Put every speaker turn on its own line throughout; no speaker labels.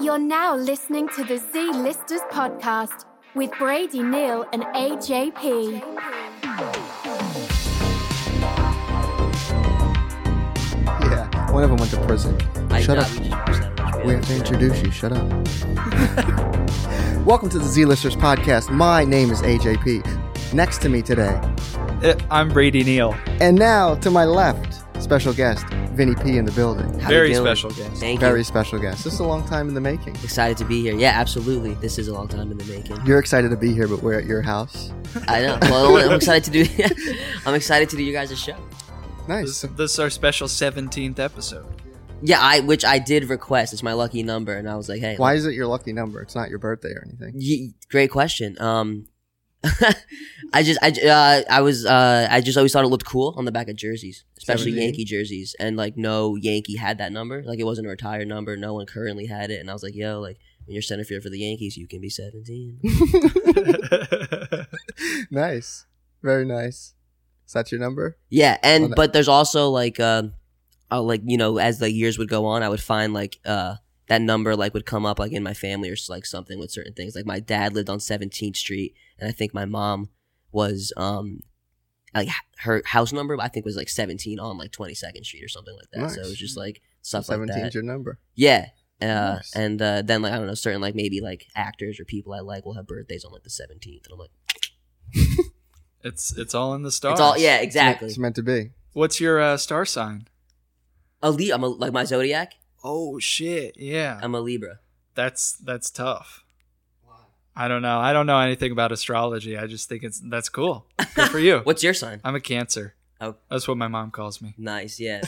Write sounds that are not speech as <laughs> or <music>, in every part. You're now listening to the Z Listers podcast with Brady Neal and AJP.
Yeah, one of them went to prison.
I
Shut
nah,
up.
we just pushed that much.
We have to introduce you. Shut up. <laughs> Welcome to the Z Listers podcast. My name is AJP. Next to me today,
Uh, I'm Brady Neal.
and now to my left, special guest Vinny P in the building.
How we
Very
doing?
special guest.
Thank
Very
you.
special guest. This is a long time in the making.
Excited to be here. Yeah, absolutely. This is a long time in the making. <laughs>
You're excited to be here, but we're at your house.
I <laughs> know. Well, I'm excited to do. <laughs> I'm excited to do you guys' show.
Nice.
This, this is our special 17th episode.
Yeah, I which I did request. It's my lucky number, and I was like, hey,
Why is it your lucky number? It's not your birthday or anything. <laughs>
<laughs> Ye- great question. Um, <laughs> I just I j- uh, I was uh, I just always thought it looked cool on the back of jerseys, especially
17.
Yankee jerseys, and like no Yankee had that number. Like it wasn't a retired number. No one currently had it, and I was like, yo, like when you're center field for the Yankees, you can be <laughs> 17.
nice. Very nice. Is that your number?
Yeah, and
Love it.
but there's also like um uh, like you know as the years would go on, I would find like uh that number like would come up like in my family or s- like something with certain things. Like my dad lived on 17th Street, and I think my mom was um like h- her house number I think was like 17 on like 22nd Street or something like that. So it
Nice.
was just like stuff like
17's
that.
your number.
yeah. Uh,
Nice.
and uh, then like I don't know, certain like maybe like actors or people I like will have birthdays on like the seventeenth, and I'm like,
It's it's all in the stars.
it's all yeah,
It's meant-
exactly.
It's meant to be.
What's your uh, star sign?
A Leo, I'm a, like my zodiac.
Oh shit!
Uh.
Yeah,
I'm a Libra.
that's that's tough. I don't know. I don't know anything about astrology. I just think it's that's cool. Good
<laughs>
for you.
What's your sign?
I'm a Cancer.
Oh.
That's what my mom calls
<laughs>
me. <laughs>
Nice, yeah,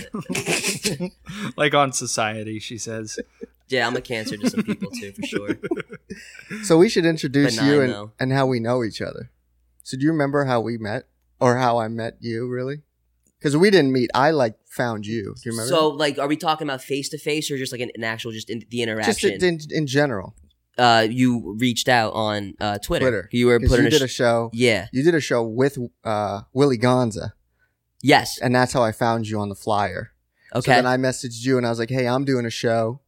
like on society, she says.
yeah. I'm a cancer to some people too,
<laughs>
for sure.
So we should introduce
Benign,
you and,
though.
and how we know each other. So do you remember how we met or how I met you really? Because we didn't meet. I like found you. Do you remember?
So, like, are we talking about face to face or just like an, an actual, just in, the
just
interaction?
in, in, in general,
uh, you reached out on uh, Twitter.
Twitter.
You were
'Cause
putting
you did
a, sh-
a show.
yeah,
You did a show with uh, Willie Gonza,
yes,
and that's how I found you on the flyer. So
okay.
then I messaged you, and I was like, "Hey, I'm doing a show,"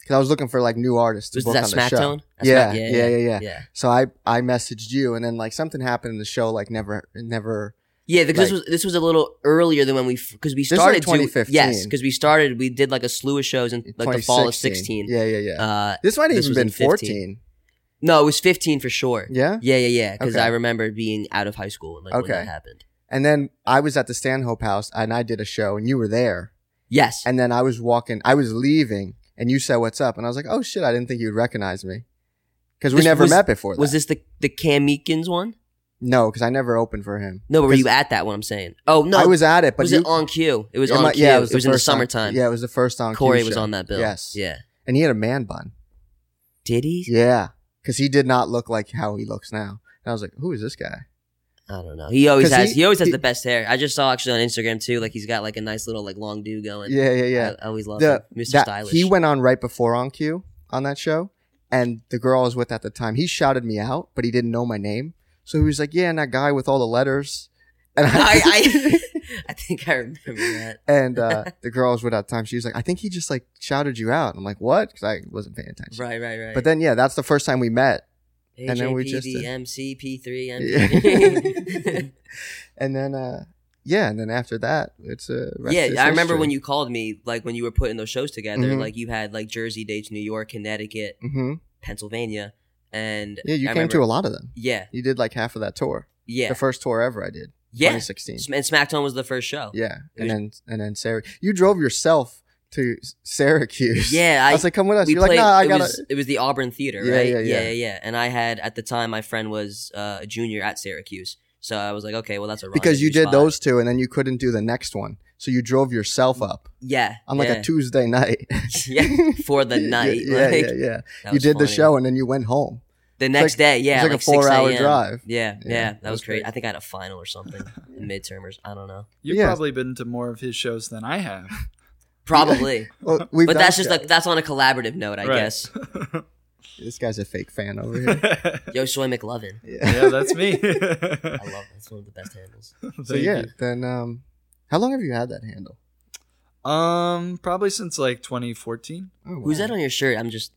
because I was looking for like new artists to
was
book on
that
the
Smack
show.
Tone? That's
Yeah,
Smack-
yeah, yeah, yeah.
yeah, yeah.
So I I messaged you, and then like something happened in the show, like never never.
Yeah, because
Like-
this was this was a little earlier than when we because we
is like
started to-
2015.
yes, because we started we did like a slew of shows in like the fall
2016.
of sixteen.
Yeah, yeah, yeah.
Uh,
this might have
this
even
was
been
in 15.
14.
no, it was fifteen for sure.
Yeah.
Yeah, yeah, yeah. Because
Okay.
I remember being out of high school and like when
Okay.
that happened.
And then I was at the Stanhope house and I did a show and you were there.
Yes.
And then I was walking, I was leaving and you said, What's up? And I was like, Oh shit, I didn't think you'd recognize me. Because we
This
never
was-
met before.
Was
that.
this the the Cam Meekins one?
No, because I never opened for him.
No, but were
'Cause
you at that one? I'm saying. Oh no,
I was at it, but
was
you,
it on cue? It was
it
on
might-
cue.
yeah,
it was,
the
in the
first on-
summertime.
yeah, it was the first on.
Corey
Q
was
show.
on that bill.
Yes.
Yeah.
And he had a man bun.
Did he?
Yeah. Because he did not look like how he looks now. And I was like, Who is this guy?
I don't know. He always
'Cause
has.
he-
He, always has
he-
the best hair. I just saw actually on Instagram too. Like he's got like a nice little like long do going.
Yeah, yeah, yeah.
I, I always love
the,
that Mr.
that-
Stylish.
He went on right before on cue on that show, and the girl I was with at the time, he shouted me out, but he didn't know my name. So he was like, "Yeah, and that guy with all the letters." <laughs> And
<laughs> I, I, <laughs> I think I remember that.
<laughs> and
<laughs>
uh, the girl I was with at the time, she was like, "I think he just like shouted you out." And I'm like, "What?" Because I wasn't paying attention.
Right, right, right.
But then, yeah, that's the first time we met, and then we just did- <laughs>
<laughs> HAPDMCP3MP.
and then, uh, yeah, and then after that, it's uh, a
yeah, I remember when you called me, like when you were putting those shows together,
Mhm.
like you had like Jersey dates, New York, Connecticut,
hmm
Pennsylvania, and
Yeah, you
I
came
remember,
to a lot of them.
yeah,
You did like half of that tour,
yeah,
the first tour ever I did,
yeah.
2016.
Sm- And Smackdown was the first show.
Yeah,
It
and then and then Syracuse. You drove yourself to S- Syracuse.
Yeah,
<laughs> I,
I,
was like, come with us.
we
You're
played.
like, nah, I
it,
gotta.
was, it was the Auburn Theater,
Yeah,
right?
yeah, yeah.
yeah, And I had at the time my friend was uh, a junior at Syracuse, so I was like, okay, well that's a
because you
rendezvous
did
spot.
those two, and then you couldn't do the next one, so you drove yourself up
Yeah,
on like
yeah.
<laughs>
<laughs>
a Tuesday night.
yeah, for the
Yeah,
night.
Yeah,
like,
yeah, yeah.
that
You
was
did the
funny.
show, and then you went home.
the next
like-
day. Yeah,
it's like a
6
four-hour
a.m.
drive.
Yeah,
Yeah,
yeah,
that
that
was
was great.
great.
I think I had a final
<laughs>
or something, midtermers. I don't know.
You've
Yeah.
probably been to more of his shows than I have.
Probably,
<laughs>
Well, we've
but
done
that's just
shows.
like that's on a collaborative note, I
Right. <laughs>
guess.
this guy's a fake fan over here.
Yo, Soy McLovin.
yeah.
yeah, that's me. <laughs>
I love that's one of the best handles.
<laughs> So
Thank
yeah,
you.
then um, how long have you had that handle?
Um, probably since like 2014.
Oh,
Who's
wow.
that on your shirt? I'm just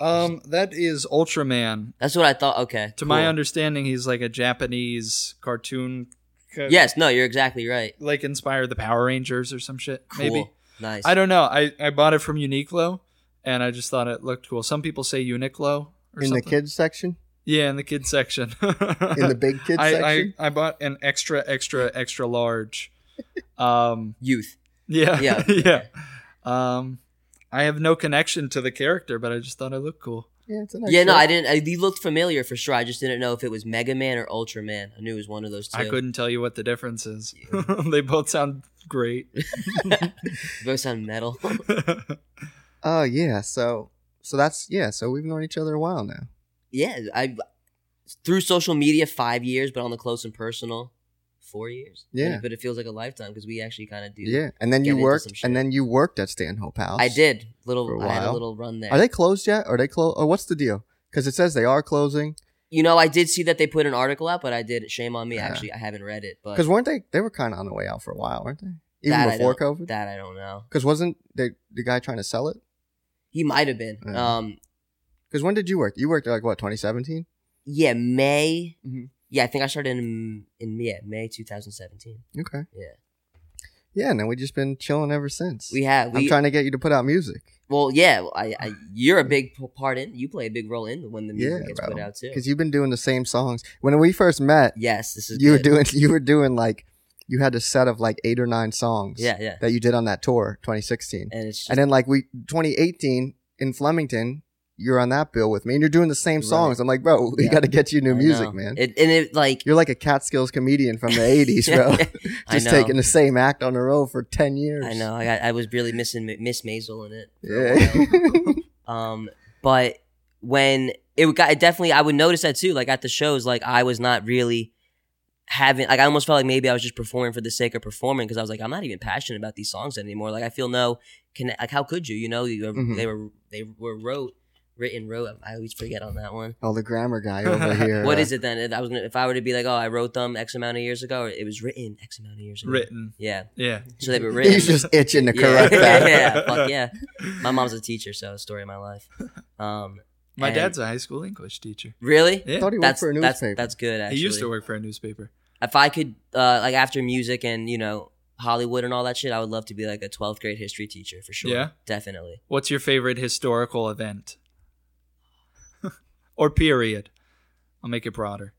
Um, that is Ultraman.
That's what I thought. Okay.
To my
cool.
understanding, he's like a Japanese cartoon. ca-
Yes, no, you're exactly right.
Like inspired the Power Rangers or some shit.
Cool.
<laughs> Maybe.
Nice.
I don't know. I, I bought it from Uniqlo, and I just thought it looked cool. Some people say Uniqlo or
in
something.
the kids section,
Yeah, in the kids section.
<laughs> in
<laughs>
the big kids
I,
section.
I I bought an extra extra extra large. Um. <laughs>
Youth.
Yeah.
Yeah.
<laughs> yeah. Um. I have no connection to the character, but I just thought it looked cool.
yeah, it's a nice
Yeah, no,
shirt.
I didn't. I, he looked familiar for sure. I just didn't know if it was Mega Man or Ultraman. I knew it was one of those two.
I couldn't tell you what the difference is. <laughs> they both sound great.
Both sound metal.
Oh yeah, so so that's yeah, so we've known each other a while now.
yeah, I through social media five years, but on the close and personal, four years.
Yeah.
but, it feels like a lifetime because we actually kind of do.
Yeah, and then
Get
you
into
worked,
some shit.
and then you worked at Stanhope House.
I did
For
little.
a
I had a
while.
little run there.
Are they closed yet? Are they closed? Or what's the deal? Because it says they are closing.
you know, I did see that they put an article out, but I did. Shame on me.
Yeah.
Actually, I haven't read it, but
Because weren't they? They were kind of on the way out for a while, weren't they? Even
that I
before
don't-
COVID.
That I don't know.
Because wasn't the the guy trying to sell it?
He might have been.
Yeah.
Um,
Because when did you work? You worked at like what 2017?
yeah, May.
Mhm.
Yeah, I think I started in in yeah May 2017.
Okay.
Yeah.
Yeah, and then we just been chilling ever since.
We have. We,
I'm trying to get you to put out music
Well, yeah, well, I,
<sighs>
I you're a big p- part in. You play a big role in when the music
Yeah,
gets
bro.
put out too.
because you've been doing the same songs. When we first met,
Yes, this is
you were
good.
doing you were doing like you had a set of like eight or nine songs.
Yeah, yeah,
that you did on that tour 2016
and it's just,
and then like we 2018 in flemington you're on that bill with me and you're doing the same songs i'm like bro we
Yeah.
gotta get you new
I
music
know.
man
It, and it like <laughs>
you're like a catskills comedian from the 80s bro <laughs>
I
just
know.
taking the same act on the road for 10 years
I know. I, got, I was really missing M- Miss Maisel in it. for a
yeah <laughs>
while. um, but when it got it definitely, I would notice that too. Like at the shows, like I was not really having. Like I almost felt like maybe I was just performing for the sake of performing because I was like, I'm not even passionate about these songs anymore. Like I feel no. Can like how could you? You know, you,
Mhm.
they were they were wrote written wrote. I always forget on that one.
oh the grammar guy over here
<laughs> What is it then? If I was gonna, if I were to be like, oh, I wrote them X amount of years ago, or it was written X amount of years ago.
Written.
Yeah.
Yeah.
<laughs>
So they were written.
uh, he's just itching to
<laughs> yeah.
correct that
yeah. Fuck yeah. My mom's a teacher, so a story of my life. Um,
My
And-
dad's a high school English teacher.
really?
Yeah.
i thought he worked
That's
for a
that's
newspaper
that's good. Actually,
He used to work for a newspaper.
If I could, uh, like after music and you know Hollywood and all that shit, I would love to be like a 12th grade history teacher for sure.
Yeah?
Definitely.
What's your favorite historical event? <laughs> or period? I'll make it broader.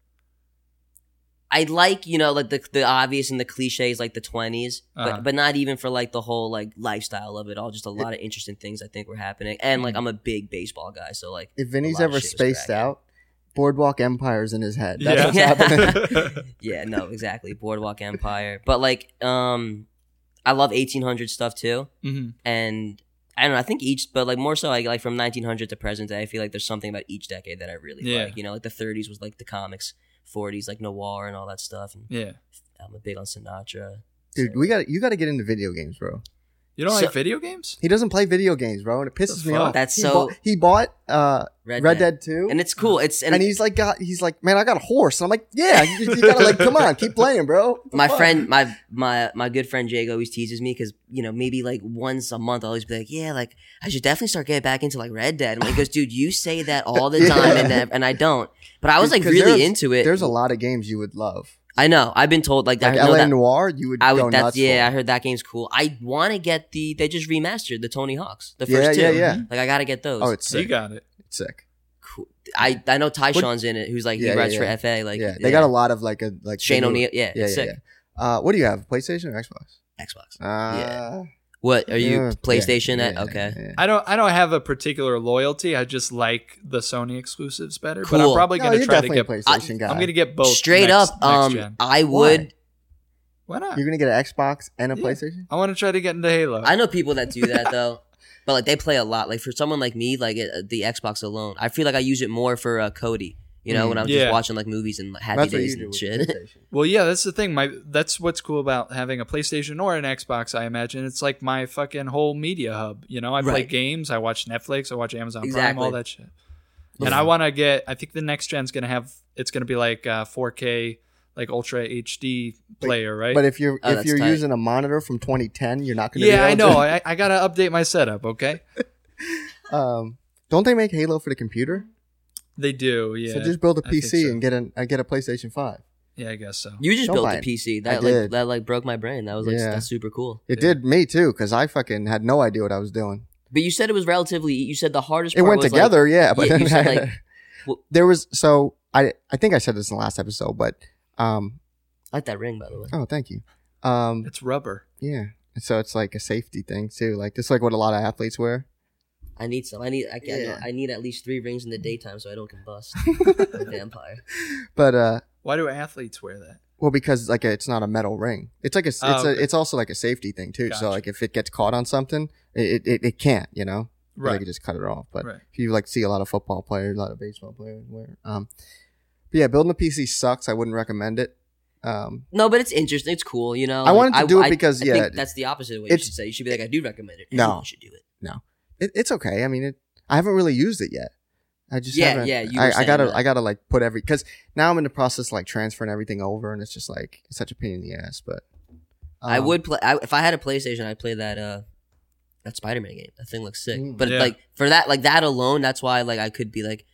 I like you know like the the obvious and the cliches like the 20s,
Uh-huh.
but but not even for like the whole like lifestyle of it all. Just a lot of interesting things I think were happening, and
Hmm.
like I'm a big baseball guy, so like
if
a
vinny's
lot of
ever
shit was
spaced
cracking.
out boardwalk empires in his head
<laughs>
that's
Yeah.
what's happening <laughs>
<laughs>
yeah, no, exactly. Boardwalk Empire, but like um, I love 1800 stuff too,
Mhm.
and I don't know. I think each, but like more so, like like from 1900 to present day, I feel like there's something about each decade that I really
Yeah.
like. You know, like the 30s was like the comics, 40s like noir and all that stuff, and
Yeah.
I'm a big on Sinatra.
dude we got you got to get into video games bro
You don't
So-
like video games?
He doesn't play video games, bro, and it pisses me
fuck?
off.
That's
he
so-
Bought, he bought uh, Red, Dead Two,
and
and,
it's cool. It's and,
he's like, got, he's like, man, I got a horse. And I'm like, yeah, you, you gotta like, come on, keep playing, bro. What the
my
fuck?
friend, my my my good friend Jake always teases me because you know maybe like once a month I'll always be like, yeah, like I should definitely start getting back into like Red Dead. And he goes, dude, you say that all
<laughs>
the
Yeah.
time, and that- and I don't. But I was like
'Cause
really
there's-
into it.
there's a lot of games you would love,
I know. I've been told like,
like
I know
L.A.
that.
Noir. You would
I
go
would. That's
nuts.
yeah. I
for.
heard that game's cool. I want to get the. They just remastered the Tony Hawks. The
yeah,
first two.
yeah, yeah.
Like I gotta get those.
Oh, it's
You
sick.
got it.
It's sick.
cool. I I know Tyshawn's in it. Who's like
Yeah,
he
yeah,
writes
yeah.
for FA. Like
yeah, they got a lot of like a like
Shane
the-
O'Neill. Yeah,
Yeah,
it's
yeah,
sick.
yeah. Uh, what do you have? PlayStation or Xbox?
Xbox.
Uh,
Yeah. What are you
yeah,
PlayStation?
yeah,
at? okay.
yeah.
I don't I don't have a particular loyalty. I just like the Sony exclusives better. But I'm
Cool.
probably
No,
gonna
you're
try to
definitely a
get
PlayStation guy.
I'm gonna get both.
Straight
next-
up,
next
um,
gen.
I
Why?
would.
Why not?
You're gonna get an Xbox and a
Yeah.
PlayStation.
I want to try to get into Halo.
I know people that do that though, <laughs> but like they play a lot. Like for someone like me, like it, the Xbox alone, I feel like I use it more for uh, Cody. You know,
Mm.
when I'm
Yeah.
just watching like movies and like, Happy
That's what
Days
you do
and
with
shit. <laughs>
PlayStation.
Well, yeah, that's the thing. My that's what's cool about having a PlayStation or an Xbox. I imagine it's like my fucking whole media hub. You know, I play
Right.
games, I watch Netflix, I watch Amazon Prime,
Exactly.
all that shit. And I want to get. I think the next gen's gonna have. It's gonna be like uh, 4K, like Ultra HD player, right?
But if you're
Oh,
if
that's
you're
tight.
using a monitor from 2010, you're not going to.
yeah,
be
I
able
know.
To,
I, I gotta update my setup. Okay.
um, Don't they make Halo for the computer?
They do, yeah.
So just build a
I think
PC
so.
and get an I get a PlayStation Five.
yeah, I guess so.
You just
Don't
built
buy
a
it.
PC.
I
That
did.
like that like broke my brain. That was like
Yeah.
that's super cool.
It
Yeah.
did me too because I fucking had no idea what I was doing.
But you said it was relatively. You said the hardest.
It
part
went
was, like-
together, yeah. But
you- you
then
said,
I- <laughs>
like, w-
there was so I I think I said this in the last episode, but um
I like that ring, by the way.
oh thank you um
It's rubber.
yeah. And So it's like a safety thing too, like it's like what a lot of athletes wear.
I need some. I need. I, can,
Yeah.
I need at least three rings in the daytime so I don't
<laughs>
combust. like a vampire.
But uh,
Why do athletes wear that?
well, because like it's not a metal ring, it's like a it's
Oh,
a,
okay.
it's also like a safety thing too.
Gotcha.
So like if it gets caught on something, it it, it can't, you know. Right. They could just cut it off. But
Right.
if you like see a lot of football players, a lot of baseball players wear. Um, but yeah, building a PC sucks. I wouldn't recommend it. Um,
No, but it's interesting. It's cool. You know.
I wanted to do it because,
Um, I
yeah,
think that's the opposite of what you
it's-
should say. You should be like, I do recommend it.
No.
Everyone should do it.
it, it's okay. I mean, it, I haven't really used it yet. I just
Yeah,
haven't-
yeah, you were
I, I
saying
gotta,
that.
I gotta like put every because now I'm in the process of, like transferring everything over, and it's just like it's such a pain in the ass. But
I
um,
would play. I, if I had a PlayStation, I'd play that. uh that Spider-Man game, that thing looks sick.
Mm.
but
Yeah.
like for that, like that alone, that's why like I could be like,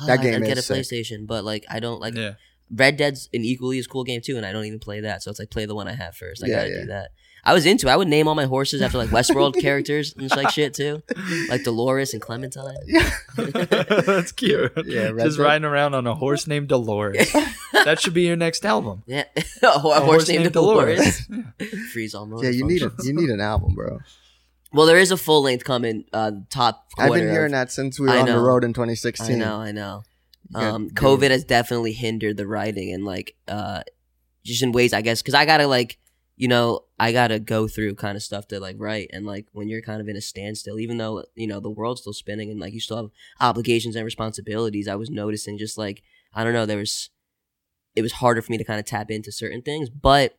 oh,
That
I-
game
I'd get a
is sick.
PlayStation. But like I don't like
yeah.
Red Dead's an equally as cool game too, and I don't even play that. So it's like play the one I have first. I
Yeah,
gotta
yeah.
do that. I was into. it. I would name all my horses after
<laughs>
like Westworld characters and just, like shit too, like Dolores and Clementine.
Yeah,
<laughs> That's cute.
Yeah, Red
just
Dead.
riding around on a horse named
<laughs>
Dolores. that should be your next album.
Yeah, <laughs> a ho- a horse named Dolores.
Yeah.
Freeze all
yeah,
motor
you need a,
<laughs>
functions.
you need an album, bro.
Well, there is a full length coming. Uh, top.
I've
Quarter
been hearing
of,
that since we were
I
on the
know.
road in
I
2016.
know. I know.
You gotta
Um,
do
COVID
it.
has definitely hindered the writing and like uh, just in ways I guess because I gotta like you know I gotta go through kind of stuff to like write and like when you're kind of in a standstill, even though you know the world's still spinning and like you still have obligations and responsibilities. I was noticing just like I don't know there was it was harder for me to kind of tap into certain things, but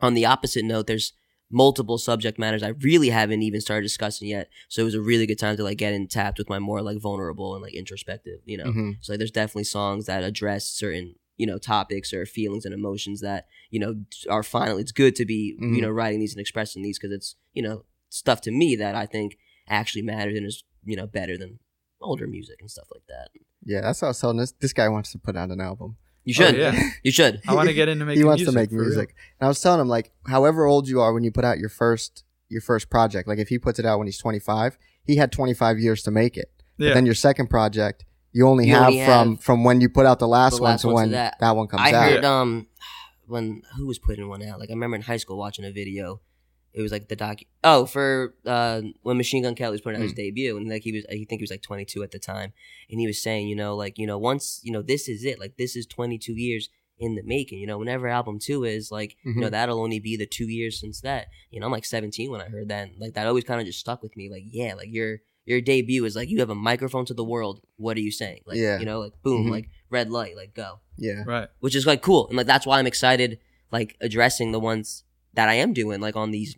on the opposite note, there's multiple subject matters I really haven't even started discussing yet. So it was a really good time to like get in tapped with my more like vulnerable and like introspective, you know.
Mhm.
So there's definitely songs that address certain you know topics or feelings and emotions that you know are finally it's good to be
Mhm.
you
Mm-hmm.
know writing these and expressing these because it's you know stuff to me that I think actually matters and is you know better than older music and stuff like that.
Yeah, that's what I was telling this. This guy wants to put out an album.
You
Oh,
<laughs>
should,
yeah.
you should.
I want to get into making
he wants
music,
to make
for real.
music. And I was telling him like, however old you are when you put out your first your first project, like if he puts it out when he's 25, he had 25 years to make it. But
Yeah.
then your second project, you only
You
have
only
from
have
from when you put out the last,
the
one
last
to
one to
when that.
that.
one comes
I
out.
heard um <sighs> when who was putting one out? Like I remember in high school watching a video. It was like the doc. Oh, for uh, when Machine Gun Kelly was putting out
Mm.
his debut, and like he was, I think he was like 22 at the time, and he was saying, you know, like you know, once you know, this is it. Like this is 22 years in the making. You know, whenever album two is, like you know,
Mhm.
that'll only be the two years since that. You know, I'm like 17 when I heard that. And, like that always kind of just stuck with me. Like yeah, like your your debut is like you have a microphone to the world. What are you saying? Like
Yeah.
you know, like boom,
Mhm.
like red light, like go
Yeah.
Right.
which is like cool and like that's why i'm excited like addressing the ones that i am doing like on these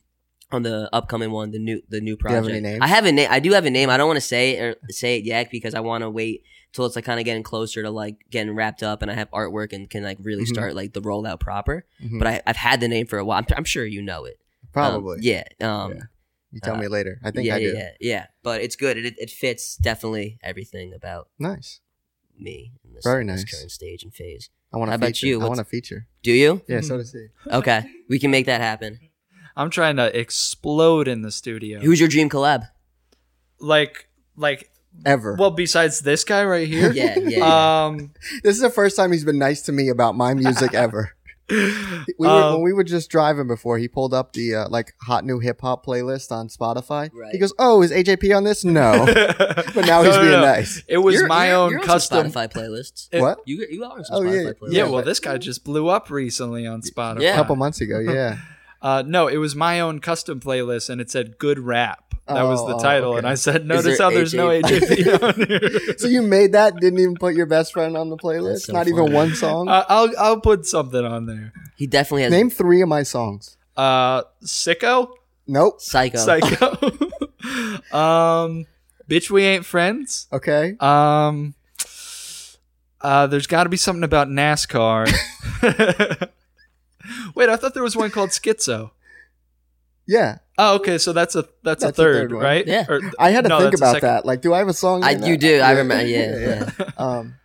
on the upcoming one the new the new
you have
project
any names?
i have a name i do have a name i don't want to say it or say it yet because i want to wait till it's like kind of getting closer to like getting wrapped up and i have artwork and can like really
Mhm.
start like the rollout proper
Mhm.
but um, I, i've had the name for a while i'm, I'm sure you know it Um,
Probably.
yeah um
Yeah. You tell
uh,
me later. I think
yeah,
I do.
yeah, yeah, yeah. but it's good. It, it fits definitely everything about
Nice.
me in this,
Very
this
nice.
current stage and phase.
I want to
How about
feature.
you?
I
What's- Mm-hmm.
want to feature.
Do you?
Yeah, so does he.
Okay, we can make that happen.
I'm trying to explode in the studio.
Who's your dream collab?
like, like,
Ever.
well, besides this guy
<laughs>
right here.
yeah, yeah. yeah.
<laughs>
Um,
this is the first time he's been nice to me about my
<laughs>
music ever. We were,
um,
when we were just driving before, he pulled up the uh, like hot new hip hop playlist on Spotify.
Right.
He goes, "Oh, is AJP on this? No, Oh.
<laughs>
<laughs> but now he's
No, no,
being
no.
nice.
It was
You're-
my
you're-
own
you're on some
custom.
Spotify playlists.
It-
what?
You you are on some
Oh,
Spotify
yeah,
playlists.
Yeah,
Yeah,
well,
but-
this guy just blew up recently on Spotify.
A
Yeah.
couple months
<laughs>
ago, yeah.
Uh, no, it was my own custom playlist, and it said "Good Rap." That was
Oh,
the
oh,
title,
okay.
and I said, "Notice
there
how there's no AJP on
<laughs>
here."
so you made that? Didn't even put your best friend on the playlist?
so
Not even
funny.
one song.
Uh, I'll I'll put something on there.
he definitely has
Name three of my songs.
Uh, sicko,
Nope.
psycho.
psycho. <laughs> um, bitch, we ain't friends.
Okay.
Um, uh, there's got to be something about <laughs> NASCAR. Wait, I thought there was one called Schizo.
Yeah,
Oh, okay. So that's a that's,
That's
a
a
third,
third one.
right?
Yeah.
Or-
I had to
no,
think
that's a
about
second.
that. Like, do I have a song?
I,
named
you
that?
do. I remember. Yeah, yeah.
Um,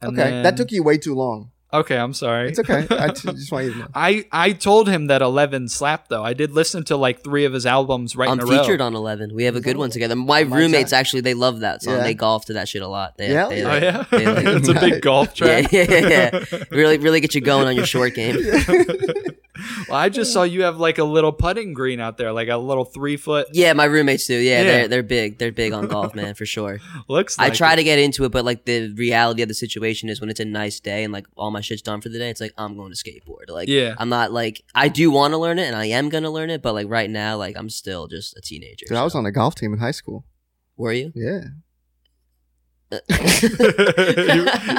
And
okay,
then-
that took you way too long.
Okay, I'm sorry.
It's okay. I
<laughs>
t- just want you to know.
I I told him that Eleven slapped though. I did listen to like three of his albums right
I'm
in a row.
featured on Eleven. We have a good one together. My
My
roommates
time.
actually they love that song.
Yeah.
They golf to that shit a lot. They,
Yeah?
they
oh
like-
yeah,
they like-
it's a big golf
<laughs> yeah,
track.
yeah, yeah, yeah. Really, really get you going on your
<laughs>
short game.
<laughs> Well, I just saw you have like a little putting green out there, like a little three foot.
Yeah, my roommates do. Yeah,
Yeah.
they're they're big. They're big on <laughs> golf, man, for sure.
Looks.
I
Like
try
it. <laughs>
to get into it, but like the reality of the situation is when it's a nice day and like all my shit's done for the day, it's like I'm going to skateboard. Like
Yeah.
I'm not like I do want to learn it and I am gonna learn it, but like right now, like I'm still just a teenager.
Dude, I was
so-
on a golf team in high school.
Were
<laughs>
you?
Yeah,
he,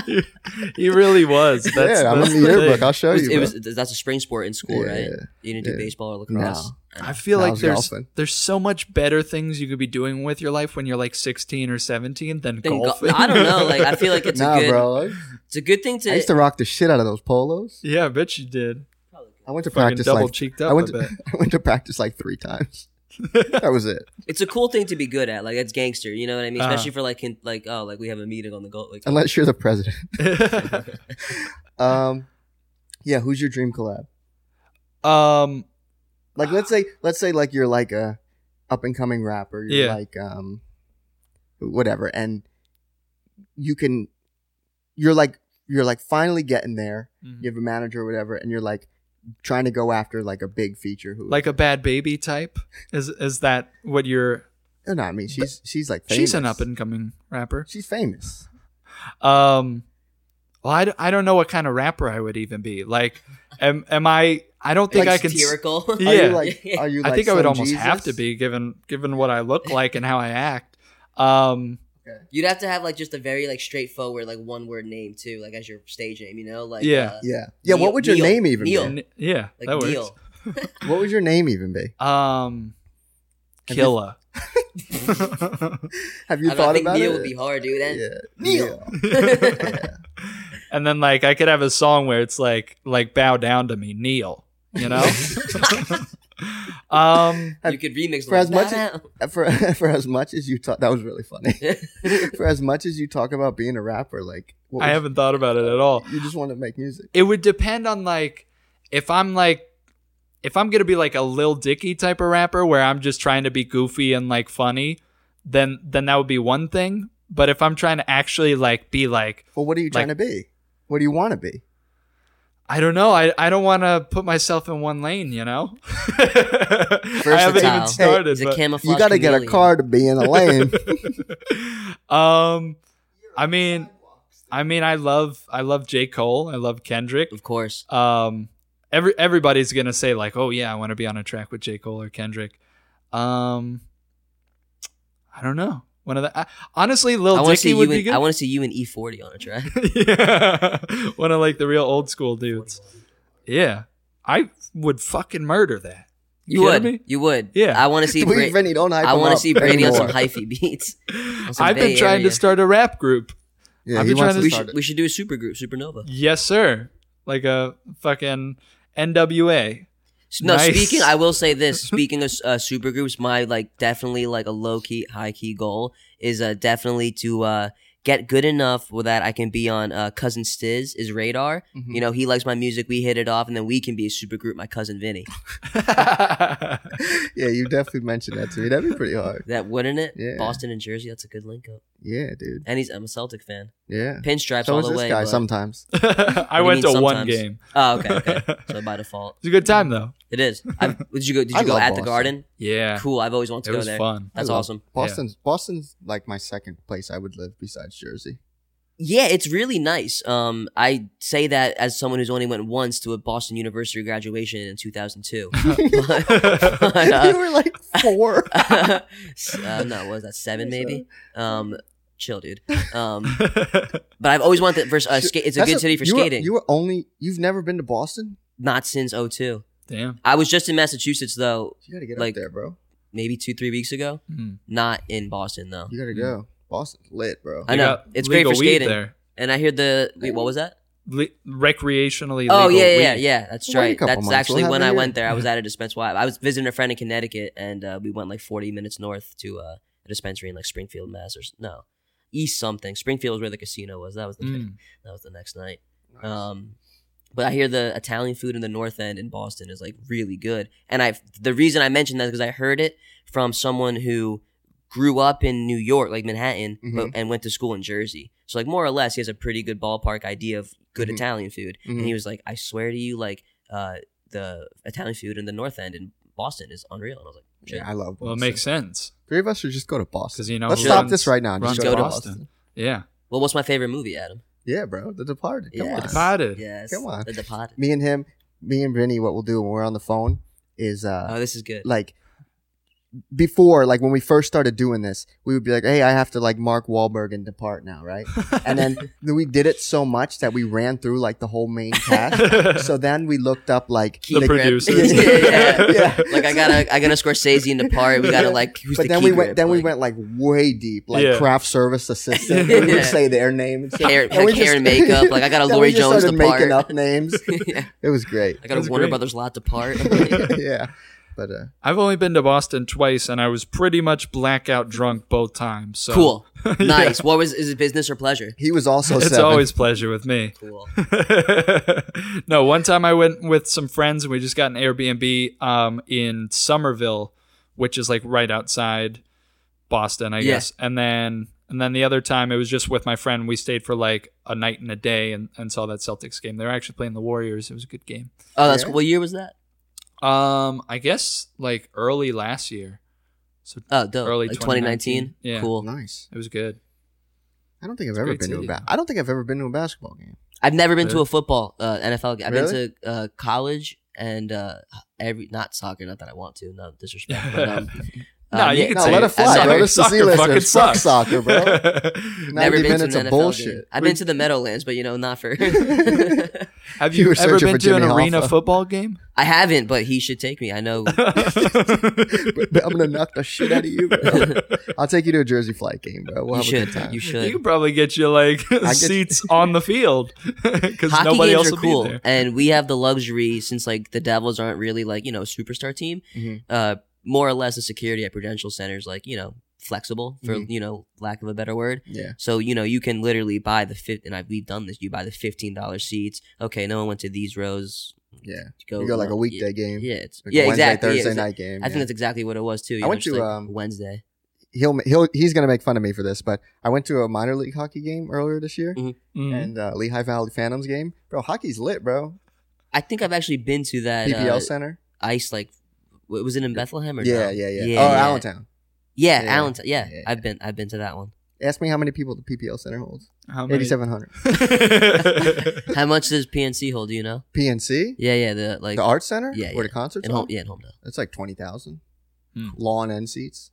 he- he really was. That's,
yeah. I'm
that's
in the
thing.
yearbook. I'll show
It was,
you.
it
bro.
was that's a spring sport in school,
Yeah.
right? You didn't do
Yeah.
baseball or lacrosse.
I feel
No, I
like
was
there's
golfing.
there's so much better things you could be doing with your life when you're like 16 or 17 than
Then go-
golfing.
I don't know. Like I feel like it's
<laughs> nah,
a good
bro. I-
it's a good thing
I
to,
used to rock the shit out of those polos.
<laughs> yeah, I bet you did.
I went to
Fucking
practice
double
like
cheeked up.
I went
a
to,
bit.
<laughs> I went to practice like three
<laughs>
times. that was it.
it's a cool thing to be good at. Like it's gangster, you know what I mean?
Uh.
Uh-huh.
Especially for like in, like oh like we have a meeting on the golf like
Unless you're the president.
<laughs>
<laughs> um,
Um, yeah. Who's your dream collab?
Um,
Like, let's say, let's say, like you're like a up and coming rapper. You're
Yeah.
like um, whatever, and you can, you're like, you're like finally getting there. You have a manager or whatever, and you're like trying to go after like a big feature who
like a bad baby type. Is is that what you're?
No, no, I mean she's she's like famous.
She's an up and coming rapper.
she's famous.
Um, well, I, d- I don't know what kind of rapper I would even be. Like, am am I? I don't think
like,
I can. s-
satirical.
<laughs> Are
<laughs>
Yeah.
you like are you like
I think I would
some
almost have to
Jesus?
be given given what I look like and how I act. Um,
You'd have to have like just a very like straightforward like one word name too, like as your stage name, you know? Like
Yeah.
uh,
Yeah. Yeah,
Neil-
what would your
Neil-
name even
Neil.
n- yeah,
like
that works.
Neil.
be? What would your name even be?
Um,
Have you-
Killa.
<laughs>
<laughs>
Have you
I, don't- I
thought
think
about
Neil
it?
would be hard, dude. And
yeah.
Neil.
<laughs> and then like I could have a song where it's like like bow down to me, kneel. You know. um.
Have-
you could remix
for
like
as much
that. <laughs>
Yeah. <laughs> For for as much as you talk that was really funny. <laughs> for as much as you talk about being a rapper, like what
I
would-
haven't thought about it at all.
you just want to make music.
It would depend on like if I'm like if I'm gonna be like a Lil Dicky type of rapper where I'm just trying to be goofy and like funny, then then that would be one thing. But if I'm trying to actually like be like
Well, what are you trying
Like-
to be? What do you want to be?
I don't know. I, I don't want to put myself in one lane, you know? <laughs> I haven't
Versatile.
even started.
He's a
but-
camouflage.
You got to get a
chameleon.
car to be in a lane.
<laughs> um, I mean, I mean, I love, I love J. Cole. I love Kendrick.
Of course.
Um, every everybody's gonna say like, oh yeah, I want to be on a track with J. Cole or Kendrick. Um, I don't know. One of the I, honestly,
I
Lil
want to
Dicky
see
would
you.
be
In,
good.
I want to see you in E forty on a track.
<laughs> yeah, one of like the real old school dudes. Yeah, I would fucking murder that.
You
kidding
would.
me?
You would.
Yeah.
I want
<laughs>
to <laughs> see.
Please,
Bra-
Vinny, don't hype
I
him
want to
up
see Brady on some
anymore.
hyphy beats. on some
I've been
Bay
trying
Area.
to start a rap group.
Yeah,
I've
he
been
wants
trying
to
We
start
should,
it.
we should do a super group, Supernova.
Yes, sir. Like a fucking NWA.
S- No,
Nice.
speaking, I will
<laughs>
say this. Speaking of uh, supergroups, my like definitely like a low key, high key goal is uh, definitely to uh, get good enough with that I can be on uh, cousin Stiz is radar.
Mhm.
You know, he likes my music, we hit it off, and then we can be a supergroup. My cousin Vinny,
<laughs> yeah, you definitely mentioned that to me. That'd be pretty hard.
that wouldn't it?
Yeah.
Boston and Jersey, that's a good link up.
Yeah, dude.
And he's I'm a Celtic fan.
Yeah.
Pinstripes
So
all
is
the
this
way.
guy
but-
sometimes.
<laughs> I
do you
went to
mean
one
sometimes?
game.
oh, okay,
<laughs>
<laughs>
okay. so by default,
It's a good time though.
it is. I, did you go? Did
I
you go
love
at
Boston.
the Garden?
Yeah,
Cool. I've always wanted to
it
go
was
there.
fun. <laughs>
That's
I love
awesome.
Boston's Boston's like my second place I would live besides
<laughs>
Jersey. <laughs>
Yeah, it's really nice. Um, I say that as someone who's only went once to a Boston University graduation
<laughs>
in 2002. But,
you <laughs>
uh,
were like
<laughs>
four.
uh, no, what was that seven maybe? Um, chill, dude. Um, but I've always wanted for uh, skate. It's a
That's
good city for
you were-
skating.
you were only you've never been to Boston.
Not since 02.
Damn.
I was just in Massachusetts though,
You gotta get
Like-
up there, bro.
maybe two three weeks ago.
Mm.
Not in Boston though.
You gotta go. Boston's lit, bro.
I
They
know.
got
It's great
legal
for
weed
skating.
there.
And I hear the wait, what was that?
le- recreationally
Oh
legal
yeah, yeah, yeah,
weed.
yeah, That's
Wait a
right.
couple
That's
months, we'll
actually
have
when
it
I
here.
went there. I was at a dispensary. I was visiting a friend in Connecticut, and uh, we went like 40 minutes north to uh, a dispensary in like Springfield, Mass. Or s- no, East something. Springfield was where the casino was. That was the
Mm.
that was the next night. Um, but I hear the Italian food in the North End in Boston is like really good. And I the reason I mentioned that is because I heard it from someone who grew up in New York, like Manhattan, but,
Mm-hmm.
and went to school in Jersey. So like more or less, he has a pretty good ballpark idea of good
Mhm.
Italian food.
Mhm.
And he was like, I swear to you, like uh, the Italian food in the North End in Boston is unreal. And I was like, Shit.
yeah, I love. Boston.
Well, it makes sense.
Three of us should just go to Boston.
'Cause you know
let's
who
stop
runs-
this right now. and
runs
Just go to
Boston.
Boston.
Yeah.
Well, what's my favorite movie, Adam?
Yeah, bro. The Departed. Come
Yeah.
on.
The
Potted. <laughs>
Yes,
Come on.
The
<laughs>
Departed.
Me and him, me and Vinny, what we'll do when we're on the phone is uh,
Oh, this is good.
like before, like when we first started doing this, we would be like, "Hey, I have to like Mark Wahlberg and depart now,
<laughs>
right?" and then we did it so much that we ran through like the whole main
<laughs>
cast. so then we looked up like
<laughs>
The producers.
<laughs> Yeah, yeah, yeah.
like I gotta I gotta Scorsese in the part. We
<laughs>
gotta like who's
but
the
then we
key
went,
grip?
then we
Like,
went like way deep, like
Yeah.
craft service
<laughs>
assistant. We
Yeah.
would say their name, and shit.
hair,
And we
like, hair
just-
and makeup. Like
<laughs>
I got a
then
Lori
we just
Jones the
started
part.
making up
<laughs>
names.
yeah.
It was great.
I got a
That's
Warner
great.
Brothers lot to
<laughs>
part. <laughs>
yeah, but uh,
I've only been to Boston twice, and I was pretty much blackout drunk both times. So <laughs>
cool, nice. What was is it business or pleasure?
he was also.
It's
seven.
always pleasure with me. <laughs>
Cool.
no, one time I went with some friends and we just got an Airbnb um, in Somerville, which is like right outside Boston, I
Yeah.
guess. And then and then the other time it was just with my friend. We stayed for like a night and a day and, and saw that Celtics game. They were actually playing the Warriors. It was a good game.
Oh, that's
Yeah.
cool. what year was that?
Um, I guess like early last year.
Oh, dope.
Early
like 2019.
2019. Yeah.
Cool.
nice.
It was good.
I don't think I've
It's
ever
great
been to a
city.
ba- I don't think I've ever been to a basketball
<laughs>
game.
I've never been to
Really?
a football uh, NFL game. I've
Really?
been to uh, college and uh, every not soccer. Not that I want to. No disrespect.
<laughs>
But, um,
No,
um,
you
yeah,
can
Uh, No,
say
let it fly,
bro.
This is C-listers. Fuck soccer,
<laughs>
bro.
Never
90
been
minutes
to
of
an NFL
bullshit.
game. I've been to the Meadowlands, but you know,
<laughs>
not for. <laughs>
Have
You
you,
were
ever
searching
been
for
to an
Jimmy
arena
Hoffa.
football game?
I haven't, but he should take me. I know.
But- but I'm gonna knock the shit out of you, bro.
<laughs>
<laughs>
I'll take you to a Jersey Flight game, bro. We'll
you
have a good
should.
time.
You
You
should.
could probably get you like
get-
seats on the field <laughs> because
Hockey
nobody
games
else
are
will
cool,
be there.
and we have the luxury since like the Devils aren't really like you know a superstar team.
Mm-hmm.
Mhm.
Uh, more or less, the security at Prudential Center is like you know flexible for
Mm-hmm.
Mhm.
you know lack of a better word.
yeah,
So you know you can literally buy the fit, and I, we've done this. You buy the fifteen dollars seats. Okay, no one went to these rows.
yeah.
Go
You go like a
yeah,
weekday game.
Yeah, it's
Like a
yeah,
Wednesday,
exactly. yeah,
Thursday
exactly.
night game.
I
yeah.
think that's exactly what it was too. You
I
know,
went
just,
to,
like,
um,
Wednesday.
he'll he'll he's gonna make fun of me for this, but I went to a minor league hockey game earlier this year
Mm-hmm.
Mm.
and uh, Lehigh Valley Phantoms game, bro. Hockey's lit, bro.
I think I've actually been to that
PPL
uh,
Center.
ice like w- was it in Bethlehem or
Yeah,
no?
yeah, yeah,
yeah
Oh,
yeah.
Allentown.
Yeah,
Yeah.
Allentown. Yeah,
Yeah.
I've been I've been to that one. <laughs>
Ask me how many people the PPL Center holds.
How many-
Eighty-seven hundred.
How much does PNC hold? Do you know?
PNC.
Yeah, yeah, the like
the Arts Center.
yeah,
Where
yeah.
the concerts.
in
are?
home, yeah, in Homedale.
That's like twenty thousand.
Hmm.
Lawn and seats.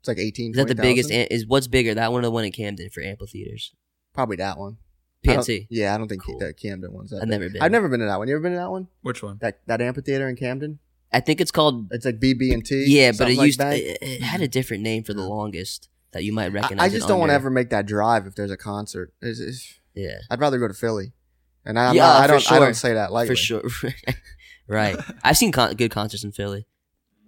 It's like eighteen.
Is that the
20,000?
biggest? am- Is what's bigger, that one or the one in Camden for amphitheaters?
Probably that one. I don't-
PNC.
yeah, I don't think
Cool.
that Camden one's that.
I've
big.
never been.
I've never been to that one. You ever been to that one?
<laughs>
<laughs>
Which one?
That that amphitheater in Camden?
I think it's called.
It's like BB and T.
Yeah, but it
like
used
that.
it, it had a different name for the longest that you might recognize.
I, I
it
just don't want to
under.
ever make that drive if there's a concert. It's, it's,
Yeah,
I'd rather go to Philly, and I, I'm
Yeah,
not- I
for
don't. I
sure.
don't say that lightly.
for sure. <laughs> right. I've seen con- good concerts in Philly,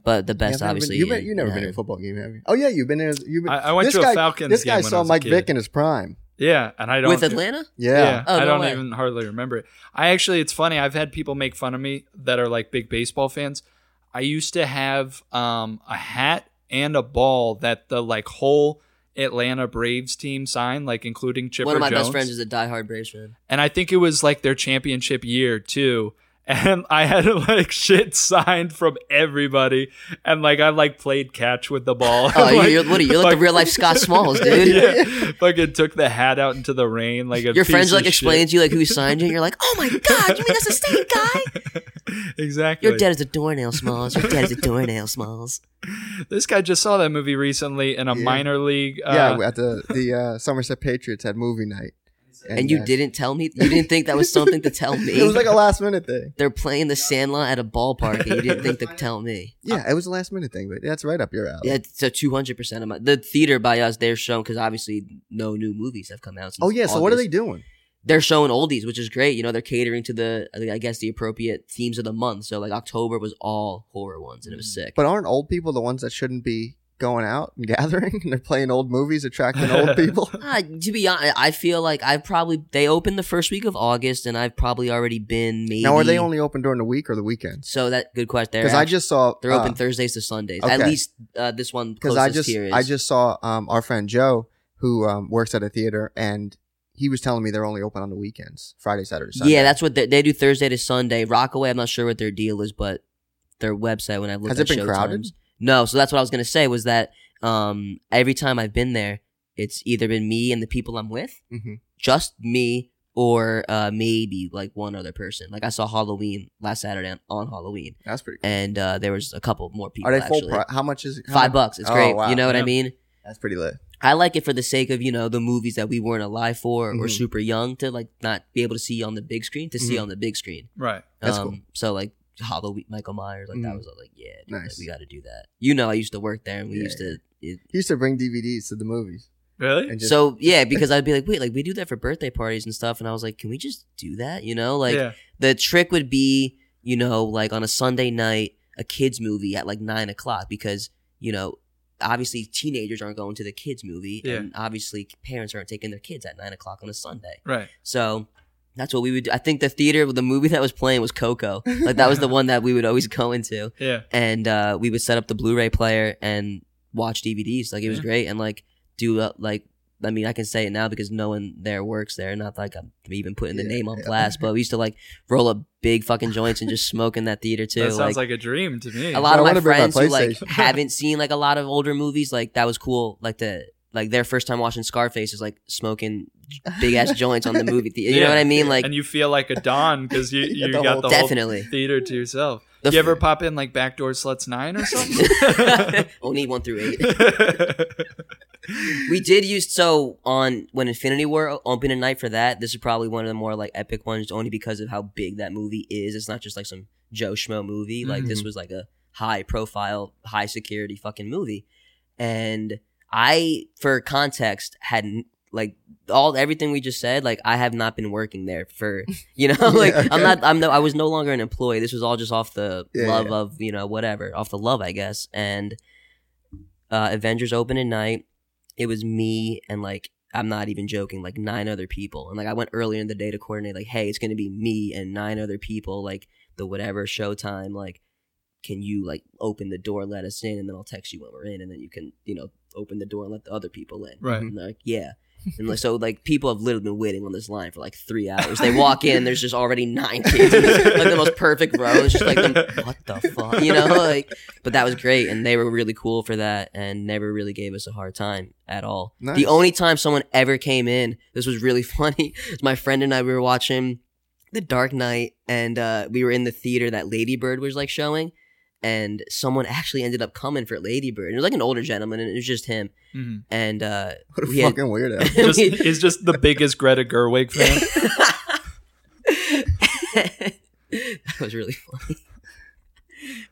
but the
Yeah, I've
best,
never been-
obviously.
You've been,
in-
you've never
in
been to a
Ireland.
football game, have you? Oh yeah, you've been there. You've been,
I, I went
this
to
guy,
a Falcons
This
game.
guy
when I
saw
was a
Mike
kid.
Vick in his prime.
Yeah, and I don't.
with Atlanta.
Yeah.
Oh,
I
no
don't
way.
even hardly remember it. I actually, it's funny. I've had people make fun of me that are like big baseball fans. I used to have um, a hat and a ball that the like whole Atlanta Braves team signed, like including Chipper
One of my
Jones.
best friends is a diehard Braves fan.
and I think it was like their championship year too. <laughs> And I had like shit signed from everybody, and like I like played catch with the ball.
Oh,
<laughs> like,
you're, what are you? You're like the real life Scott
<laughs>
Smalls, dude.
yeah, fucking took the hat out into the rain. Like a
Your friends
piece
like
of
explain
shit.
to you like who signed you. and You're like, oh
<laughs>
my god, you mean that's a state guy?
<laughs> exactly.
You're dead as a doornail, Smalls. You're dead as a doornail, Smalls.
This guy just saw that movie recently in a
Yeah.
minor league.
yeah,
Uh,
at the the uh, Somerset Patriots had movie night,
And you
uh,
didn't tell me. You didn't think that was something to tell me.
<laughs> It was like a last minute
<laughs>
thing.
They're playing the Sandlot at a ballpark, and you didn't think to tell me.
Yeah, it was a last minute thing, but that's right up your alley.
Yeah, so two hundred percent of my the theater by us. They're shown because obviously no new movies have come out. Since
oh yeah, so what are they
August.
doing?
they're showing oldies, which is great. You know, they're catering to the I guess the appropriate themes of the month. So like October was all horror ones, and it was sick.
But aren't old people the ones that shouldn't be going out and <laughs> gathering? And they're playing old movies, attracting old people.
Uh, to be honest, I feel like I've probably they opened the first week of August, and I've probably already been maybe.
Now, are they only open during the week or the weekends?
So that good question. They're
Because I
act-
just saw
they're open Thursdays to Sundays. At
okay.
least uh, this one
because
closest
I just
here is.
I just saw um, our friend Joe who um, works at a theater and he was telling me they're only open on the weekends, Friday, Saturday, Sunday.
yeah, that's what they, they do Thursday to Sunday. Rockaway, I'm not sure what their deal is, but their website when I looked
Has
at
it been
show
crowded?
times- no. So that's what I was gonna say was that um, every time I've been there, it's either been me and the people I'm with,
Mhm.
just me or uh, maybe like one other person. Like I saw Halloween last Saturday on, on Halloween,
that's pretty. cool.
and uh, there was a couple more people.
Are they full?
actually.
Pri- how much is it? How
Five
much-
bucks. It's
Oh,
great.
wow.
You know what I
Yeah.
mean?
That's pretty lit.
I like it for the sake of you know the movies that we weren't alive for or
Mhm.
super young to like not be able to see on the big screen to see
Mhm.
on the big screen.
Right.
That's
um,
cool.
So like Halloween, Michael Myers, like that
Mhm.
was like yeah, dude, like,
Nice.
we got to do that. You know, I used to work there and we
Yeah,
used to. It,
He used to bring DVDs to the movies
Really?
and just
so yeah, because I'd be like, wait, like we do that for birthday parties and stuff, and I was like, can we just do that? You know, like
yeah.
the trick would be, you know, like on a Sunday night, a kids movie at like nine o'clock because you know, obviously teenagers aren't going to the kids movie,
Yeah.
and obviously parents aren't taking their kids at nine o'clock on a Sunday.
Right.
So that's what we would. do. I think the theater, the movie that was playing was Coco. Like that was the one that we would always go into,
Yeah.
and uh, we would set up the Blu-ray player and watch DVDs. Like it was
Yeah.
great, and like do uh, like. I mean, I can say it now because no one there works there. Not like I'm even putting the
Yeah,
name on
yeah.
blast, but we used to like roll up big fucking joints
<laughs>
and just smoke in that theater too.
that sounds like, a dream to me.
a lot
I
of my
wanna bring my
friends who like
PlayStation. <laughs>
haven't seen like a lot of older movies, like that was cool. Like the like their first time watching Scarface is like smoking big ass joints on the
<laughs>
movie theater. You know
Yeah.
what I mean? Like
and you feel like a don
<laughs>
because you
You
you
got the
got
whole-
the whole
definitely.
theater to yourself.
The
you ever
f-
pop in like backdoor sluts nine
<laughs>
or <laughs> something?
Only one through eight. We did use so on when Infinity War opened a night for that. This is probably one of the more like epic ones, only because of how big that movie is. It's not just like some Joe Schmo movie. Like this
Mhm.
was like a high profile, high security fucking movie. And I, for context, hadn't like all everything we just said. Like I have not been working there for you know <laughs> like
Yeah, okay.
I'm not I'm no I was no longer an employee. This was all just off the
Yeah,
love
yeah.
of you know whatever off the love I guess and uh, Avengers open at night. It was me and like I'm not even joking, like nine other people. And like I went earlier in the day to coordinate, like, hey, it's gonna be me and nine other people, like the whatever showtime, like can you like open the door, let us in, and then I'll text you when we're in, and then you can, you know, open the door and let the other people in.
Right.
And they're like, yeah. And like so like people have literally been waiting on this line for like three hours. They walk in, there's just already nine kids in this, like the most perfect row. It's just like them, what the fuck? You know, like but that was great and they were really cool for that and never really gave us a hard time at all
Nice.
the only time someone ever came in this was really <laughs> funny is my friend and i we were watching the dark knight and uh, we were in the theater that ladybird was like showing and someone actually ended up coming for ladybird it was like an older gentleman and it was just him
Mhm.
and uh
<laughs> what a
we had-
fucking
<laughs>
weirdo.
just, he's just the biggest Greta Gerwig fan.
<laughs> that was really funny.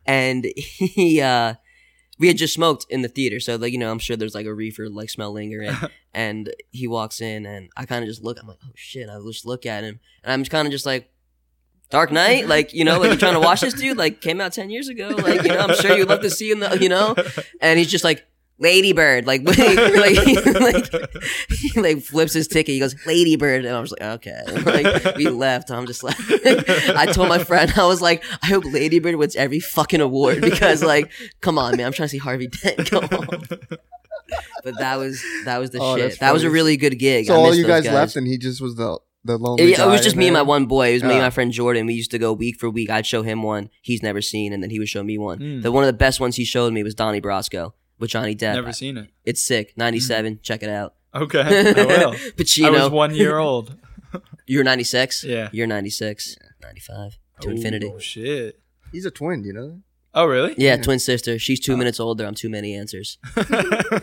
And he, uh, we had just smoked in the theater, so like you know, I'm sure there's like a reefer like smell lingering. and he walks in, and I kind of just look. I'm like, oh shit! I just look at him, and I'm just kind of just like, Dark Knight, like you know, like you're trying to watch this dude, like came out ten years ago, like you know, I'm sure you'd love to see him, though, you know. And he's just like. Ladybird, like, <laughs> like, like, he like flips his ticket. He goes, Ladybird. And I was like, okay. Like, we left. I'm just like, <laughs> I told my friend, I was like, I hope Ladybird wins every fucking award because, like, come on, man. I'm trying to see Harvey
<laughs>
Dent go home. But that was, that was the
Oh, that's
shit. That was a
funny.
really good gig.
so
I
all
miss
you
those
guys, left, and he just was the the lonely.
it, it was
guy
just
in
me and my
there?
one boy. It was me and
Yeah.
my friend Jordan. We used to go week for week. I'd show him one he's never seen, and then he would show me one.
Mm.
The one of the best ones he showed me was Donnie Brasco with Johnny Depp.
Never seen it.
it's sick. Ninety seven. Check it out. <laughs>
Okay, I will. I was
Pacino.
one year old.
You're ninety six.
Yeah.
You're ninety six. Ninety five. <laughs> To infinity.
Oh shit.
He's a twin. You know. <laughs>
Oh really?
Yeah,
Yeah.
twin sister. She's two minutes older. I'm too many answers. <laughs>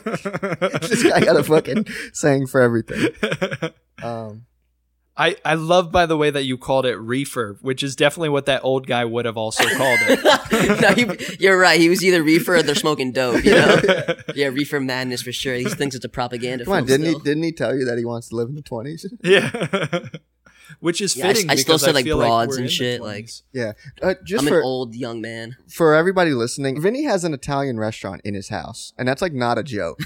this guy got a fucking saying for everything. Um,
<laughs> I, I love by the way that you called it reefer, which is definitely what that old guy would have also called
no, you, you're right. He was either reefer or they're smoking dope. You know.
it.
Yeah, reefer madness for sure. He thinks it's a propaganda.
come on,
film
didn't he?
still.
Didn't he tell you that he wants to live in the twenties?
yeah. which is
Yeah, I s-
fitting.
I still
because
say, like,
feel
broads
we're
and
in the
shit, like-
20s.
<laughs> Uh, just
I'm
for
an old young man.
for everybody listening, Vinny has an Italian restaurant in his house, and that's like not a
<laughs>
joke.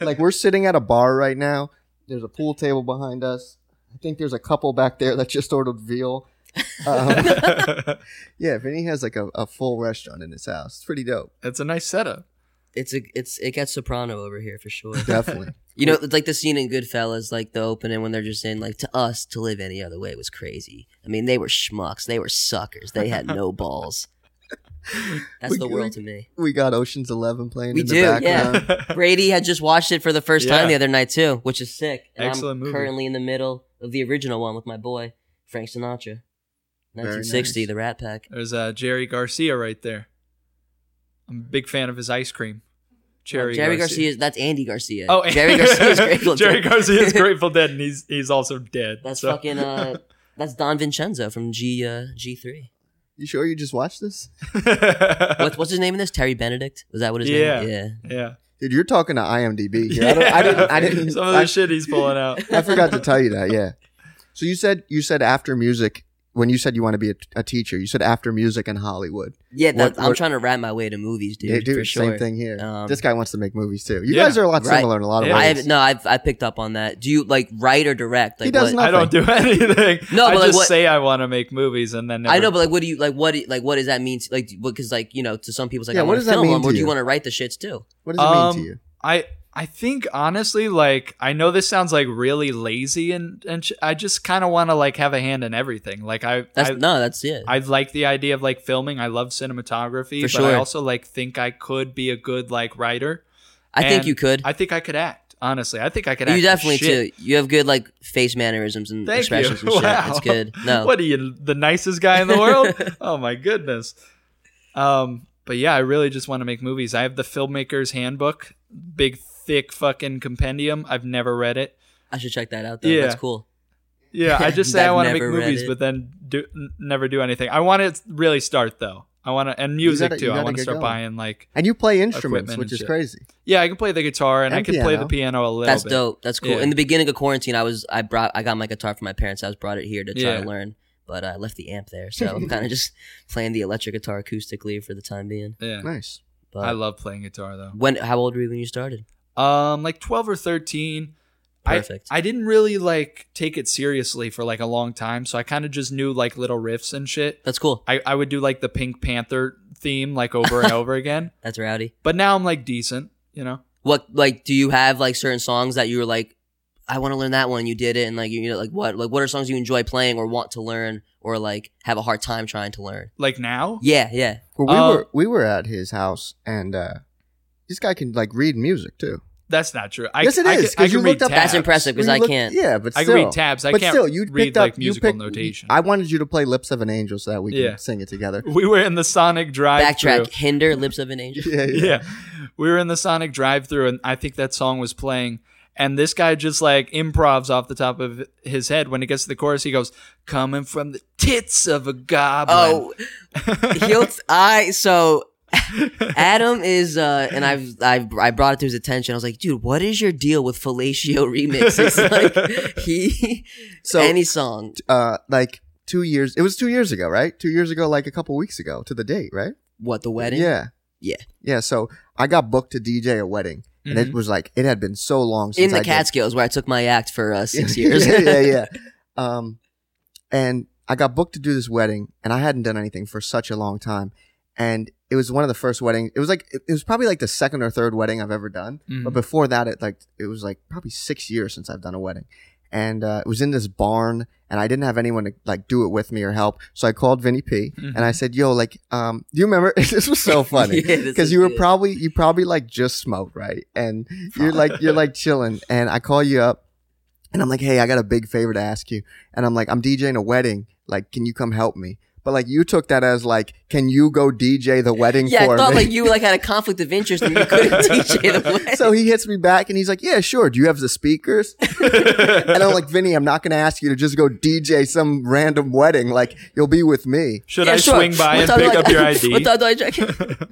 like we're sitting at a bar right now. There's a pool table behind us. I think there's a couple back there that just ordered veal.
<laughs>
Um, yeah, Vinny has like a, a full restaurant in his house. It's pretty dope.
<laughs>
<laughs>
That's a nice setup.
It's a it's it gets soprano over here for sure.
Definitely.
You know, it's like the scene in Goodfellas, like the opening when they're just saying, like, to us to live any other way was crazy. I mean, they were schmucks, they were suckers, they
<laughs>
had no balls. That's
We-
the
we-
world to me.
we got Ocean's Eleven playing
We
in
do,
the
yeah.
background.
Brady had just watched it for the first
Yeah.
time the other night too, which is sick. And
Excellent
I'm
movie.
currently in the middle of the original one with my boy Frank Sinatra, 1960,
nice.
The Rat Pack.
<laughs> There's uh, Jerry Garcia right there. I'm a big fan of his ice cream. Jerry,
Jerry
Garcia.
Garcia, that's Andy Garcia.
Oh,
Jerry
<laughs>
Garcia is grateful.
Jerry
Dead. <laughs>
Garcia is Grateful Dead, and he's he's also dead. <laughs>
That's
so-
fucking. Uh, that's Don Vincenzo from G uh, G three.
You sure you just watched this?
What's what's his name in this? Terry Benedict. Was that what his
Yeah.
name? was? Yeah.
yeah.
Dude, you're talking to
<laughs>
IMDb here. I, don't, I didn't. I didn't.
Some of the
I,
shit he's pulling out.
I forgot to tell you that. Yeah. So you said you said after music when you said you want to be a, a teacher. You said after music in Hollywood.
Yeah, that,
What-
I'm
what-
trying to rat my way to movies, dude.
yeah, dude,
for sure.
same thing here.
Um,
this guy wants to make movies too. You
Yeah.
guys are a lot
Right.
similar in a lot of
Yeah.
I
ways.
have, no, I've I picked up on that. Do you like write or direct? Like
He does
what-
not-
I don't do <laughs> anything.
No,
I
but, like,
just
what-
say I want to make movies, and then never,
I know, but like, what do you like? What do- like what does that mean? To, like, because like you know, to some people, it's like
Yeah,
I
what
want
does
to
that
film
mean
them,
to
or do
you?
you want to write the shits too?
What does it mean
Um,
to you?
I I think honestly, like I know this sounds like really lazy, and and sh- I just kind of want to like have a hand in everything. Like I
That's
I,
no, that's it.
I like the idea of like filming. I love cinematography,
For
but I
sure.
also like think I could be a good like writer.
I think
and
you could.
I think I could act. Honestly, I think I could. act
you definitely
shit.
too. You have good like face mannerisms and
Thank you. <laughs>
expressions and shit.
Wow.
It's good. No,
What are you, the nicest guy in
<laughs>
the world? oh my goodness. Um, but yeah, I really just want to make movies. I have the filmmaker's handbook, big thick fucking compendium. I've never read it.
I should check that out. though.
Yeah.
That's cool.
Yeah,
<laughs>
I just say I
I've
want to make
never read
movies,
it.
but then do n- never do anything. I want to really start though. I want to and music
gotta- you
too. I
gotta
want to
get
start
going.
buying like
And you play instruments,
equipment
which
and
is
shit.
crazy.
yeah, I can play the guitar and,
And
I can play the piano a little
That's
bit.
dope. That's cool.
Yeah.
In the beginning of quarantine, I was I brought I got my guitar from my parents' house, brought it here to try
Yeah.
to learn, but I left the amp
<laughs>
there, so I'm kind of just playing the electric guitar acoustically for the time being.
Yeah.
Nice.
But
I love playing guitar though.
when how old were you when you started?
Um like 12 or 13. I-
Perfect.
I didn't really like take it seriously for like a long time, so I kind of just knew like little riffs and shit.
That's cool.
I, I would do like the Pink Panther theme like
<laughs>
over and over again.
That's rowdy.
But now I'm like decent, you know?
What like do you have like certain songs that you were like I want to learn that one. You did it, and like you, you know, like what like what are songs you enjoy playing or want to learn or like have a hard time trying to learn?
Like now?
Yeah, yeah.
Well, we
Uh,
were we were at his house, and uh, this guy can like read music too.
That's not true. I,
Yes, it
I,
is,
can, I
'cause you
can read
looked up-
tabs.
That's impressive because
Well,
I
you look-
can't.
Yeah, but
I can
still,
read tabs. I
but
can't
still, you
read
picked up
like
you
musical
picked-
notation.
I wanted you to play "Lips of an Angel" so that we
Yeah.
can sing it
<laughs>
together. <laughs>
we were in the Sonic drive
Backtrack. Hinder. Lips of an angel.
yeah,
<laughs>
yeah. We were in the Sonic drive through and I think that song was playing. And this guy just like improvs off the top of his head. When he gets to the chorus, he goes, Coming from the tits of a goblin. <laughs>
Oh, he'll.
<laughs>
I so
Mm-hmm.
Adam is, uh, and I've, I've I brought it to his attention. I was like, dude, what is your deal with fellatio <laughs> remixes? like he,
So-
any song.
Uh, like two years. It was two years ago, right? Two years ago, like a couple weeks ago, to the date, right?
What the wedding?
Yeah.
Yeah.
Yeah. So I got booked to DJ a wedding, and it
Mhm.
was like it had been so long since
in the
I did-
Catskills where I took my act for uh, six
<laughs>
years.
yeah, yeah,
<laughs>
yeah. Um, and I got booked to do this wedding, and I hadn't done anything for such a long time. And it was one of the first weddings. It was like it was probably like the second or third wedding I've ever done.
Mhm.
Mm-hmm.
But before that, it like it was like probably six years since I've done a wedding, and uh, it was in this barn, and I didn't have anyone to like do it with me or help. So I called Vinny P, and I said, "Yo, like, um, do you remember? <laughs> this was so funny."
Mm-hmm. <laughs> Yeah, this
because
is
you were
good.
probably you probably like just smoked right and you're like
<laughs>
you're like chilling and i call you up and i'm like hey i got a big favor to ask you and i'm like i'm djing a wedding like can you come help me but like you took that as like can you go dj the wedding
Yeah,
for
I thought
me
like you like had a conflict of interest and you couldn't DJ the
<laughs>
wedding.
so he hits me back and he's like yeah sure do you have the
<laughs>
speakers and i'm like vinny i'm not gonna ask you to just go dj some random wedding like you'll be with me
Should
Yeah,
I
sure.
swing by
What
and
time do
pick
I- <laughs>
up your ID?
what time do I check?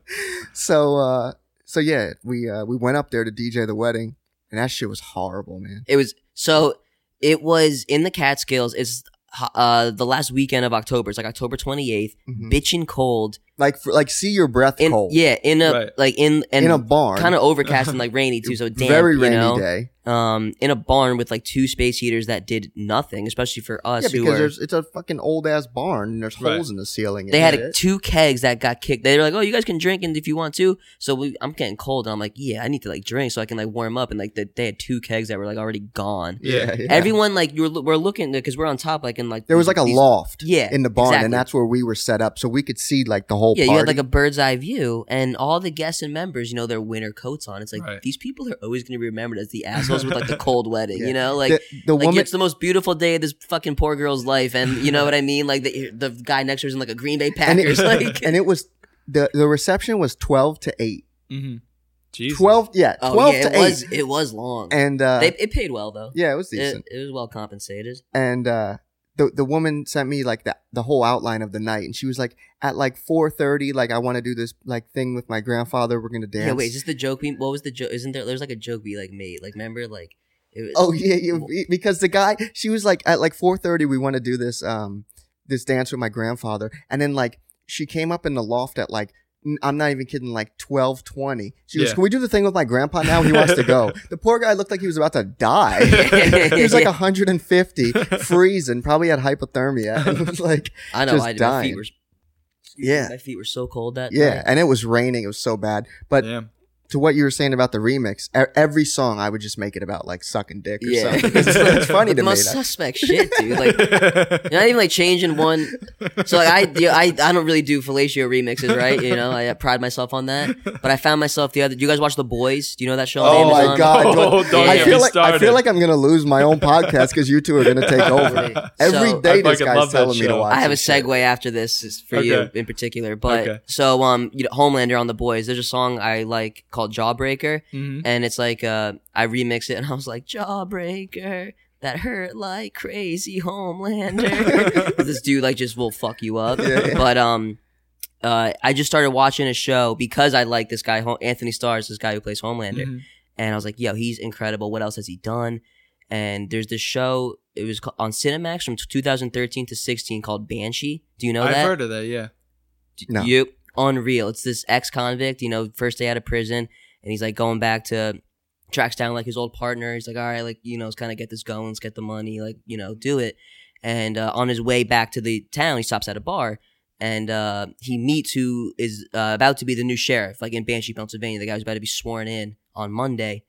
so uh so yeah we uh we went up there to dj the wedding and that shit was horrible man
It was so. It was in the Catskills. It's ho- uh, the last weekend of October. It's like October 28th.
Mhm.
Bitchin' cold.
Like for, like see your breath
In,
cold.
Yeah, in a
Right.
like in and
in a barn.
kind of overcast and
<laughs>
like rainy too. So damp,
very
you
rainy
know?
day.
Um, in a barn with like two space heaters that did nothing, especially for us
Yeah,
who
because
are.
there's, it's a fucking old ass barn and there's
Right.
holes in the ceiling. and
They had
shit.
a, two kegs that got kicked. They were like, "Oh, you guys can drink and if you want to." So we, I'm getting cold, and I'm like, "Yeah, I need to like drink so I can like warm up." And like the, they had two kegs that were like already gone.
yeah, yeah.
Everyone like you were, lo- we're looking because we're on top, like in like
there was like a
these-
loft
Yeah,
in the barn,
exactly.
and that's where we were set up, so we could see like the whole.
Yeah,
party.
you had like a bird's eye view, and all the guests and members, you know, their winter coats on. It's like
Right.
these people are always going to be
<laughs>
remembered as the assholes with like the cold wedding,
Yeah.
you know, like.
the, the
like
woman.
it's the most beautiful day of this fucking poor girl's life, and you know what I mean. Like the, eh, the guy next to her is in like a Green Bay
<laughs> And it-
Packers. like
and it was the the reception was twelve to eight.
Mm-hmm. Jesus.
Twelve, yeah,
oh,
twelve to
yeah, it
eight,
was it was long.
and uh,
they, it paid well though.
yeah, it was decent.
It, it was well compensated.
and uh the the woman sent me like the the whole outline of the night and she was like at like 4:30 like I want to do this like thing with my grandfather we're going to dance.
Yeah, wait, is this the joke? We what was the joke? Isn't there? There's like a joke we like made. Like remember like it was.
oh yeah, yeah,
<laughs>
be- because the guy she was like at like 4:30 we want to do this um this dance with my grandfather and then like she came up in the loft at like n- I'm not even kidding like 12:20. She was
Yeah.
can we do the thing with my grandpa now he wants to go. the poor guy looked like he was about to
<laughs>
die. <laughs> he was like 150 freezing probably had hypothermia. <laughs> It was like
I know.
just
I, my
dying.
feet were.
Yeah.
my feet were so cold that.
Yeah,
night.
and it was raining. It was so bad. But
<laughs>
Damn.
to what you were saying about the remix, e- every song I would just make it about like sucking dick or
Yeah. <laughs>
something. It's, it's funny
the
to me.
most
that-
suspect shit, dude. Like
Mm-hmm.
You're not even like changing one. So like, I, you know, I I don't really do fellatio remixes, right? You know, I pride myself on that. But I found myself the other. Do you guys watch The Boys? Do you know that show? on
Oh
Amazon?
my god!
<laughs> Oh,
What-
don't
I
get
feel
me
like I
started.
feel like I'm gonna lose my own podcast because you two are gonna
<laughs>
take over.
So-
Every day
I
this
fucking
guy's
love that
telling me to
show.
watch.
I have a
this shit.
segue after this is for you
Okay.
in particular, but
Okay.
so um, you know, Homelander on the Boys. There's a song I like called Jawbreaker,
Mhm.
and it's like uh, I remix it, and I was like Jawbreaker. That hurt like crazy, Homelander. this dude like just will fuck you up.
Yeah, yeah.
But um, uh, I just started watching a show because I like this guy, Ho- Anthony Starrs, this guy who plays Homelander
Mhm.
<laughs> and I was like, "Yo, he's incredible. What else has he done?" And there's this show. It was ca- on Cinemax from 2013 to 16 called Banshee. Do you know
I've
that?
heard of that. Yeah.
No.
Yep. Unreal. It's this ex convict, you know, first day out of prison, and he's like going back to tracks down like his old partner. He's like, all right, like, you know, let's kind of get this going, let's get the money, like, you know, do it. And uh, on his way back to the town, he stops at a bar and uh, he meets who is uh, about to be the new sheriff, like in Banshee, Pennsylvania, the guy who's about to be sworn in on Monday.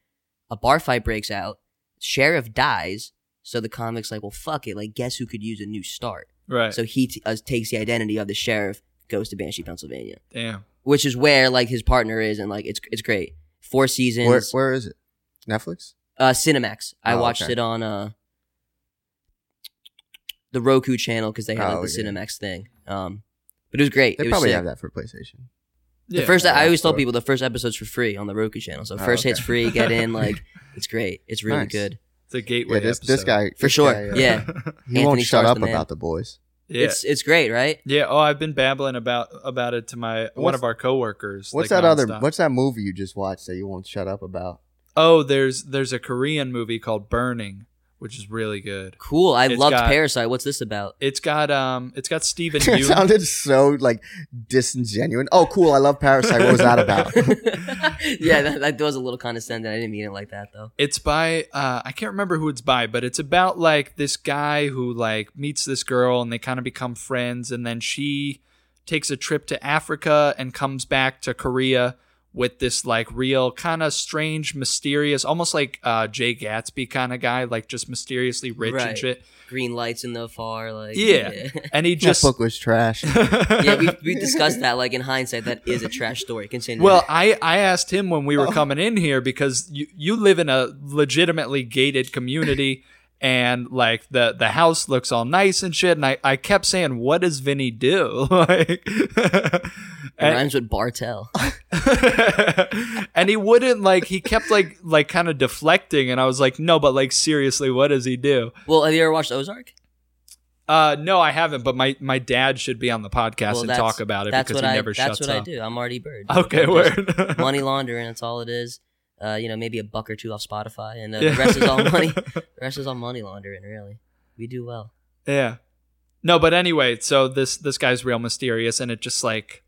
A bar fight breaks out, sheriff dies. So the comic's like, well, fuck it. Like, guess who could use a new start?
Right.
So he t- uh, takes the identity of the sheriff, goes to Banshee, Pennsylvania,
Damn.
which is where like his partner is, and like it's it's great. Four seasons.
Where, where is it? Netflix.
Uh, Cinemax. I
Oh,
watched
okay.
it on uh the Roku channel because they had like,
Oh,
the
yeah.
Cinemax thing. Um, but it was great.
They
it was
probably
sick.
have that for PlayStation.
The
Yeah.
first, I always tell
Oh.
people the first episode's for free on the Roku channel. So
Oh,
first
okay.
hit's free. Get
<laughs>
in, like it's great. It's really
Nice.
good.
It's a gateway.
Yeah, this,
episode.
this guy
For
this
sure,
guy, uh,
<laughs>
yeah.
he
Anthony
won't shut
Starr's
up
the man.
about the boys.
Yeah.
It's it's great, right?
yeah. Oh, I've been babbling about about it to my one
What's-
of our coworkers.
What's
like,
that other?
nonstop.
What's that movie you just watched that you won't shut up about? <laughs>
Oh, there's there's a Korean movie called Burning, which is really good.
Cool. I
It's
loved
got-
Parasite. What's this
<laughs>
about? <laughs>
It's got um, it's got
<laughs>
Steven
It
Yeun.
sounded so like disingenuous. Oh, cool! I love Parasite. What was that about?
yeah, that, that was a little condescending. I didn't mean it like that though.
It's by uh, I can't remember who it's by, but it's about like this guy who like meets this girl and they kind of become friends, and then she takes a trip to Africa and comes back to Korea with this like real kind of strange, mysterious, almost like uh, Jay Gatsby kind of guy, like just mysteriously rich
Right.
and shit.
green lights in the far like
Yeah. And he just <laughs>
that book was trash.
<laughs> yeah, we, we discussed that like in hindsight that is a trash story continue
Well, I, I asked him when
Oh.
we were coming in here because you, you live in a legitimately
<laughs>
gated community and like the, the house looks all nice and shit. And I, I kept saying, what does Vinny do? <laughs> like,
it rhymes with bartel
and, <laughs> and he wouldn't like, he kept like, like kind of deflecting. And I was like, no, but like, seriously, what does he do?
well have you ever watched ozark
Uh, no, I haven't, but my, my dad should be on the podcast
well,
and
that's-
talk about it
that's
because
what
he
I,
never
that's
shuts
what
up.
i do i'm marty bird
Okay,
I'm just
word. <laughs>
money laundering that's all it is uh, you know maybe a buck or two off
<laughs>
spotify and uh, the rest is all money the rest is all money laundering really we do well
Yeah. No, but anyway, so this this guy's real mysterious, and it just like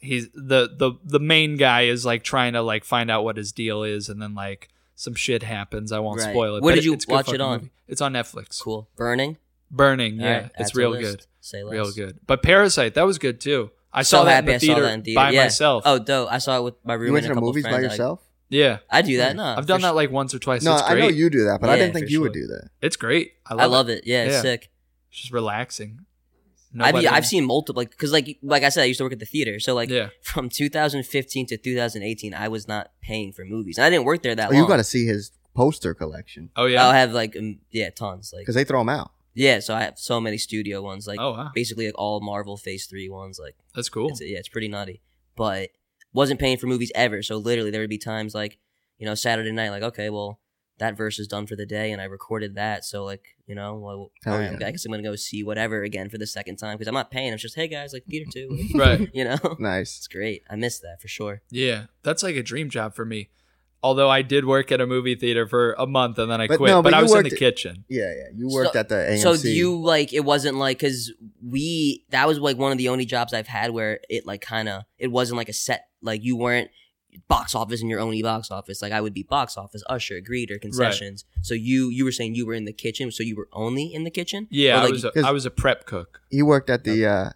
he's the the the main guy is like trying to like find out what his deal is, and then like some shit happens. I won't
Right.
spoil it.
Where
but
did you
it's a good
watch it
fucking
on?
movie. It's on Netflix.
Cool. Burning.
Burning,
All
yeah,
right, add
it's
to
real
the list.
good,
Say less.
real good. But Parasite, that was good too. I
So
saw that in
happy
the theater, by
yeah.
myself.
Oh, dope! I saw it with my roommate.
You went
and
to
a
the
couple
movies by
friends. I-
yourself?
yeah,
I, do that. No,
I've done
Uh, for
that
sure.
like once or twice.
No,
it's
I
great.
know you do that, but I
Yeah,
didn't think
for
you would
sure.
do that.
It's great. I love,
I love it. Yeah, it's
Yeah.
sick.
It's just relaxing.
I've, e,
Nobody-
I've seen multiple like because like like I said, I used to work at the theater. So like
yeah,
from 2015 to 2018, I was not paying for movies. And I didn't work there that
Oh,
long.
you got to see his poster collection
oh
I'll
yeah,
have like um, yeah tons like
because they throw them
<laughs>
out.
yeah. So I have so many studio ones like
oh wow,
basically like all Marvel Phase Three ones like.
that's cool.
It's, yeah, it's pretty naughty. But wasn't paying for movies ever. So literally, there would be times like, you know, Saturday night, like, okay, well, that verse is done for the day, and I recorded that. So like, you know, well,
Hell
all right,
yeah.
I guess I'm gonna go see whatever again for the second time because I'm not paying. I'm just, hey guys, like theater two, <laughs>
<laughs> Right.
you know.
<laughs> Nice.
It's great. I miss that for sure.
Yeah, that's like a dream job for me. Although I did work at a movie theater for a month and then I
But
quit,
no,
but,
but
I
you
was in
worked
the
at-
kitchen.
Yeah, yeah. You worked
So-
at the AMC.
So do you like it wasn't like because we that was like one of the only jobs I've had where it like kind of it wasn't like a set like you weren't box office in your own box office like I would be box office usher greeter concessions so you you were saying you were in the kitchen so you were only in the kitchen
Yeah,
Or, like,
I was a,
'cause-
I was a prep cook,
He worked at the uh,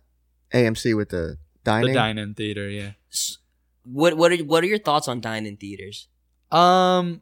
AMC with the dining.
the dine-in theater. Yeah.
s- what what are what are your thoughts on dine in theaters
Um,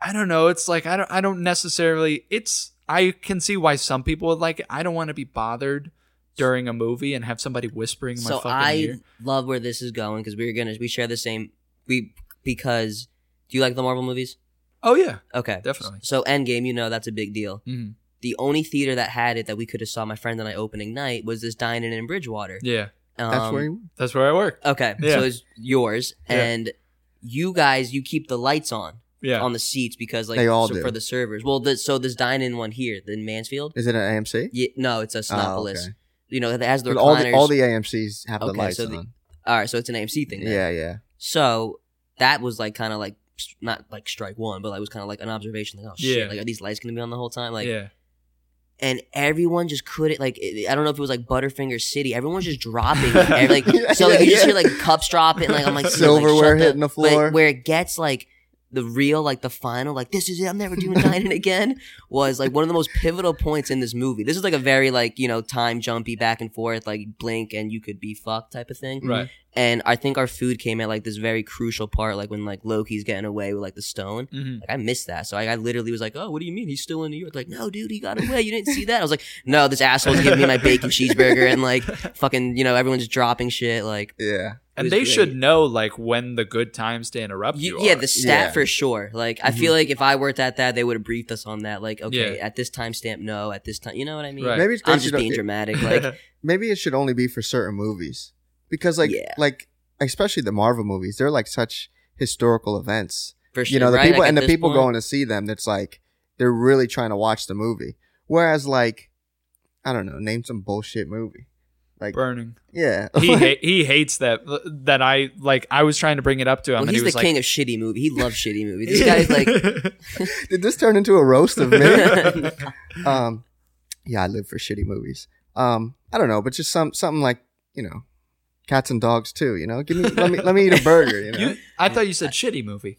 I don't know. It's like I don't. I don't necessarily. It's. I can see why some people would like it. I don't want to be bothered during a movie and have somebody whispering in my
so
fucking
I
ear.
love where this is going because we're gonna we share the same we because do you like the Marvel movies
Oh yeah,
okay
Definitely.
so Endgame you know that's a big deal
hmm
the only theater that had it that we could have saw my friend and I opening night was this dining in Bridgewater.
yeah.
Um,
That's where you
That's where I worked.
Okay,
Yeah.
so it's yours,
Yeah.
and you guys, you keep the lights on
Yeah.
on the seats because like
They all
so-
do.
for the servers. Well, the, so this dining one here in Mansfield,
Is it an AMC?
yeah, no, it's a Sinopolis.
Oh, okay.
You know, it has the
But
recliners.
all the all the AMCs have the
Okay,
lights
so the-
on.
all right, so it's an AMC thing. Then.
yeah, yeah.
So that was like kind of like s- not like strike one, but like was kind of like an observation. Like, oh shit,
Yeah.
like are these lights gonna be on the whole time? Like,
yeah.
and everyone just couldn't like it- I don't know if it was like Butterfinger City. Everyone's just dropping
<laughs>
ev- like so like you just hear like cups dropping like I'm <laughs> like so, like,
Silverware
shut the-
hitting the
like,
floor.
where it gets like the real like the final like this is it I'm never
<laughs>
doing dining again was like one of the most pivotal points in this movie. This is like a very like you know time jumpy back and forth like blink and you could be fucked type of thing.
Right.
And I think our food came at like this very crucial part like when like Loki's getting away with like the stone.
hmm
Like I missed that. So I, I literally was like, "Oh, what do you mean he's still in New York?" Like, no, dude, he got away. You didn't see that. I was like, "No, this asshole's giving me my bacon cheeseburger and like fucking, you know, everyone's dropping shit." Like,
yeah.
And
was
they
great.
should know like when the good times to interrupt
you,
you.
yeah,
are. <laughs>
the stat
Yeah. Mm-hmm.
for sure. Like, I feel like if I worked at that, they would have briefed us on that. Like, okay, at this time stamp, no, at this time, you know what I mean?
Right.
Maybe it's
I'm
they
just
should- <laughs>
being dramatic. Like,
maybe it should only be for certain movies because like
Yeah.
like especially the Marvel movies, they're like such historical events.
for sure,
You know, the
right?
people
Like,
and
at
the
this
people
point-
going to see them. That's like they're really trying to watch the movie. Whereas like I don't know, name some bullshit movie. Like
burning.
yeah,
<laughs>
<laughs>
He ha- he hates that that I like. I was trying to bring it up to him,
Well,
and
he's
he
the
was like,
king of shitty movie. He loves shitty movies. This
<laughs>
guy's like,
<laughs>
<laughs>
did this turn into a roast of me?
like-
um, yeah, I live for shitty movies. Um, I don't know, but just some something like you know, cats and dogs too. You know, give me let me let me eat a burger. You know,
You, I thought you said
<laughs>
shitty movie.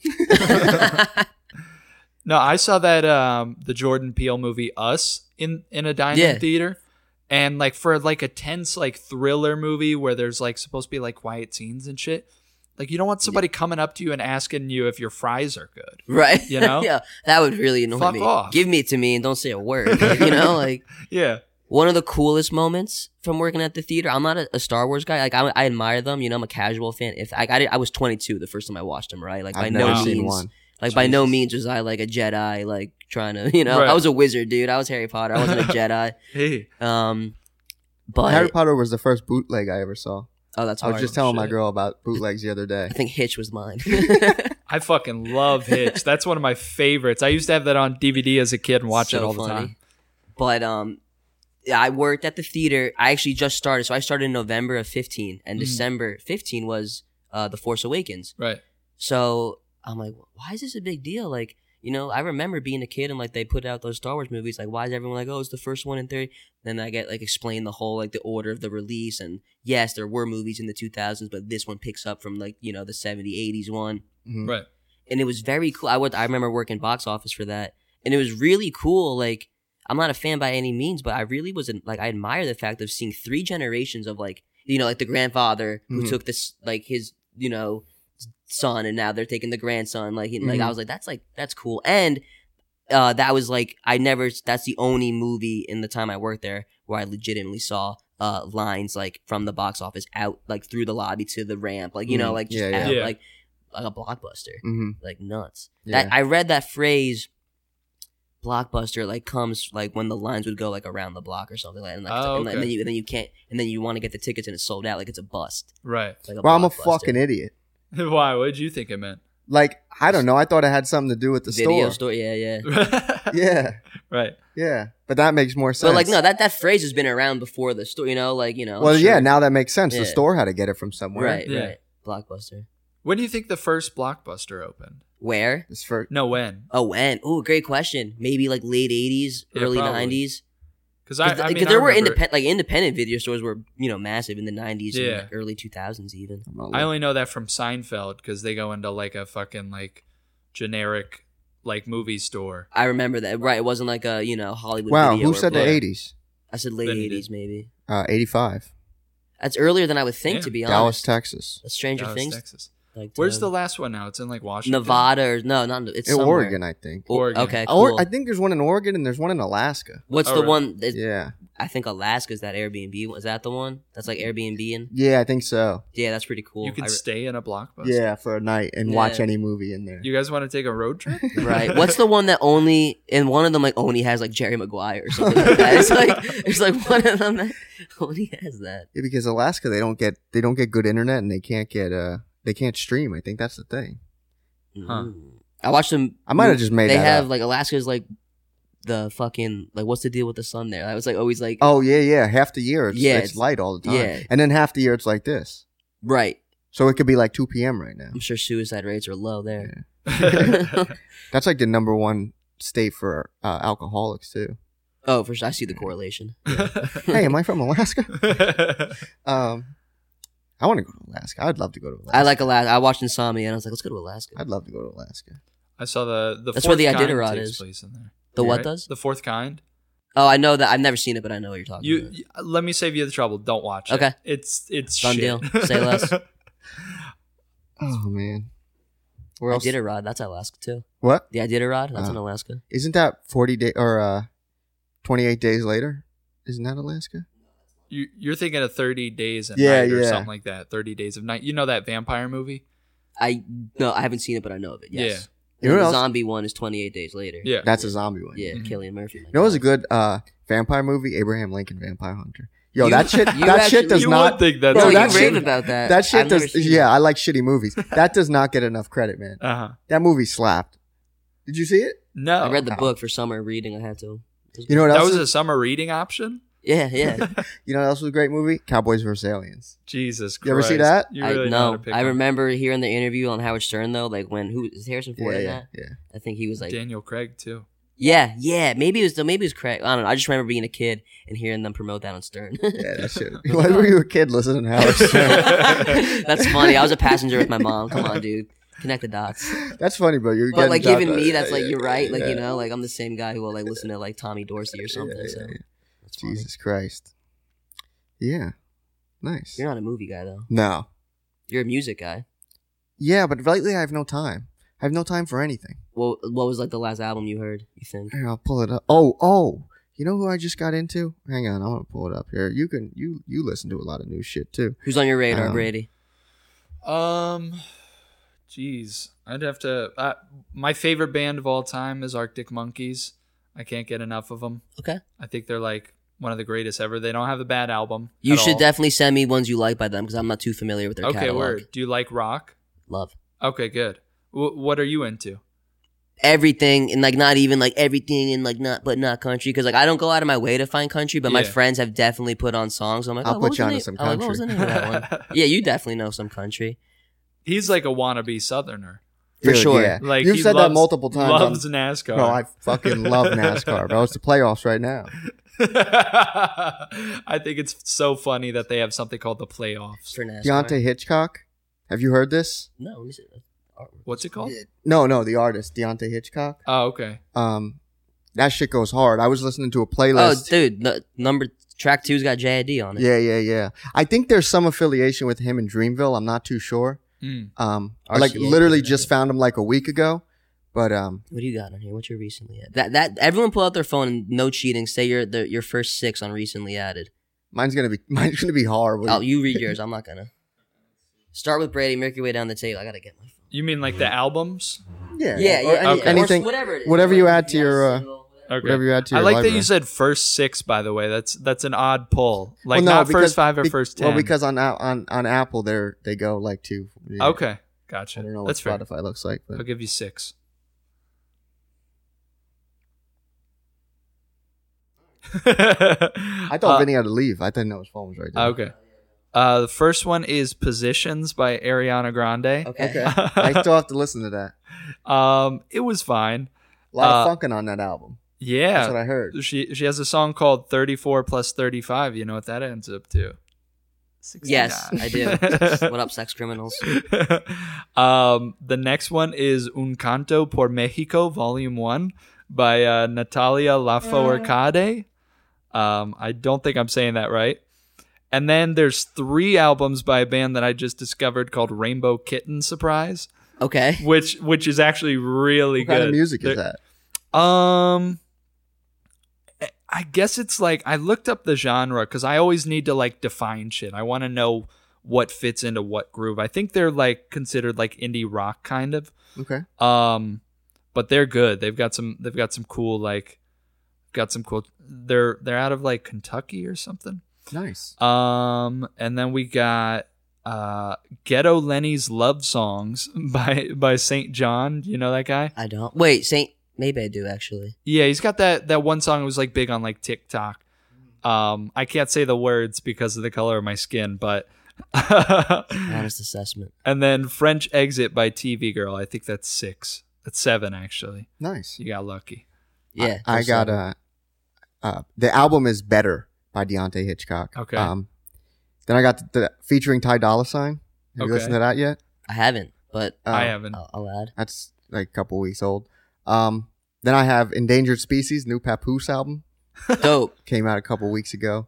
No, I saw that um the Jordan Peele movie Us in in a dining
Yeah.
theater. And like for like a tense like thriller movie where there's like supposed to be like quiet scenes and shit. Like you don't want somebody coming up to you and asking you if your fries are good.
Right.
You
<laughs>
know?
yeah. That would really annoy
Fuck
me.
off.
Give me it to me and don't say a word. Like, you know, like
Yeah.
one of the coolest moments from working at the theater. I'm not a, a Star Wars guy. Like I, I admire them. You know, I'm a casual fan. If I got it, I was 22 the first time I watched them. Right. Like by
I've
no
never
means.
seen one.
like by no
Jesus.
means was I like a Jedi. Like trying to, <laughs> you know,
Right.
I was a wizard, dude. I was Harry Potter. I
<laughs>
wasn't a Jedi.
Hey.
Um, but
Harry Potter was the first bootleg I ever saw.
oh, that's
I
hard.
was just telling my
shit.
girl about bootlegs the other
<laughs>
day.
I think Hitch
<laughs>
was mine.
I fucking
<laughs>
love Hitch. That's one of my favorites. I used to have that on DVD as a kid
<laughs>
and watch it
So
all the
funny.
time.
But um, yeah, I worked at the theater. I actually just started, so I started in November of fifteen, and
Mhm.
December fifteen was uh, the Force Awakens.
Right.
So I'm like, why is this a big deal? Like, You know, I remember being a kid and like they put out those Star Wars movies. Like, why is everyone like, oh, it's the first one in thirty? Then I get like explained the whole like the order of the release and yes, there were movies in the two thousands, but this one picks up from like you know the 70s, 80s one,
Mhm.
Right.
and it was very cool. I would I remember working box office for that, and it was really cool. Like, I'm not a fan by any means, but I really was in, like I admire the fact of seeing three generations of like you know like the grandfather who
Mhm.
took this like his you know son and now they're taking the grandson like he, like
Mhm.
I was like that's like that's cool and uh that was like I never that's the only movie in the time I worked there where I legitimately saw uh lines like from the box office out like through the lobby to the ramp like you know
Mhm.
like just
Yeah, yeah.
out,
Yeah.
like like a blockbuster
Mm-hmm.
like nuts
Yeah.
that I read that phrase blockbuster like comes like when the lines would go like around the block or something like that. and like,
Oh,
and, like,
okay.
then you and then you can't and then you want to get the tickets and it's sold out like it's a bust
Right. <laughs>
It's like
well, I'm a
blockbuster.
fucking idiot.
Why? What did you think it meant? <laughs>
Like I don't know. I thought it had something to do with the
video
store.
store yeah yeah
<laughs> Yeah,
right.
yeah. But that makes more sense.
But like no, that that phrase has been around before the store. You know, like you know. I'm
well,
sure-
yeah. Now that makes sense. The
Yeah.
store had to get it from somewhere.
right,
Yeah.
right. Blockbuster.
When do you think the first blockbuster opened?
Where?
It's for
No, when?
Oh, when? Oh, great question. Maybe like late '80s,
Yeah,
early
probably.
'90s.
Because I,
Because
I mean, I
there were
remember-
independent, like independent video stores were you know massive in the '90s and
Yeah.
like, early 2000s even.
I'm gonna
I
look.
only know that from Seinfeld because they go into like a fucking like generic like movie store.
I remember that. Right, it wasn't like a you know Hollywood.
wow.
video
Who
or
said the
book.
Blair.
'80s?
I said late
Then he did.
'80s, maybe.
Uh, 85.
That's earlier than I would think,
Yeah.
to be
Dallas,
honest.
Texas.
That's Stranger
Dallas,
Things.
Texas.
Like,
Where's
uh,
the last one now? It's in like Washington.
Nevada or no? Not it's
In
somewhere.
Oregon, I think.
O-
Oregon.
Okay,
Or
cool.
I think there's one in Oregon and there's one in Alaska.
What's the
Oh, really?
one? that-
Yeah.
I think Alaska's that Airbnb. Was that the one? That's like Airbnb and
Yeah, I think so.
yeah, that's pretty cool.
You can
I re-
stay in a blockbuster.
Yeah, for a night and
Yeah.
watch any movie in there.
You guys want to take a road trip?
<laughs> right.
<laughs>
What's <laughs> the one that only and one of them like only has like Jerry Maguire or something like that. It's like it's like one of them that only has that.
Yeah, because Alaska they don't get they don't get good internet and they can't get uh they can't stream. I think that's the thing.
Huh.
Mm. I watched them.
I might have just made
They
that
have
up.
like Alaska's like the fucking like what's the deal with the sun there? I was like always like
Oh yeah, yeah. Half the year it's,
Yeah,
it's,
it's-
light all the time.
yeah.
And then half the year it's like this.
right.
So it could be like two PM right now.
I'm sure suicide rates are low there.
That's like the number one state for uh, alcoholics
<laughs>
too.
Oh, for sure. I see the correlation.
Hey, am I from Alaska?
<laughs>
Um I want to go to Alaska. I'd love to go to Alaska.
I like Alaska. I watched Insomnia and I was like, let's go to Alaska.
I'd love to go to Alaska.
I saw the the.
That's where
Fourth
the
Kind
Iditarod
takes
is.
Place in there.
The what
Right?
does?
the fourth kind?
Oh, I know that. I've never seen it, but I know what you're talking
You,
about.
you- let me save you the trouble. Don't watch.
Okay.
it. it's it's
Done
shit.
deal. Say less.
Oh man. Where
I
else?
did a rod. That's Alaska too.
What?
The Iditarod. That's in
Oh.
Alaska.
Isn't that 40 day or uh 28 days later? Isn't that Alaska?
<laughs> You, you're thinking of Thirty Days and
Yeah,
Night or
yeah.
something like that. Thirty Days of Night. You know that vampire movie?
I no, I haven't seen it, but I know of it. Yes.
You know
And then
what
the
else-
zombie one is 28 days later.
Yeah.
That's a zombie one.
Yeah,
Mhm.
Killian Murphy. my
You know what's a
God.
good uh vampire movie? Abraham Lincoln Vampire Hunter. Yo,
You-
that shit
you
that shit
actually-
does
you would
not
think that's
Bro,
No,
a-
you
that shit-
rave about that.
that shit
I've never
does
seen
yeah,
it.
I like shitty movies. That does not get enough credit, man.
Uh-huh.
That movie slapped. Did you see it?
No,
I read the
okay.
book for summer reading. I had to. It was
You know what
that
else?
was a
is-
summer reading option.
Yeah,
<laughs>
yeah.
you know what else was a great movie? Cowboys vs Aliens.
Jesus Christ!
You ever see that?
You really
I
know. how
know.
to pick
I
up.
remember hearing the interview on Howard Stern though, like when who is Harrison Ford
yeah,
in
yeah,
that?
yeah.
I think he was like
Daniel Craig too.
Yeah, yeah. Maybe it was maybe it was Craig. I don't know. I just remember being a kid and hearing them promote that on Stern. <laughs>
Yeah, that shit. <laughs> Why were you a kid listening to Howard Stern?
<laughs>
<laughs>
That's funny. I was a passenger with my mom. Come on, dude. Connect the dots.
That's funny, bro. You're
But
getting
like
job
even
done.
me, that's like
Yeah,
you're right. Like
yeah.
you know, like I'm the same guy who will like listen to like Tommy Dorsey or something.
yeah,
so
yeah.
that's funny.
Jesus Christ. Yeah. Nice.
You're not a movie guy though.
No.
You're a music guy.
Yeah, but lately I have no time. I have no time for anything.
What what was like the last album you heard? You think?
Here, I'll pull it up. Oh, oh. You know who I just got into? Hang on, I'm gonna pull it up here. You can you you listen to a lot of new shit too.
Who's on your radar,
Um,
Brady?
Um, jeez, I'd have to. Uh, my favorite band of all time is Arctic Monkeys. I can't get enough of them.
Okay.
I think they're like one of the greatest ever. They don't have a bad album.
You
at
should
all.
definitely send me ones you like by them because I'm not too familiar with their
Okay,
catalog.
word. Do you like rock?
Love.
Okay, good. W- what are you
<laughs>
into?
everything and like not even like everything and like not but not country because like I don't go out of my way to find country, but my
Yeah.
friends have definitely put on songs. I'm like,
I'll put
oh, what was
you
the
onto
name-
some <laughs>
I'm like,
<laughs>
what was the name of that one? yeah, you definitely know some country.
He's like a wannabe Southerner.
For
Dude,
sure.
yeah.
Like
You've
he
said that
loves-
multiple times on-
Loves NASCAR.
Bro, I fucking love NASCAR, bro. It's the playoffs right now.
<laughs> I think it's so funny that they have something called the playoffs.
for NASCAR.
Deontay Hitchcock. Have you heard this?
No, let me see that. Artwork.
What's it called?
No, no, the artist, Deontay Hitchcock.
Oh, okay.
Um, that shit goes hard. I was listening to a
Oh,
playlist.
dude, no, number track two's got JID on it.
yeah, yeah, yeah. I think there's some affiliation with him in Dreamville. I'm not too sure.
Mm.
Um, I
RCA
like literally
did it.
just found him like a week ago, but um,
What do you got on here? What's your recently added? That that everyone pull out their phone and no cheating. Say your the, your first six on recently added.
mine's gonna be <laughs> mine's gonna be horrible. <laughs>
Oh, you read yours. I'm not gonna. Start with Brady. Make your way down the table. I gotta get my.
You mean like the albums?
yeah,
Yeah, yeah.
or
any-
okay.
or
anything,
whatever. it is.
whatever you add to
Yeah,
your, uh,
single, whatever.
Okay.
whatever you add to
I
your
like that
library.
you said first six. By the way, that's that's an odd pull. Like
Well, no,
not
because-
first five or
be-
first ten.
Well, because on A- on on Apple, they are they go like two. yeah.
okay,
I
gotcha.
don't know what
That's fair.
Spotify looks like, but
I'll give you six.
<laughs> I thought
Uh,
Vinny had to leave. I didn't know his phone was right there.
Okay. Uh, the first one is "Positions" by Ariana Grande.
Okay.
Okay.
<laughs>
I still have to listen to that.
um, it was fine.
A lot
Uh,
of funkin' on that album. That's what
Yeah,
I heard.
she she has a song called "34 plus 35." You know what that ends up to? 69.
Yes, I <laughs> do. what up, sex criminals?
<laughs> um, the next one is Un Canto por Mexico, Volume 1 by uh, Natalia Lafourcade. Um, I don't think I'm saying that right. And then there's three albums by a band that I just discovered called Rainbow Kitten Surprise,
Okay.
which which is actually really
What
good.
kind of music
They're-
is that?
um, eh, I guess it's like I looked up the genre because I always need to like define shit. I want to know what fits into what groove. I think they're like considered like indie rock kind of.
Okay.
Um, but they're good. They've got some. They've got some cool like, got some cool. They're they're out of like Kentucky or something.
Nice.
Um, and then we got uh Ghetto Lenny's Love Songs <laughs> by by Saint John. You know that guy?
I don't. Wait, Saint. Maybe I do <sighs> actually.
Yeah, he's got that that one song that was like big on like TikTok. Um, I can't say the words because of the color of my skin, but <laughs>
Honest assessment.
and then French Exit by TV Girl. I think that's six. That's seven actually.
Nice.
You got lucky.
Yeah.
I, I
that's
got
seven.
uh, uh, the album is better by Deontay Hitchcock.
Okay.
Um, then I got the, the featuring Ty Dolla Sign. Have
Okay.
you listened to that yet?
I haven't, but
Uh,
I haven't. <laughs>
I'll, I'll <laughs> add.
That's like a couple weeks old. Um, then I have Endangered Species, new Papoose album
Dope.
came out a couple weeks ago.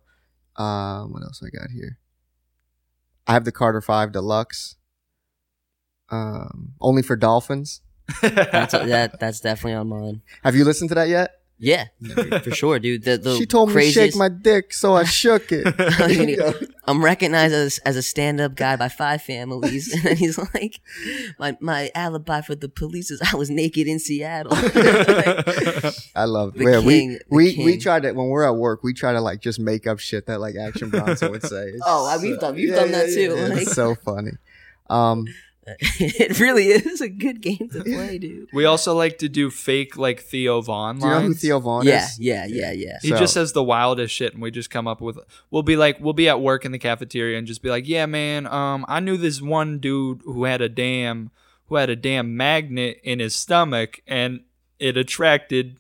Uh, what else I got here? I have the Carter Five Deluxe. Um, only for dolphins.
That's that. That's definitely on mine.
Have you listened to that yet?
Yeah, for sure, dude. The, the
she told
craziest,
me to shake my dick, so I shook
<laughs>
it. <laughs>
I'm recognized as, as a stand up guy by five families. <laughs> And then he's like, my, my alibi for the police is I was naked in Seattle. <laughs>
I love it.
The
Yeah,
king,
we
the
we, we
king.
try to when we're at work, we try to like just make up shit that like Action Bronson would
<laughs>
say. It's
Oh, I-
so-
we've done- we've done that too, like-
It's so funny. Um,
it really is a good game to play, dude.
we also like to do fake like Theo Vaughn lines.
do you know who Theo Vaughn
Yeah,
is?
yeah, yeah, yeah.
He
So-
just says the wildest shit, and we just come up with. We'll be like, we'll be at work in the cafeteria and just be like, "Yeah, man, um, I knew this one dude who had a damn, who had a damn magnet in his stomach, and it attracted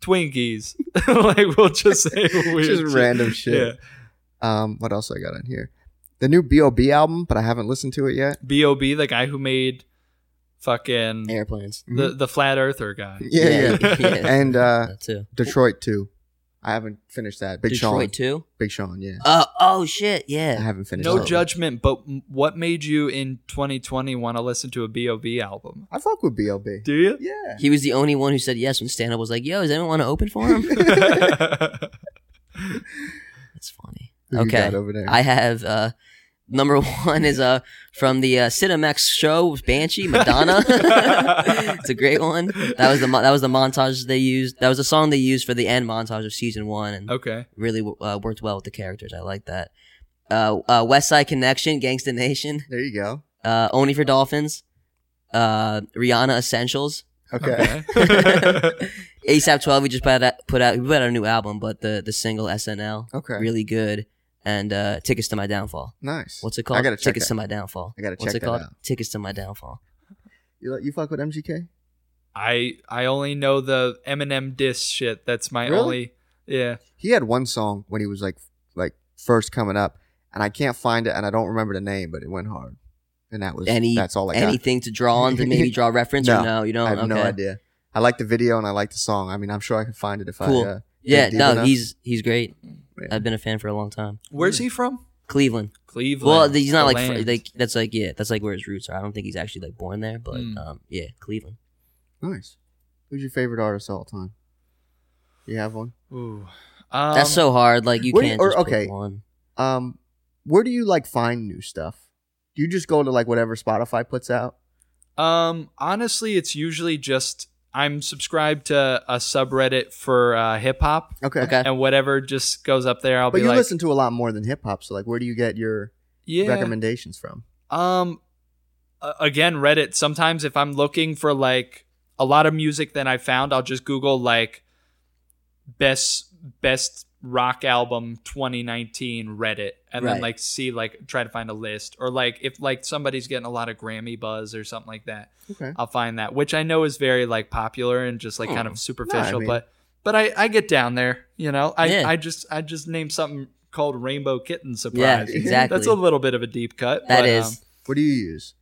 Twinkies." <laughs> like we'll just
<laughs>
say weird,
Just
shit.
random shit. Um, what else I got in here? The new B.O.B. album, but I haven't listened to it yet.
Yeah, Bob, the guy who made fucking
Airplanes.
the the flat earther guy.
mm-hmm. Yeah, yeah.
yeah.
<laughs> And uh,
That too.
Detroit too. I haven't finished that. Big Sean.
Detroit too.
Big Sean. Yeah,
Uh, oh shit,
I <laughs>
yeah.
haven't finished.
No
that one.
judgment, but m- what made you in 2020 want to listen to a Bob album?
I fuck with B.O.B.
Do you?
Yeah.
He was the only one who said yes when stand up was like, yo, does anyone want to open
<laughs>
for him? That's funny.
Who you
Okay.
got over there?
I have uh number one is uh from the uh, Cinemax show with Banshee Madonna. <laughs> it's a great one. That was the mo- that was the montage they used. That was the song they used for the end montage of season one, and
<laughs> okay.
really uh, worked well with the characters. I like that. Uh, uh, West Side Connection, Gangsta Nation,
there you go.
uh, Only for Dolphins, uh, Rihanna Essentials, <laughs>
Okay. <laughs>
Okay.
ASAP Twelve. We just put out put out we put out a new album, but the the single SNL
Okay.
really good, and uh, Tickets to My Downfall.
Nice.
What's it called?
I gotta check
Tickets
that.
to My Downfall.
I gotta
What's
check
it
that
called?
out.
Tickets to My Downfall.
You like you fuck with MGK?
I I only know the Eminem diss shit. That's my
Really?
only. Yeah.
He had one song when he was like like first coming up, and I can't find it, and I don't remember the name, but it went hard, and that was
Any
that's all I got.
anything to draw
<laughs>
on to maybe draw reference
Oh No,
or no? You don't.
I have
okay.
no idea. I like the video and I like the song. I mean, I'm sure I can find it if
Cool.
I. Uh,
Yeah,
dig deep
no,
enough.
he's he's great.
Yeah.
I've been a fan for a long time.
Where's he from?
Cleveland.
Cleveland.
Well, he's not
the
like fr-
land.
like that's like yeah, that's like where his roots are. I don't think he's actually like born there, but
Mm.
um, yeah, Cleveland.
nice. Who's your favorite artist of all time? You have one.
Ooh. Um,
That's so hard. Like you
where-
can't.
or-
just pick
okay.
one.
Um, where do you like find new stuff? Do you just go to like whatever Spotify puts out?
Um, honestly, it's usually just I'm subscribed to a subreddit for uh, hip hop,
Okay.
Okay.
and whatever just goes up there. I'll
But
be
you
like,
listen to a lot more than hip hop, so like, where do you get your
yeah.
recommendations from?
Um, a- again, Reddit. Sometimes if I'm looking for like a lot of music that I found, I'll just Google like best best rock album 2019 Reddit, and then
Right.
like see like try to find a list or like if like somebody's getting a lot of Grammy buzz or something like that.
Okay.
I'll find that, which I know is very like popular and just like kind
Hmm.
of superficial,
mean-
but but I I get down there, you know. I
Yeah.
I just I just named something called Rainbow Kitten
Yeah,
Surprise.
exactly.
That's a little bit of a deep cut.
That
but,
is.
um,
What do you use?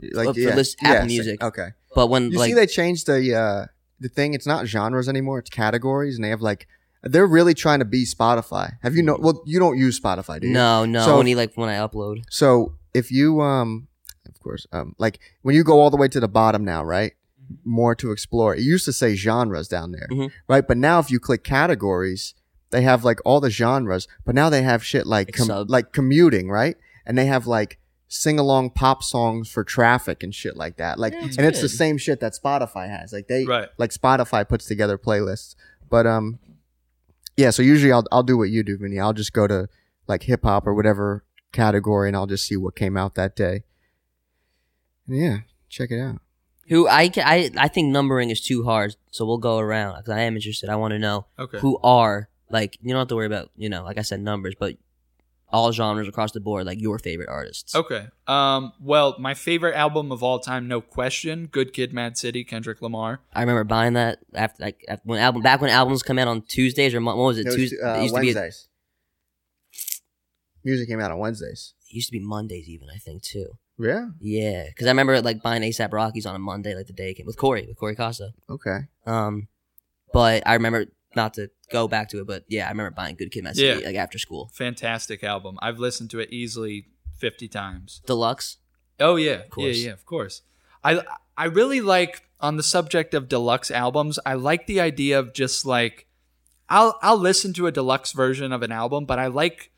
Like
Well, for this Apple
so-
Music.
Okay.
but when
You
like
see, they changed the uh, the thing. It's not genres anymore; it's categories, and they have like they're really trying to be Spotify. Have you know?
Hmm.
Well, you don't use Spotify, do you?
no, no,
So-
only like when I upload.
So if you um, of course, um, like when you go all the way to the bottom now, right?
Mm-hmm.
More to explore. It used to say genres down there,
Mhm.
right? But now if you click categories, they have like all the genres. But now they have shit like
Like
com-
sub.
like commuting, right? And they have like sing along pop songs for traffic and shit like that. Like,
Yeah,
and
it's
it's the
good.
same shit that Spotify has. Like they
Right.
like Spotify puts together playlists, but um, yeah. So usually I'll I'll do what you do, Vinny. I'll just go to like hip hop or whatever category and I'll just see what came out that day. And yeah, check it out.
Who I, ca- I I think numbering is too hard, so we'll go around because I am interested. I want to know
Okay.
who are like you don't have to worry about you know like I said numbers, but all genres across the board like your favorite artists.
Okay. Um. Well, my favorite album of all time, no question, "Good Kid, Mad City," Kendrick Lamar.
I remember buying that after like after when album back when albums come out on Tuesdays or Mon- what was it? Tues- uh, it used to be it
Wednesdays. Music came out on Wednesdays.
used to be Mondays even I think too.
Yeah.
Yeah, because I remember like buying ASAP Rockies on a Monday like the day it came with Corey with Corey Costa.
Okay.
Um, but I remember not to go back to it, but yeah, I remember buying Good Kid, Mad City
Yeah.
like after school.
Fantastic album. I've listened to it easily fifty times.
Deluxe.
Oh yeah, yeah,
course.
yeah. Of course. I I really like on the subject of deluxe albums. I like the idea of just like I'll I'll listen to a deluxe version of an album, but I like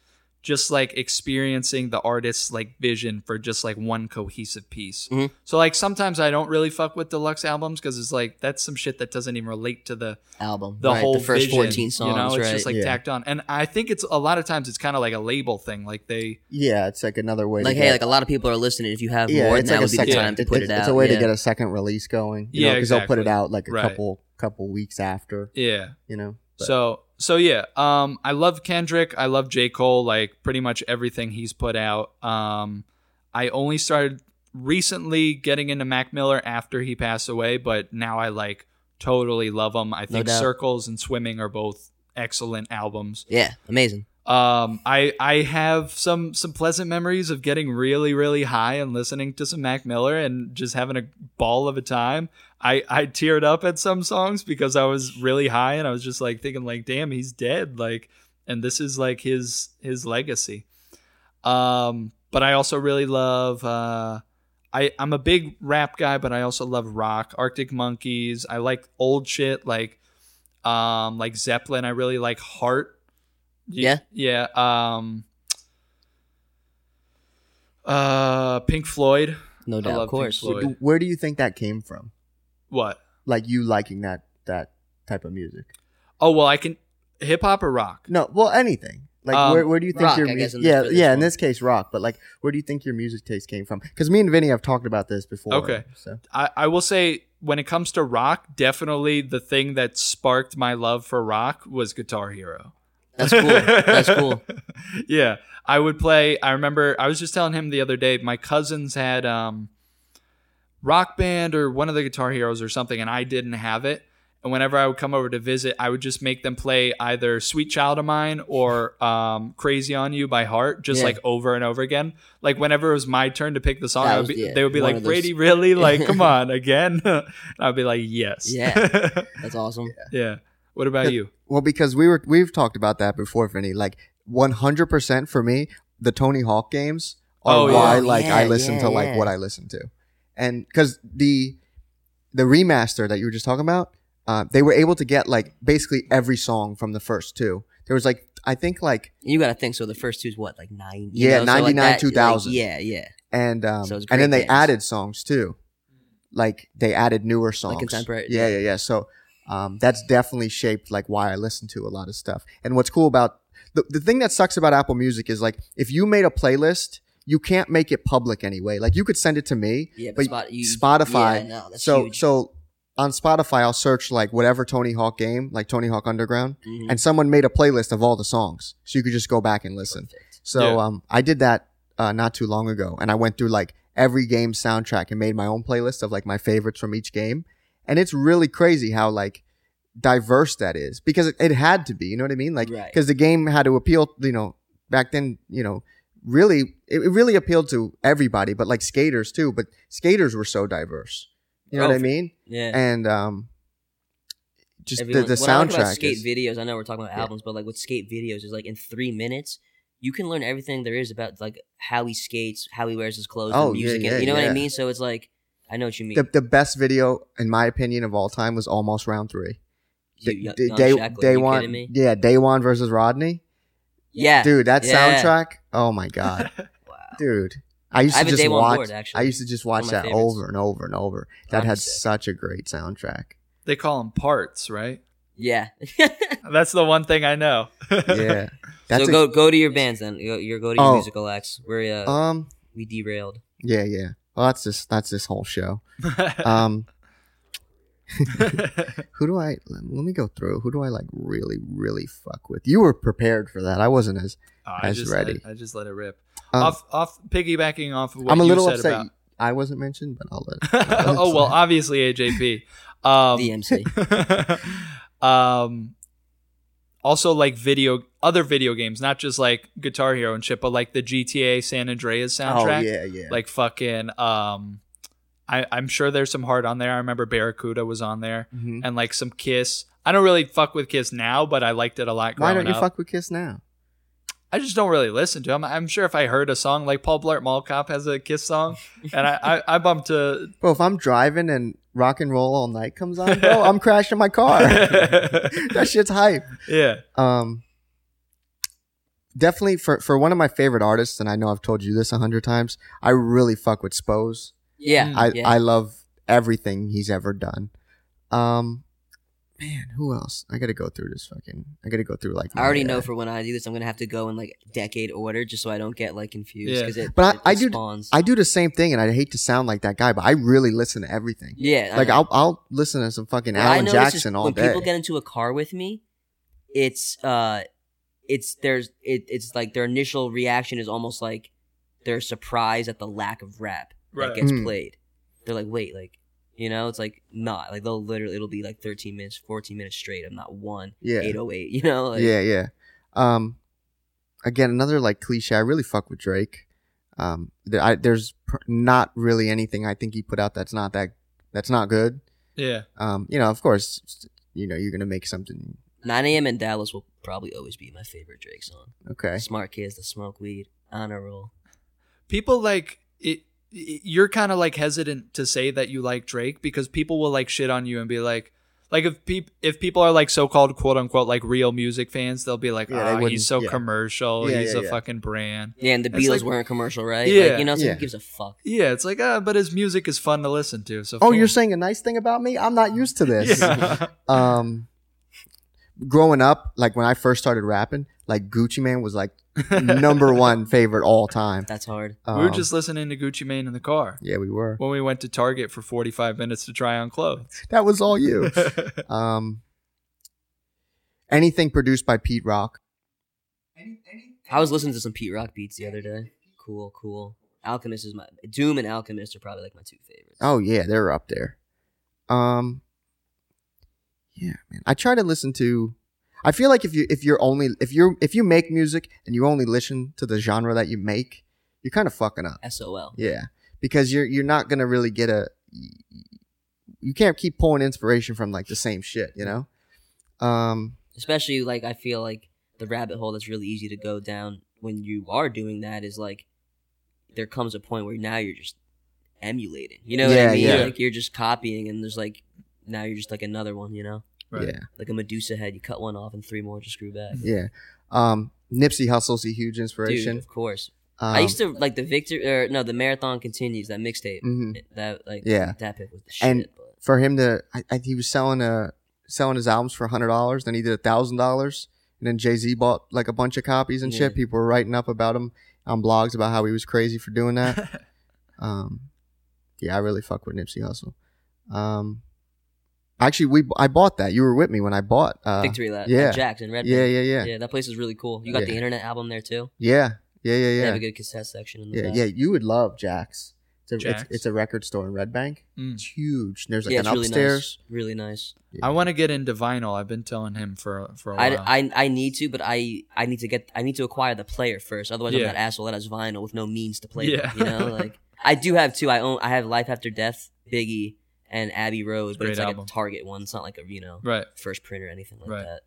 just like experiencing the artist's like vision for just like one cohesive piece.
Mhm.
So like sometimes I don't really fuck with deluxe albums because it's like that's some shit that doesn't even relate to the
album.
the
right,
whole
the first
vision,
14 songs,
You know, it's
right?
just like
Yeah.
tacked on. And I think it's a lot of times it's kind of like a label thing. Like they,
Yeah, it's like another way.
Like,
to
hey,
get,
like a lot of people are listening. If you have
yeah,
more, then
it's like
that
a
would be the
second.
time to
it-
put
it's,
it out.
it's a way
yeah.
to get a second release going. You yeah,
Yeah,
because they'll put it
exactly.
out like a
Right.
couple couple weeks after.
yeah.
You know. But-
So so yeah. Um, I love Kendrick. I love J Cole. Like pretty much everything he's put out. Um, I only started recently getting into Mac Miller after he passed away, but now I like totally love him. I think
doubt.
Circles and Swimming are both excellent albums.
Yeah, amazing.
Um, I I have some some pleasant memories of getting really really high and listening to some Mac Miller and just having a ball of a time. I I teared up at some songs because I was really high and I was just like thinking like, damn, he's dead. Like, and this is like his his legacy. Um, but I also really love. Uh, I I'm a big rap guy, but I also love rock. Arctic Monkeys. I like old shit like, um, like Zeppelin. I really like Heart. Y-
Yeah.
Yeah. Um. Uh, Pink Floyd.
No doubt, of
love Pink
course.
Floyd.
So where do you think that came from?
What?
Like you liking that that type of music?
Oh well, I can hip hop or rock.
No, well, anything. Like,
Um,
where, where do you think
rock,
your
I guess,
music?
in this-
Yeah,
for this
yeah. In
one.
this case, rock. But like, where do you think your music taste came from? Because me and Vinny have talked about this before.
Okay.
So
I, I will say when it comes to rock, definitely the thing that sparked my love for rock was Guitar Hero.
That's cool. That's
<laughs>
cool.
<laughs> yeah, I would play. I remember I was just telling him the other day. My cousins had um, Rock Band or one of the Guitar Heroes or something, and I didn't have it. And whenever I would come over to visit, I would just make them play either "Sweet Child of Mine" or um, "Crazy on You" by heart, just
Yeah.
like over and over again. Like whenever it was my turn to pick the song,
That
I would
was-
be,
yeah,
they would be
one
like,
of those- <laughs>
"Brady, really? Like, come on again?" <laughs> And I'd be like, "Yes."
Yeah. That's awesome.
<laughs> yeah. What about you?
Well, because we were we've talked about that before, Vinny. Like one hundred percent for me, the Tony Hawk games are
Oh, yeah.
why like I
Yeah,
listen
yeah,
to like
yeah.
what I listen to, and because the the remaster that you were just talking about, uh, they were able to get like basically every song from the first two. There was like I think like
You got to think. So the first two's what, like nine?
Yeah,
you know? So, like,
99,
that- like,
2000.
yeah, yeah.
and um,
So it's
and then
great
they
games.
added songs too, like they added newer songs,
contemporary-
Yeah, yeah, yeah. So um, that's definitely shaped like why I listen to a lot of stuff. And what's cool about the the thing that sucks about Apple Music is like if you made a playlist, you can't make it public anyway. Like you could send it to me,
Yeah,
but
but Spot- you-
Spotify.
yeah, no, that's
so
huge.
so on Spotify, I'll search like whatever Tony Hawk game, like Tony Hawk Underground,
Mhm.
and someone made a playlist of all the songs, so you could just go back and listen.
Perfect.
So
Yeah.
um, I did that uh, not too long ago, and I went through like every game soundtrack and made my own playlist of like my favorites from each game, and it's really crazy how like diverse that is because it, it had to be, you know what I mean? Like
Right.
because the game had to appeal, you know, back then, you know, really it, it really appealed to everybody, but like skaters too, but skaters were so diverse, you know
Oh,
what I
for-
mean?
Yeah.
And um, just
Everyone-
the, the
what I like
soundtrack.
about skate
is-
videos. I know we're talking about
Yeah.
albums, but like with skate videos is like in three minutes, you can learn everything there is about like how he skates, how he wears his clothes,
Oh,
the
yeah,
music. and-
yeah,
you know what
yeah.
I mean? So it's like I know what you mean.
the, the best video, in my opinion, of all time was almost round three.
You-
D-
young-
d-
young
day,
Shaq, like,
day
you
one,
kidding me?
yeah, day one versus Rodney,
Yeah,
dude. That
Yeah.
soundtrack, oh my god,
<laughs> Wow.
dude. I used
I
to
have a
just
Day One
watch.
board, actually.
I used to just watch
my
that
favorites.
over and over and over. That
That'd be
had
sick.
such a great
<laughs>
soundtrack.
They call them parts, right?
Yeah.
That's the one thing I know. <laughs>
Yeah, that's
so
a-
go go to your bands then. Go, your go to your
Oh.
musical acts. We're uh,
um,
we derailed.
yeah, yeah. Well, that's this. That's this whole
<laughs>
show.
Oh,
Um, who do I? Let me go through. Who do I like? Really, really fuck with. You were prepared for that. I wasn't as.
Oh, I
That's
just
ready.
Let, I just let it rip.
Um,
off, off, piggybacking off of what
I'm a
you
little
said
upset.
about.
I wasn't mentioned, but I'll let.
<laughs>
I'll
oh
let-
well, obviously AJP. Um,
<laughs>
the MC.
<laughs> um, also like video, other video games, not just like Guitar Hero and shit, but like the GTA San Andreas soundtrack.
Oh yeah, yeah.
Like fucking. Um, I, I'm sure there's some hard on there. I remember Barracuda was on there,
Mhm.
Mm-hmm. and like some Kiss. I don't really fuck with Kiss now, but I liked it a lot.
Why
growing
don't you
up.
fuck with Kiss now?
I just don't really listen to him. I'm sure if I heard a song like Paul Blart Mall Cop has a Kiss song, and I I, I
<laughs>
bumped to
Bro, if I'm driving and rock and roll all night comes on, bro,
<laughs>
I'm crashing my car. that shit's hype.
<laughs> yeah
Um, definitely for for one of my favorite artists, and I know I've told you this a hundred times. I really fuck with Spose.
Yeah,
I
Mm, yeah.
I love everything he's ever done. Um, man, who else? I gotta go through this fucking. I gotta go through like.
I already
my,
know
uh,
for when I do this, I'm gonna have to go in like decade order just so I don't get like confused.
Yeah.
'cause it,
But I-
it
I do-
spawns.
I do the same thing, and I hate to sound like that guy, but I really listen to everything.
yeah, I
Like
know.
I'll I'll listen to some fucking
What I
Alan
notice is
Jackson all
when
day.
people get into a car with me, it's uh, it's there's it, it's like their initial reaction is almost like they're surprised at the lack of rap
Right.
that gets
Mm.
played. They're like, wait, like you know, it's like not like they'll literally it'll be like 13 minutes, 14 minutes straight of not one
yeah.
808. <laughs> You know, like,
yeah, yeah. Um, again, another like cliche. I really fuck with Drake. Um, there, I, there's pr- not really anything I think he put out that's not that that's not good.
yeah
Um, you know, of course, you know you're gonna make something.
9 a.m. in Dallas will probably always be my favorite Drake song.
Okay,
Smart kids that smoke weed, honor roll.
people like it. it- You're kind of like hesitant to say that you like Drake because people will like shit on you and be like. Like if peop- if people are like so called quote unquote like real music fans, they'll be like,
Yeah, they
"Ah,
wouldn't-
he's so
yeah.
commercial,
Yeah,
he's
yeah,
a
yeah.
fucking brand."
Yeah, and the
That's
Beatles
like-
were a commercial, right?
Yeah.
like, you know, so
Yeah.
who gives a fuck?
Yeah, it's like, ah, but his music is fun to listen to. So
Oh,
fuck
you're
him."
saying a nice thing about me? I'm not
<laughs>
used to this.
Yeah.
Um, growing up, like when I first started rapping, like Gucci Man was
<laughs>
like number one favorite all time.
That's hard.
Um,
we were just listening to Gucci Mane in the car
yeah, we were.
when we went to Target for 45 minutes to try on
<laughs>
clothes.
That was all
<laughs>
you. Um, anything produced by Pete Rock.
I was listening to some Pete Rock beats the other day. Cool, cool. Alchemist is my Doom and Alchemist are probably like my two favorites.
Oh yeah, they're up there. Um, yeah, man. I try to listen to. I feel like if you if you're only if you if you make music and you only listen to the genre that you make, you're kind of fucking up.
SOL.
Yeah, because you're you're not gonna really get a. You can't keep pulling inspiration from like the same shit, you know. Um.
Especially like I feel like the rabbit hole that's really easy to go down when you are doing that is like there comes a point where now you're just emulating. You know what
Yeah,
I mean?
yeah.
Like you're just copying and there's like now you're just like another one, you know?
Right.
Yeah.
Like a Medusa head, you cut one off and three more just grew back.
Yeah. Um. Nipsey Hussle's a huge inspiration.
Dude, of course.
um,
I used to like the Victor or no, the marathon continues, that mixtape.
mhm.
That like
Yeah.
that pick was the shit.
And-
but
for him to I, I, he was selling uh selling his albums for hundred dollars. Then he did a thousand dollars, and then Jay Z bought like a bunch of copies and shit.
Yeah.
People were writing up about him on blogs about how he was crazy for doing
<laughs>
that. um, yeah, I really fuck with Nipsey Hussle. Um, actually, we I bought that. You were with me when I bought. Uh,
Victory Lap.
yeah.
Yeah. Jack's and Red
yeah, yeah, yeah, yeah,
Yeah, that place is really cool. You got
Yeah.
the internet album there too.
yeah, yeah,
They
yeah,
have
yeah.
a good cassette section in the
Yeah,
back.
yeah, you would love Jack's. It's a,
Jack's?
It's, it's a record store in Red Bank.
Mm.
It's huge. And there's like
Yeah,
an
it's really
upstairs.
nice. Really nice.
I want to get into vinyl. I've been telling him for for a
I,
while.
I, I need to, but I, I need to get I need to acquire the player first. Otherwise, I'm
Yeah.
that asshole that has vinyl with no means to play.
Yeah.
Yeah. you
<laughs>
know, like I do have two. I own I have Life After Death, Biggie, and Abbey Road, but
Great
it's like
album.
a Target one. It's not like a you know
right.
first print or anything like
Right.
that.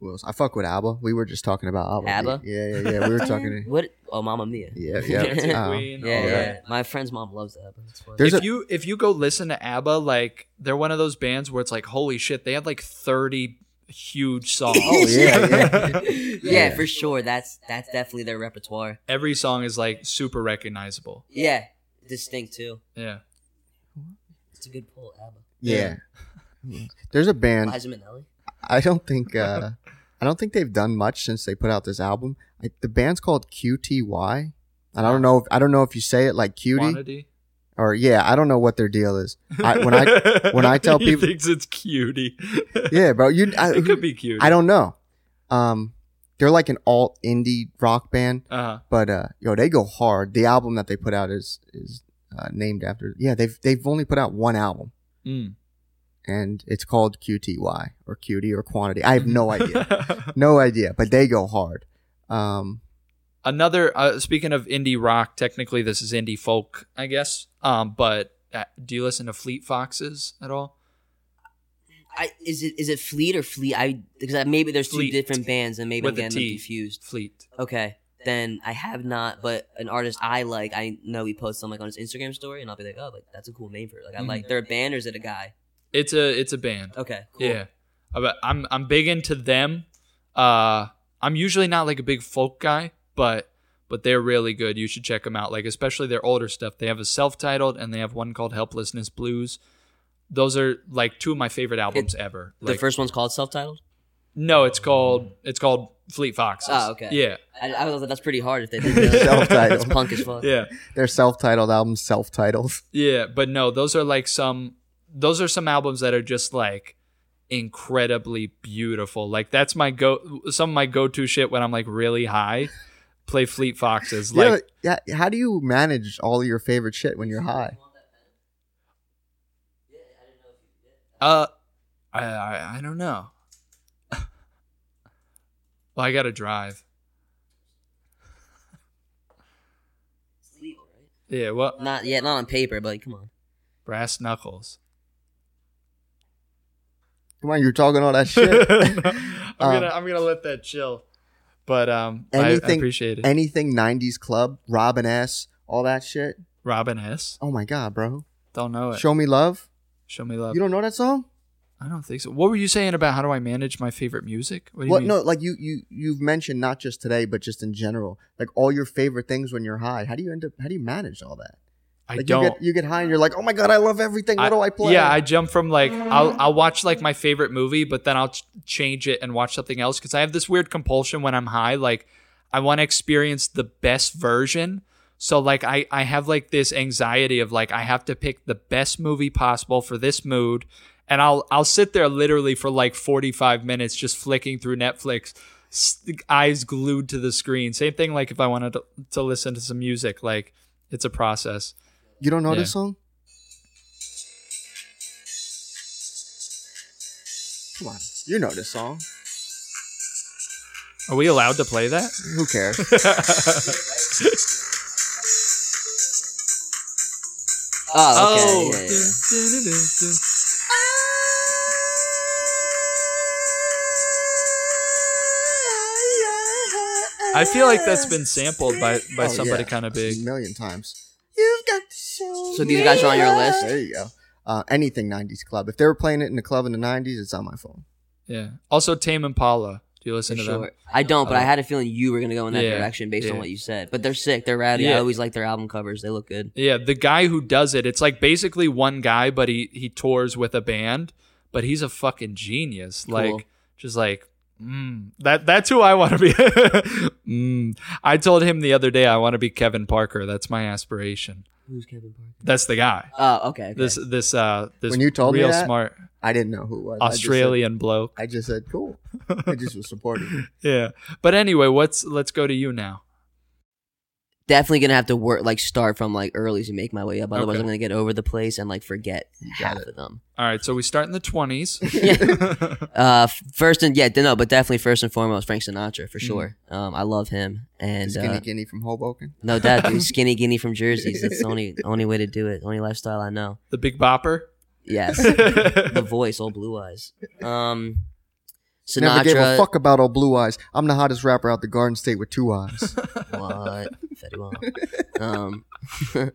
Who else? I fuck with ABBA. We were just talking about ABBA.
ABBA?
Yeah, yeah, yeah. We were
<laughs>
talking.
What? Oh, Mamma Mia.
Yeah,
<laughs>
yeah.
Dancing
Um,
Queen,
Yeah,
all
yeah.
that.
My friend's mom loves that. That's funny.
There's
if
a-
you if you go listen to ABBA, like they're one of those bands where it's like, holy shit, they had like thirty huge songs.
Oh <laughs> yeah, yeah.
<laughs> yeah,
Yeah.
for sure. That's that's definitely their repertoire.
<laughs> Every song is like super recognizable.
Yeah, distinct too.
Yeah.
It's a good pull, Abba.
Yeah. There's a band.
Liza Minnelli.
I don't think uh I don't think they've done much since they put out this album. I, the band's called QTY. And I don't know if I don't know if you say it like cutie
Quantity.
or yeah, I don't know what their deal is. I, when
<laughs>
I when I tell people-
he thinks it's cutie.
Yeah, bro, you I,
it could be cute.
I don't know. Um they're like an alt indie rock band,
Uh-huh.
but uh yo, they go hard. The album that they put out is is uh, named after. Yeah, they've they've only put out one album
Mm.
and it's called QTY or cutie or quantity. I have
<laughs>
no idea. No idea, but they go hard. Um,
Another uh, speaking of indie rock, technically this is indie folk, I guess. Um, but uh, do you listen to Fleet Foxes at all?
I, is it is it Fleet or Fleet? I because I- maybe there's
Fleet.
two different bands and maybe
With
I'm
a
getting them
T.
confused.
Fleet.
Okay, then I have not. But an artist I like, I know he posts something like on his Instagram story, and I'll be like, oh, like that's a cool name for it. Like I
Mhm.
like. They're a band or is it a guy?
It's a it's a band.
Okay, cool.
Yeah, Uh, but I'm I'm big into them. Uh, I'm usually not like a big folk guy, but but they're really good. You should check them out. Like especially their older stuff. They have a self-titled and they have one called Helplessness Blues. Those are like two of my favorite albums ever.
The
Like,
first one's called self-titled.
no, it's called it's called Fleet Foxes.
Ah, okay.
Yeah,
I, I was like, that's pretty hard if they did that.
<laughs> Self-titled.
It's punk as fuck.
yeah,
their self-titled album, self-titled.
yeah. But no, those are like some. Those are some albums that are just like incredibly beautiful. Like that's my go. Some of my go-to shit when I'm like really high. Play Fleet Foxes. Like
yeah, yeah. How do you manage all your favorite shit when you're high?
Uh, I I, I don't know. <laughs> well, I gotta drive.
It's legal, right?
Yeah. Well,
Not yet, not on paper, but come on.
brass knuckles.
Come on, you're talking all that <laughs>
I'm
shit. Um,
gonna I'm gonna let that chill. But um, <laughs> I- I,
Anything-
appreciate it.
Anything '90s club, Robin S, all that shit.
Robin S.
Oh my god, bro.
Don't know it. Show,
Show me love.
me love.
You don't know that song?
I don't think so. What were you saying about how do I manage my favorite music? What do you
What?
mean?
No, like you, you, you've mentioned not just today, but just in general, like all your favorite things when you're high. How do you end up? How do you manage all that?
I
Like you
don't.
Get, you get high and you're like, oh my god, I love everything. What do I play?
Yeah, I jump from like I'll I'll watch like my favorite movie, but then I'll ch- change it and watch something else because I have this weird compulsion when I'm high. Like I want to experience the best version. So like I I have like this anxiety of like I have to pick the best movie possible for this mood, and I'll I'll sit there literally for like 45 minutes just flicking through Netflix. s- Eyes glued to the screen. Same thing, like if I wanted to, to listen to some music, like It's a process.
You don't know
Yeah.
this song? Come on, you know this song.
Are we allowed to play that? <laughs>
Who cares?
Oh, okay. yeah, yeah, yeah.
I feel like that's been sampled by by
Oh,
somebody
yeah.
kind of big.
a million times. You've got to show
So these guys are on your
me
list?
love. There you go. Uh, anything '90s club. If they were playing it in the club in the '90s, it's on my phone.
Yeah. Also, Tame Impala. Do you listen
For
to
sure.
them?
I don't, but I
Uh,
had a feeling you were gonna go in that
yeah,
direction based on
yeah.
what you said. But they're sick. They're rowdy. I
Yeah.
always like their album covers. They look good.
Yeah, the guy who does it, it's like basically one guy, but he he tours with a band, but he's a fucking genius.
Cool.
Like just like mm, that that's who I want to be. <laughs> mm. I told him the other day I want to be Kevin Parker. That's my aspiration.
Who's Kevin Parker?
That's the guy.
Oh, okay. okay.
This this uh this
When you told me
real
that,
smart
I didn't know who it was. I just said-
Australian bloke.
I just said cool. I just was supporting.
Yeah. But anyway, what's let's go to you now.
Definitely gonna have to work like start from like early to make my way up. Otherwise,
Okay.
I'm gonna get over the place and like forget half of them. <laughs>
All right, so we start in the 20s.
Yeah. uh, f- first and yeah, no, but definitely first and foremost, Frank Sinatra for
Mhm.
sure. Um, I love him <laughs> and
Skinny
uh,
Guinea from Hoboken.
no doubt, <laughs> dude, skinny guinea from Jersey's. That's the only only way to do it. Only lifestyle I know.
the Big Bopper. <laughs>
<laughs>
Yes. the voice, all blue eyes. Um, Sinatra.
Never gave a fuck about old blue eyes. I'm the hottest rapper out the Garden State with two
<laughs>
eyes.
What? Fetty Wap. Um, <laughs>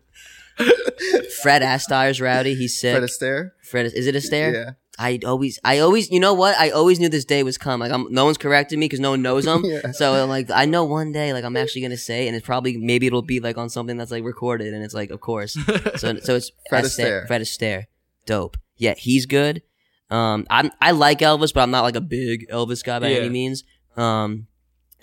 Fred Astaire's rowdy. He's sick.
Fred Astaire.
Fred, is, is it Astaire?
Yeah.
I always, I always, you know what? I always knew this day was come. Like, I'm, no one's correcting me because no one knows
<laughs>
them.
Yeah.
So, like, I know one day, like, I'm actually gonna say, it, and it's probably maybe it'll be like on something that's like recorded, and it's like, of course. So,
<laughs>
so it's
Fred
Astaire.
Astaire.
Fred Astaire, dope. Yeah, he's good. Um, I'm, I like Elvis, but I'm not like a big Elvis guy by
Yeah.
any means. Um,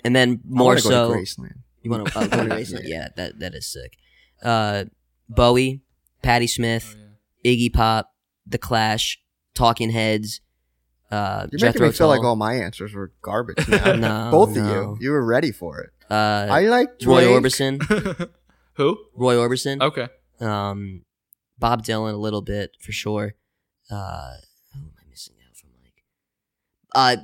and then
I
more
wanna go to
so,
Graceland.
you want to
<laughs>
oh, go to Graceland?
Yeah.
Yeah, that that is sick. Uh, Bowie, Patti Smith, Iggy Pop, The Clash, Talking Heads, uh,
You're
Jethro
making me feel like
Tull.
all my answers were garbage.
<laughs>
Now.
No,
Both of
no.
you, you were ready for it.
Uh,
I like
Roy
Drake.
Orbison,
Who?
Roy Orbison,
Okay.
um, Bob Dylan a little bit for sure. Uh, who am I missing out from? Like, uh,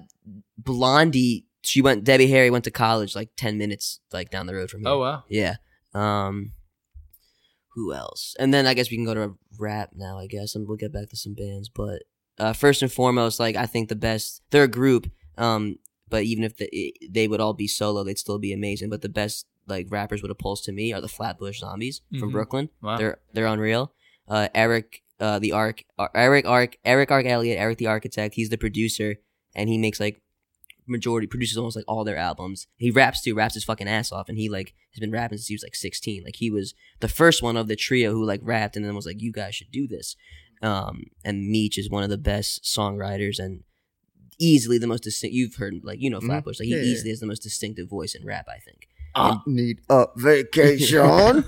Blondie. She went. Debbie Harry went to college like ten minutes like down the road from here.
Oh wow.
Yeah. Um who else? And then I guess we can go to rap now, I guess. And we'll get back to some bands, but uh first and foremost, like I think the best they're a group. Um but even if the, they would all be solo, they'd still be amazing, but the best like rappers with a pulse to me are the Flatbush Zombies from
Mhm.
Brooklyn.
Wow.
They're they're unreal. Uh Eric uh the Arc Ar- Eric Arc Eric Arc Elliott, Eric the Architect, he's the producer and he makes like majority produces almost like all their albums. He raps too, raps his fucking ass off, and he like has been rapping since he was like 16. Like he was the first one of the trio who like rapped, and then was like, "You guys should do this." Um, and Meech is one of the best songwriters and easily the most distinct. You've heard like you know
Mhm.
Flatbush, like he
Yeah, yeah,
easily has the most distinctive voice in rap, I think.
I need a
<laughs>
vacation.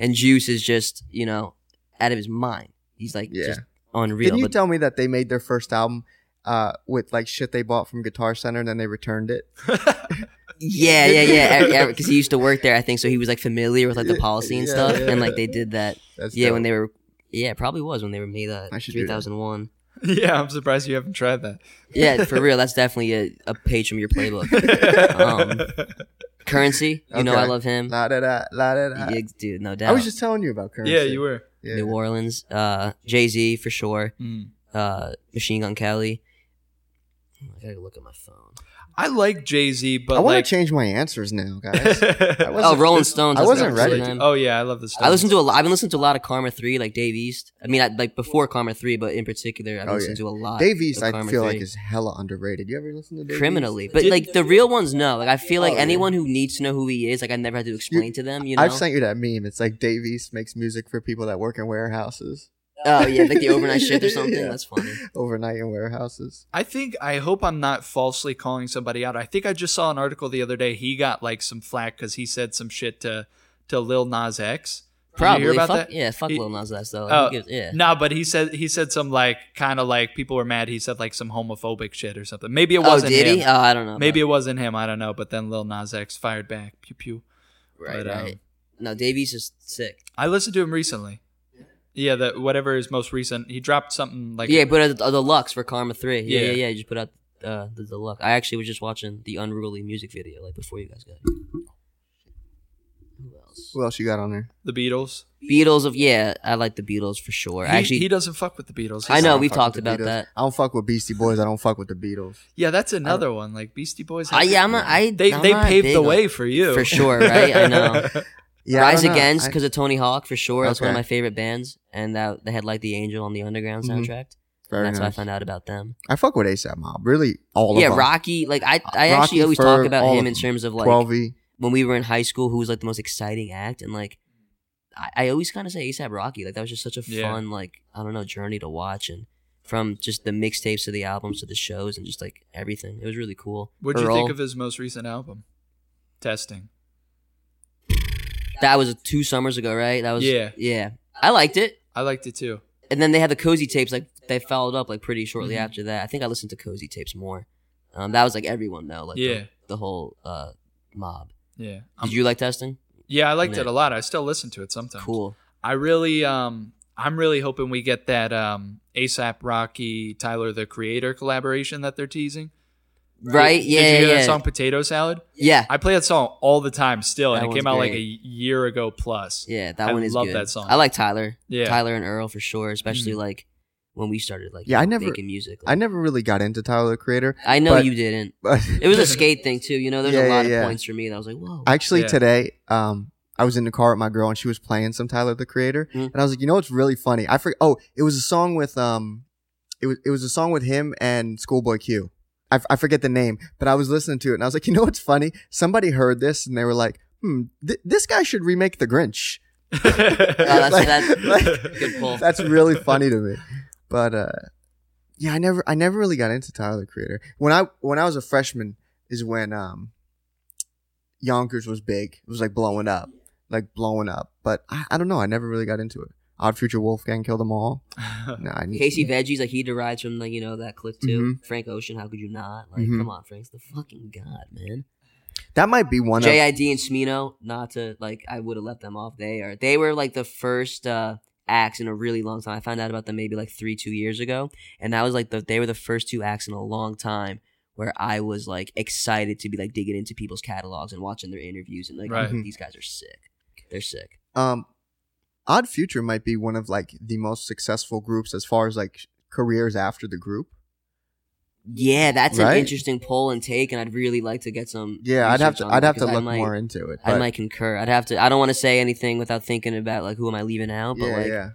And Juice is just you know out of his mind. He's like
Yeah.
just unreal.
Didn't you
but
tell me that they made their first album uh, with like shit they bought from Guitar Center and then they returned it?
Yeah, yeah, yeah. Because he used to work there, I think, so he was like familiar with like the policy and
Yeah,
stuff,
yeah.
and like they did that.
That's
yeah,
dope.
when they were. Yeah, it probably was when they were made uh,
I should do that.
3001.
<laughs> yeah, I'm surprised you haven't tried that.
Yeah, for real, that's definitely a, a page from your playbook. <laughs>
<laughs>
<laughs>
Um, Currency, you know
Okay.
I love him.
La da da, la da da.
Yeah, dude, no doubt.
I was just telling you about currency.
yeah, you were.
Yeah.
New Orleans, uh, Jay Z for sure,
Mm.
uh, Machine Gun Kelly. I gotta look at my phone.
I like Jay Z, but
I want to
like,
change my answers now,
<laughs>
guys.
<laughs>
I wasn't-
Oh, Rolling Stones.
I
that's
wasn't
another
ready.
one.
Oh yeah, I love the Stones.
I listened to a lot. I've been listening to a lot of Karma Three, like Dave East. I mean, I, like before Karma Three, but in particular, I've
Oh,
listened to a lot.
Dave East,
of
I
Karma
feel
3.
like is hella underrated. You ever listen to Dave East?
criminally, but
Did-
like the real ones, no. Like I feel like
Oh, yeah.
anyone who needs to know who he is, like I never had to explain to them. You know,
I've sent you that meme. It's like Dave East makes music for people that work in warehouses.
oh yeah, like
<laughs>
the overnight shift or something.
Yeah.
That's funny.
Overnight in warehouses.
I think I hope I'm not falsely calling somebody out. I think I just saw an article the other day. He got like some flack because he said some shit to to Lil Nas X. Did you hear
Probably.
about
fuck,
that?
Yeah, fuck
He-
Lil Nas X though. Like,
Oh,
who gives- yeah.
No, but he said he said some like kind of like people were mad. He said like some homophobic shit or something. Maybe it
oh,
wasn't
did
him.
he? Oh, I don't know.
Maybe it wasn't him. I don't know. But then Lil Nas X fired back. Pew pew.
Right.
but, um,
right. No, Davey's just sick.
I listened to him recently. Yeah, that whatever is most recent. He dropped something like
yeah, but uh, the deluxe for Karma Three. Yeah, yeah,
Yeah.
yeah. You just put out uh, the deluxe. I actually was just watching the Unruly music video like before you guys got here. Who else?
What else you got on there?
the Beatles.
Beatles of yeah, I like the Beatles for sure.
He,
actually,
he doesn't fuck with the Beatles.
I
He's-
know,
don't
we've
fuck with
talked
the
about
Beatles.
that.
I don't fuck with Beastie Boys. I don't fuck with the Beatles.
Yeah, that's another one. Like Beastie Boys.
I, yeah, I'm not. I
they
I'm
they
not
paved
big
the
on-
way for you
for sure, right? I know.
<laughs> Yeah, I
Rise
don't know.
Against
I-
because of Tony Hawk for sure. That's one of
Okay.
my favorite bands, and that they had like the Angel on the Underground
Mhm.
soundtrack.
very
and that's how I
nice.
found out about them.
I fuck with ASAP Mob. Really, all
yeah,
of them.
Rocky. Like I, I
Rocky,
actually always
Ferg,
talk about
all of
him in
them.
terms of like
Twelve E.
when we were in high school, who was like the most exciting act, and like I, I always kind of say ASAP Rocky. Like that was just such a
Yeah.
fun, like I don't know, journey to watch, and from just the mixtapes to the albums to the shows and just like everything, it was really cool.
<laughs> What'd you think
Earl,
of his most recent album? Testing.
That was two summers ago, right? That was
Yeah.
yeah. I liked it.
I liked it too.
and then they had the cozy tapes like they followed up like pretty shortly
Mhm.
after that i think i listened to cozy tapes more um, that was like everyone though like the-
Yeah.
the, whole uh mob
Yeah.
did
Um,
you like testing
yeah, I liked it
Yeah.
a lot. I still listen to it sometimes.
cool
I really um I'm really hoping we get that um ASAP Rocky Tyler the Creator collaboration that they're teasing.
right
Did
yeah
you hear
yeah,
that
yeah.
song Potato Salad?
yeah
I play that song all the time still,
That
and it
one's
came out like
great.
a year ago plus.
Yeah, that
I
one is
love
good
that song.
i like tyler
Yeah. <laughs> Mm-hmm.
tyler and earl for sure especially like when we started like
Yeah,
you
I
know,
never-
making music
I
like,
never really got into Tyler the Creator,
I, know
but-
you didn't
but
it
<laughs>
was a skate thing too you know there's
Yeah,
a
yeah,
lot of
yeah.
points for me that i was like whoa
actually
Yeah.
today, um, I was in the car with my girl and she was playing some Tyler the Creator,
Mm.
and I was like, you know what's really funny? I forgot. Oh, it was a song with um, it was it was a song with him and Schoolboy Q. I, f- I forget the name, but I was listening to it and I was like, you know what's funny? Somebody heard this and they were like, hmm, th- this guy should remake the Grinch. <laughs>
Oh, that's- <laughs>
Like-
that's-
like-
good pull.
That's really funny to me. But uh, yeah, I never I never really got into Tyler the Creator. When I when I was a freshman is when um Yonkers was big. It was like blowing up. Like blowing up. But I, I don't know, I never really got into it. Odd Future Wolfgang killed them all. No, I need
Casey Veggies, like he derives from like you know that clip too.
Mhm.
Frank Ocean, how could you not? Like,
Mhm.
come on, Frank's the fucking god, man.
That might be one of
JID and Smino, not to like I would have left them off. They are they were like the first uh acts in a really long time. I found out about them maybe like three, two years ago. And that was like the they were the first two acts in a long time where I was like excited to be like digging into people's catalogs and watching their interviews and like
Right.
Mm-hmm.
"Ooh, these guys are sick. They're sick.
um Odd Future might be one of like the most successful groups as far as like careers after the group.
Yeah, that's
Right.
an interesting poll and take, and I'd really like to get some.
Yeah, I'd have
research
to
on that
I'd have to
because I
look
might-
more into it.
I
but-
might concur. I'd have to. I don't want to say anything without thinking about like who am I leaving out, but
yeah,
like
yeah.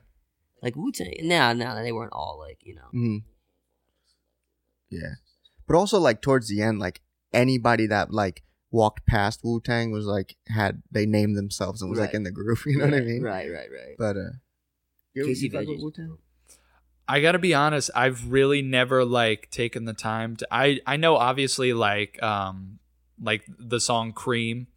like Wu Tang. No, no, they weren't all like you know.
Mm. Yeah. But also like towards the end, like anybody that like walked past Wu Tang was like had they named themselves and was like
Right.
in the group, <laughs> <laughs> you know what I
Right,
mean?
Right, right, right.
But uh you-
Casey
you fuck with
Veggies.
Wu-Tang?
I gotta be honest, I've really never like taken the time to I I know obviously like um like the song Cream.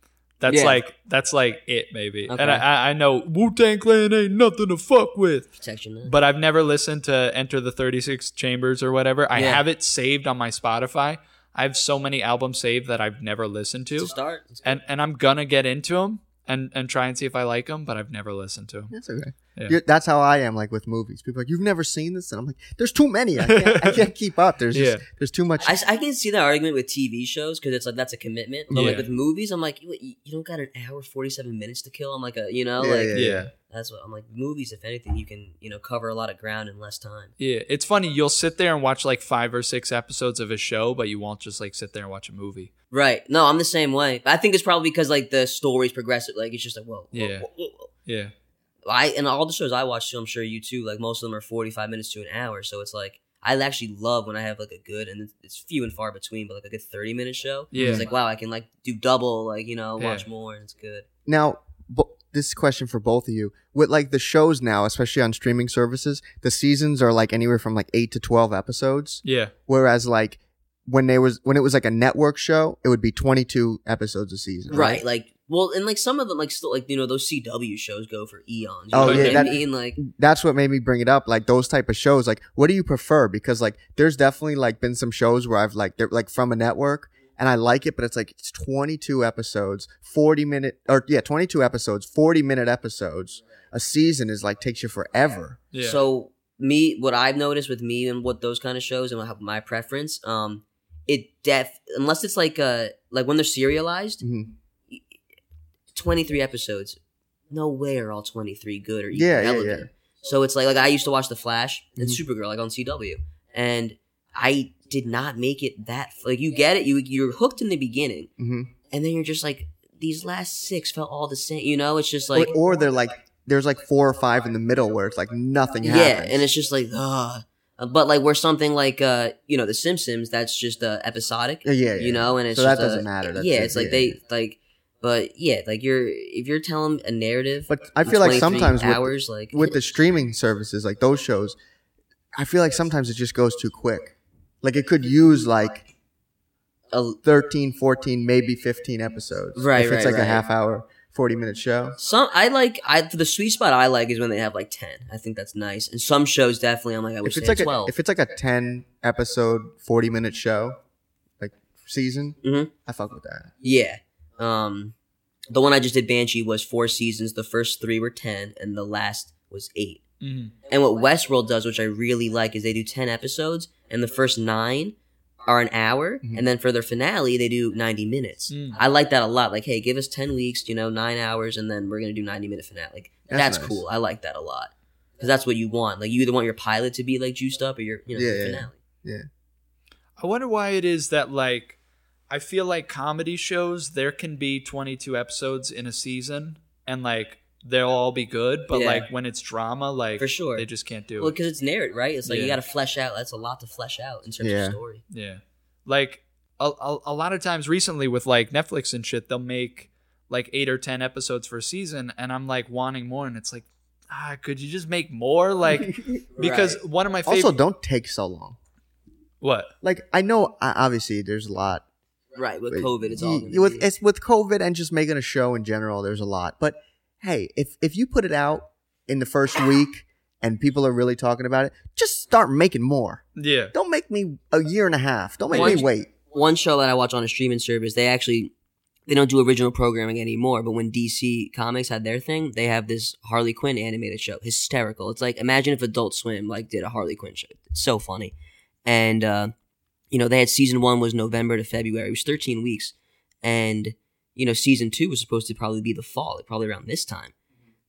That's
Yeah.
like that's like it maybe.
Okay.
And I- I, I know Wu Tang Clan ain't nothing to fuck with.
Protection. Nut.
But I've never listened to Enter the 36 Chambers or whatever. I
Yeah.
have it saved on my Spotify. I have so many albums saved that I've never listened
to
to.
start.
And and I'm gonna get into them and and try and see if I like them, but I've never listened to them.
That's okay.
Yeah.
You're- that's how I am like with movies. People are like, You've never seen this? And I'm like, There's too many. I can't, I can't keep up. There's just
Yeah.
there's too much
I, s- I can see that argument with TV shows because it's like that's a commitment. But like
Yeah.
with movies, I'm like, you, you don't got an hour forty seven minutes to kill. I'm like a you know
Yeah,
like
yeah.
that's what I'm like. Movies, if anything, you can you know cover a lot of ground in less time.
Yeah, it's funny. You'll sit there and watch like five or six episodes of a show, but you won't just like sit there and watch a movie.
Right. No, I'm the same way. But I think it's probably because like the story's progressive. Like it's just like whoa. whoa,
Yeah.
whoa, whoa, whoa.
Yeah,
I and all the shows I watch too, I'm sure you too, like most of them are 45 minutes to an hour. So it's like I actually love when I have like a good and it's- it's few and far between, but like a good 30 minute show.
Yeah.
It's like wow, I can like do double, like you know,
Yeah.
watch more and it's good.
Now, bo- this question for both of you. With like the shows now, especially on streaming services, the seasons are like anywhere from like 8 to 12 episodes.
yeah,
Whereas like when they was when it was like a network show, it would be twenty two episodes a season.
Right. Like well, and like some of them like still like you know those CW shows go for eons. You
Oh,
know
yeah,
what I
that-
mean? Like
That's what made me bring it up. Like those type of shows. Like, what do you prefer? Because like there's definitely like been some shows where I've like they're like from a network and I like it, but it's like it's 22 episodes, 40 minute or yeah, 22 episodes, 40 minute episodes. A season is like takes you forever.
Yeah.
So me, what I've noticed with me and what those kind of shows and how- my preference, um, it def unless it's like uh like when they're serialized,
Mhm.
twenty three episodes. No way are all twenty three good or even
Yeah, yeah,
relevant.
yeah.
So it's like like I used to watch The Flash and
Mhm.
Supergirl like on CW, and I did not make it that like you get it you you're hooked in the beginning,
hmm
and then you're just like these last six felt all the same. You know, it's just
Or,
like
or they're like there's like four or five in the middle where it's like nothing
yeah,
happens.
and it's just like ugh. But like where something like uh you know The Simpsons that's just uh, episodic.
yeah, yeah, yeah.
you know, and it's
So that
just, uh,
doesn't matter. That's
yeah,
it.
it's like
Yeah,
they
yeah.
like, but yeah, like you're if you're telling a narrative,
But I
in
feel like
23
sometimes with,
hours like
with the streaming services like those shows i feel like sometimes it just goes too quick like it could use like
a,
13 14 maybe 15 episodes
Right,
if it's
right,
like a
right.
half hour 40 minute show
some I like I the sweet spot I like is when they have like ten. I think that's nice, and some shows definitely I'm like I wish
if
they
it's
had
like a,
twelve.
if it's like a 10 episode 40 minute show like season
Mhm.
i fuck with that
yeah, um, the one I just did Banshee was four seasons. The first three were ten, and the last was eight.
Mhm.
And what Westworld does, which I really like, is they do 10 episodes, and the first nine are an hour,
Mhm.
and then for their finale, they do 90 minutes.
Mm.
I like that a lot. Like, hey, give us 10 weeks, you know, nine hours, and then we're going to do 90 minute finale. Like,
That's
that's,
nice.
cool. I like that a lot. Because that's what you want. Like, you either want your pilot to be, like, juiced up or your, you know,
Yeah,
your
yeah, yeah.
finale.
I wonder why it is that like I feel like comedy shows there can be 22 episodes in a season and like they'll all be good, but
Yeah.
like when it's drama, like
For sure.
they just can't do
Well,
it.
because it's narrative, right? It's like you got
Yeah.
to flesh out. That's a lot to flesh out in terms
Yeah.
of story.
Yeah. Like a, a, a lot of times recently with like Netflix and shit, they'll make like eight or 10 episodes for a season. And I'm like wanting more. And it's like, ah, could you just make more?
<laughs>
Like, because
Right.
one of my favorite.
also don't take so long
what?
like i know I- obviously there's a lot
Right, with
But
COVID, it's
y-
all. gonna
with
be-
it's with COVID and just making a show in general. There's a lot, but hey, if if you put it out in the first week and people are really talking about it, just start making more.
Yeah.
Don't make me a year and a half. Don't make
Why
me
don't you-
wait.
one show that I watch on a streaming service, they actually they don't do original programming anymore. But when DC Comics had their thing, they have this Harley Quinn animated show. Hysterical! It's like imagine if Adult Swim like did a Harley Quinn show. It's so funny, and uh, you know they had season one was November to February. It was thirteen weeks, and you know season two was supposed to probably be the fall, like, probably around this time.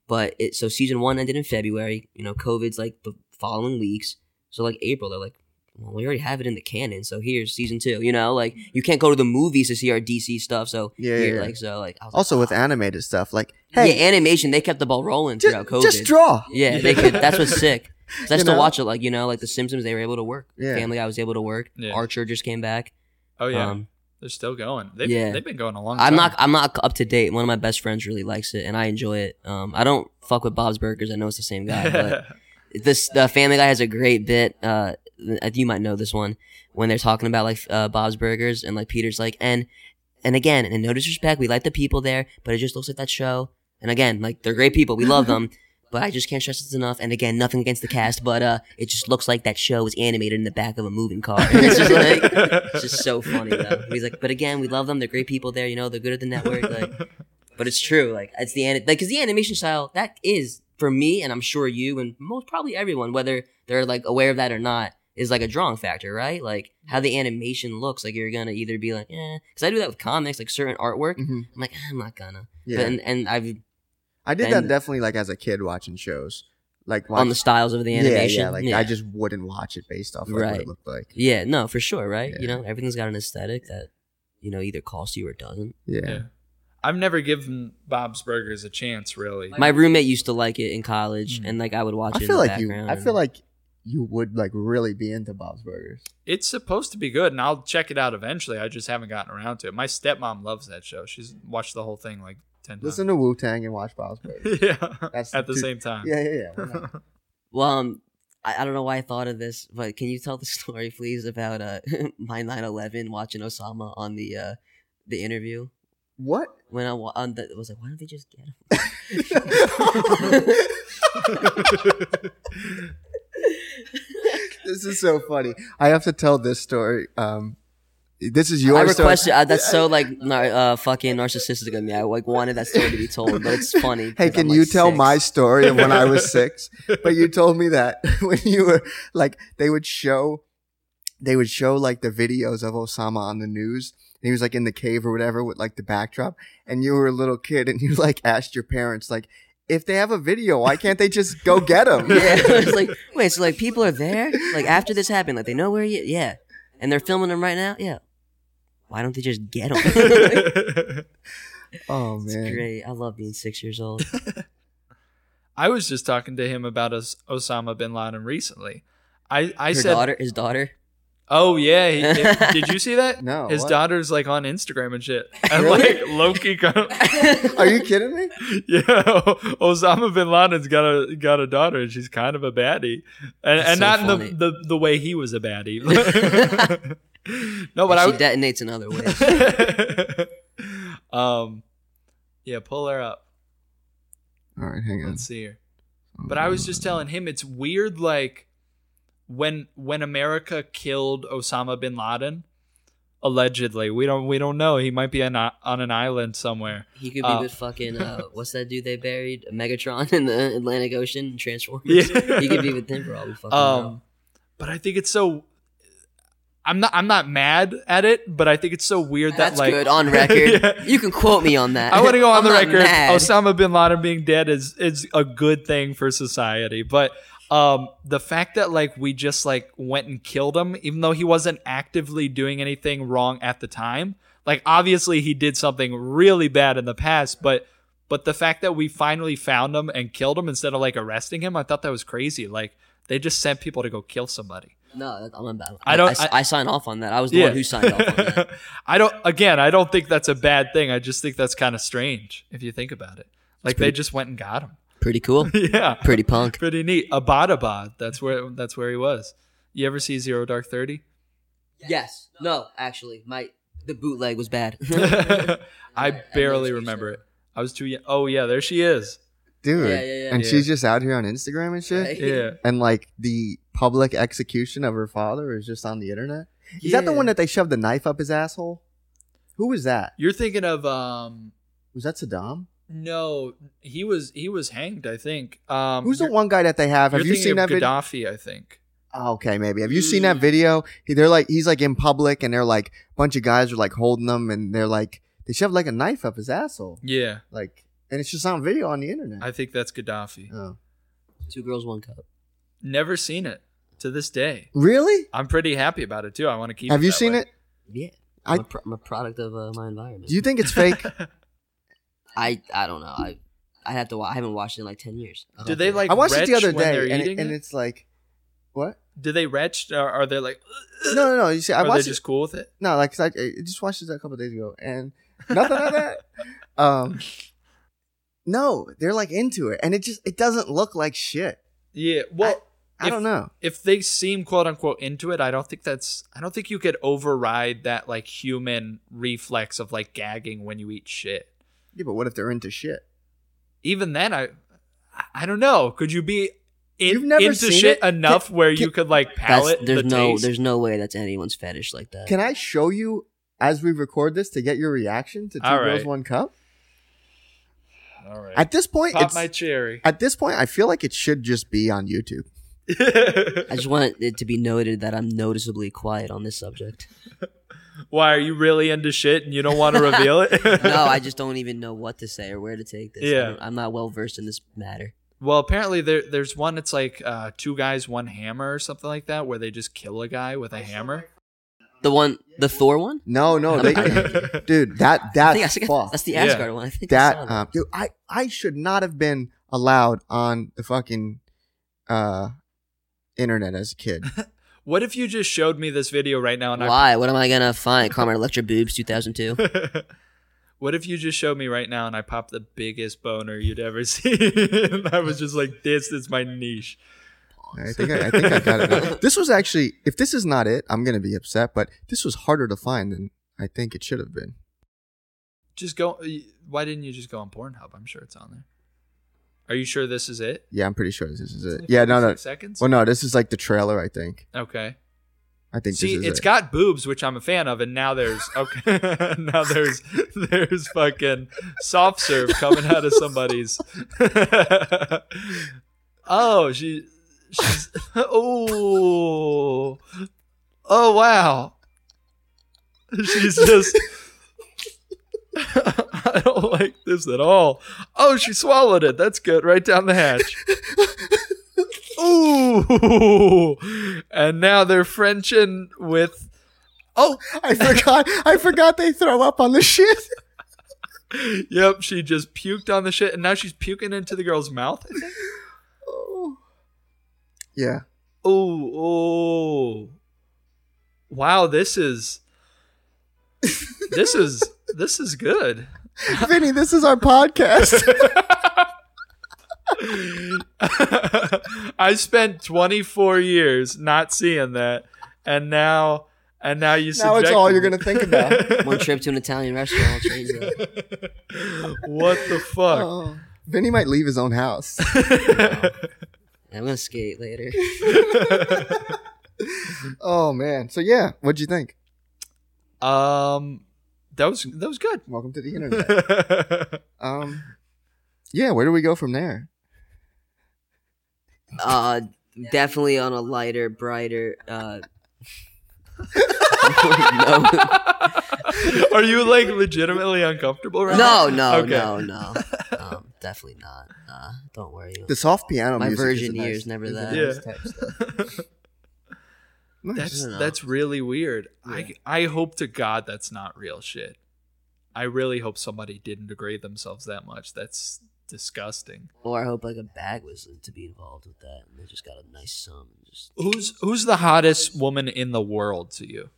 But it so season one ended in February. You know, COVID's like the following weeks. So like April, they're like, well, we already have it in the canon. So here's season two. You know, like you can't go to the movies to see our DC stuff. So
Yeah,
here,
yeah, yeah.
like so like I was
Also
like,
with animated stuff, like
"Ah."
hey,
yeah, animation, they kept the ball rolling
ju-
throughout COVID.
just draw. <laughs>
yeah, they could, that's what's sick. 'Cause I
You
still
know?
watch it, like you know, like The Simpsons. They were able to work.
Yeah.
Family Guy was able to work.
Yeah.
Archer just came back.
Oh, yeah.
Um,
They're still going. They've,
yeah.
they've been going a long time.
I'm not. I'm not up to date. One of my best friends really likes it, and I enjoy it. Um, I don't fuck with Bob's Burgers. I know it's the same
<laughs>
guy, but this the Family Guy has a great bit. Uh, I- you might know this one when they're talking about like uh, Bob's Burgers and like Peter's like and and again and no disrespect, we like the people there, but it just looks like that show. And again, like they're great people, we love them, but I just can't stress this enough. And again, nothing against the cast, but uh, it just looks like that show was animated in the back of a moving car. And it's
<laughs>
just like. It's just so funny though. He's like, but again, we love them. They're great people there. You know, they're good at the network. Like, but it's true. Like, it's the ani- like, cause the animation style that is for me, and I'm sure you and most probably everyone, whether they're like aware of that or not, is like a drawing factor, right? Like how the animation looks. Like you're gonna either be like, eh, cause I do that with comics, like certain artwork.
hmm
I'm like, "Ah, I'm not gonna.
Yeah,
But, and and I've
I did that
then-
definitely like as a kid watching shows, like watch,
on the styles of the animation.
Yeah, yeah, like I just wouldn't watch it based off like, what
Right.
it looked like.
Yeah, no, for sure, right? You
Yeah.
know, everything's got an aesthetic that you know either calls you or doesn't.
Yeah,
Yeah. I've never given Bob's Burgers a chance, really.
my roommate used to like it in college,
Mm.
and like I would watch
I
it. in
feel
the
like you.
background
I
and-
feel like you would like really be into Bob's Burgers.
It's supposed to be good, and I'll check it out eventually. I just haven't gotten around to it. My stepmom loves that show. She's watched the whole thing like ten
Listen to Wu Tang and watch Bob's Burgers.
<laughs> times. <laughs> yeah,
That's
at the
too-
same time.
Yeah, <laughs> yeah, yeah. why not?
Well, um, I, I don't know why I thought of this, but can you tell the <laughs> story, please, about uh <laughs> my 9/11 watching Osama on the uh the interview
<laughs>
What?
when I wa- on the, I was like, why don't they just get him?
<laughs> this is so funny. I have to tell this story. Um, This is
I
your story.
requested. Uh, that's
<laughs>
so like nar- uh, fucking narcissistic of me. I like wanted that story to be told, but it's funny.
Hey,
'cause I'm,
can
like,
you tell
six. <laughs>
my story of when I was
<laughs>
six? But you told me that <laughs> when you were like, they would show, they would show like the videos of Osama on the news. And he was like in the cave or whatever with like the backdrop. And you were a little kid and you like asked your parents, like, if they have a video, why can't they just go get
<laughs>
him?
Yeah, it's like wait, so like people are there. Like after this happened, like they know where you. Yeah, and they're filming them right now. Yeah, why don't they just
<laughs>
get <laughs> them?
Oh,
it's
man.
great. I love being six years old.
<laughs> I was just talking to him about Os- Osama bin Laden recently. I, <laughs> I
Her
said,
daughter, his
<laughs>
daughter.
oh yeah,
<laughs>
he, did, did you see
<laughs>
that?
No,
his
what?
daughter's like on Instagram and shit. <laughs> And
Really?
like Loki, go-
Are you kidding me?
<laughs> yeah, Osama bin Laden's got a got a daughter, and she's kind of a baddie, and,
That's
and
so
not in
funny.
the, the the way he was a
<laughs>
baddie. <laughs> no, but
But
I
she
w-
detonates in other
<laughs>
ways.
um, yeah, pull her up.
All right, hang on.
Let's see her. But I was just telling him it's weird, like when when America killed Osama bin Laden, allegedly. We don't we don't know. He might be on a, on an island somewhere.
He could be
Uh,
with fucking uh, what's that dude they buried? Megatron <laughs> in the Atlantic Ocean and Transformers. <laughs>
Yeah.
He could be with them for all we fucking know.
Um, but I think it's so. I'm not I'm not mad at it, but I think it's so weird
That's
that like <laughs>
good on record.
Yeah.
You can quote me on that.
I want to go
<laughs>
on
I'm
the
not
record.
mad.
Osama bin Laden being dead is is a good thing for society, but um, the fact that like we just like went and killed him, even though he wasn't actively doing anything wrong at the time. Like obviously he did something really bad in the past, but but the fact that we finally found him and killed him instead of like arresting him, I thought that was crazy. Like they just sent people to go kill somebody.
No, I'm about.
I
I
don't-
don't. I,
I-
I sign off on that. I was the one who signed off on
<laughs>
that.
I don't. Again, I don't think that's a bad thing. I just think that's kind of strange if you think about it. Like they just went and got him. <laughs>
Pretty cool.
yeah,
Pretty punk.
pretty neat. Abbottabad. That's where. That's where he was. You ever see Zero Dark Thirty? <laughs>
Yes. No. Actually, my the bootleg was
<laughs>
bad.
I barely
what you're
remember it. I was too young. Oh yeah, there she is.
Dude.
Yeah, yeah, yeah.
and
Yeah.
she's just out here on Instagram and shit.
<laughs> Right.
Yeah.
And like the public execution of her father is just on the internet. Is that the
Yeah.
one that they shoved the knife up his asshole? Who was that?
You're thinking of? Um.
Was that Saddam?
No, he was. He was hanged. I think. Um.
Who's the
you're-
one guy that they have? Have
you're
you
thinking
seen
of
that video?
Gaddafi? I think.
Oh, okay, maybe. Have you seen that video? He- They're like he's like in public and they're like a bunch of guys are like holding him and they're like they shoved like a knife up his asshole.
Yeah,
Like and it's just on video on the internet.
I think that's Gaddafi.
oh.
Two girls, one cup.
Never seen it to this day.
Really?
I'm pretty happy about it too. I want to keep.
Have you seen it?
Yeah.
I-
I'm, a pro- I'm a product of uh, my environment.
Do you think it's
<laughs>
fake?
I I don't know. I I have to. Wa- I haven't watched it in like ten years. I don't
Do they
think-
like?
I watched it the
retch
other
when
day
they're
and,
eating
it, and
it?
it's like what?
Do they retch? Or are they like?
No, no, no. You see, I
are they
watched it-
just cool with it?
No, like 'cause I, I just watched this a couple days ago, and nothing like
<laughs>
that. Um, no, they're like into it, and it just it doesn't look like shit.
Yeah. Well,
I
If-
don't know.
if they seem quote unquote into it, I don't think that's. I don't think you could override that like human reflex of like gagging when you eat shit.
Yeah, but what if they're into shit?
Even then, I, I don't know. Could you be in,
You've never
into
seen
shit
it?
enough where you
can-
could like
That's,
palate
there's
the
no.
taste?
There's no way that's anyone's fetish like that.
Can I show you as we record this to get your reaction to Two
All
Girls
right.
One Cup?
All right.
At this point,
Pop
it's
my cherry.
at this point I feel like it should just be on YouTube.
<laughs>
I just want it to be noted that I'm noticeably quiet on this
<laughs>
subject.
Why are you really into shit and you don't want to reveal it?
<laughs> No, I just don't even know what to say or where to take this. I
Yeah.
don't- I'm not well versed in this matter.
<laughs> Well, apparently there there's one. It's like uh, two guys, one hammer, or something like that, where they just kill a guy with a hammer.
The one, the Thor one.
No,
<laughs>
no, they, dude, that
I
that
think I think I-
fuck.
that's the
Yeah.
Asgard one. I think I saw
that
that.
um, dude, I I should not have been allowed on the fucking uh internet as a
<laughs>
kid.
What if you just showed me this video right now? And
Why? What am I gonna find? Carmen Electra boobs
<laughs>
2002.
I, <laughs> what if you just showed me right now and I popped the biggest boner you'd ever <laughs> seen? I was just like, this is my niche.
I think I, I think I got it. now. This was actually, if this is not it, I'm gonna be upset. But this was harder to find than I think it should have been.
Just go. Why didn't you just go on Pornhub? I'm sure it's on there. Are you sure this is it?
Yeah, I'm pretty sure this is it. Yeah, no, no.
Seconds.
Well, no, this is like the trailer. I think.
Okay.
I think
See,
this is
it's
it.
got boobs, which I'm a fan of, and now there's okay, <laughs> now there's there's fucking soft serve coming out of somebody's. <laughs> oh, she, she's <laughs> oh, oh wow, she's just. <laughs> I don't like this at all. Oh, she swallowed it. That's good. Right down the hatch. Ooh. And now they're Frenching with. Oh,
<laughs> I forgot. I forgot they throw up on the shit. <laughs>
yep. She just puked on the shit, and now she's puking into the girl's mouth. I think.
Oh. Yeah.
Ooh, ooh. Wow, this is. This is this is good.
Vinny, this is our podcast.
<laughs> I spent 24 years not seeing that, and now and now you.
now it's
subjected
all you're
me.
gonna think about.
One trip to an Italian restaurant will change that.
<laughs> What the fuck?
Oh. Vinny might leave his own house.
I'm gonna skate later.
Oh man. So yeah, what'd you think? Oh.
<laughs> Um, that was that was <laughs> good.
Welcome to the
<laughs>
internet. Um, yeah. Where do we go from there?
Uh, definitely on a lighter, brighter.
<laughs>
Uh, <laughs>
Are you like legitimately uncomfortable right now?
no, no,
Okay.
no, no. Um, definitely not. Uh, don't worry.
The soft piano.
My
music
virgin
is a nice-
years never
is a
that.
Yeah.
type of stuff. Nice.
That's
I dunno.
that's really weird. I I hope to God that's not real shit. I really hope somebody didn't degrade themselves that much. That's disgusting.
Or I hope like a bag was to be involved with that, and they just got a nice sum. And just
Who's who's the hottest woman in the world to you?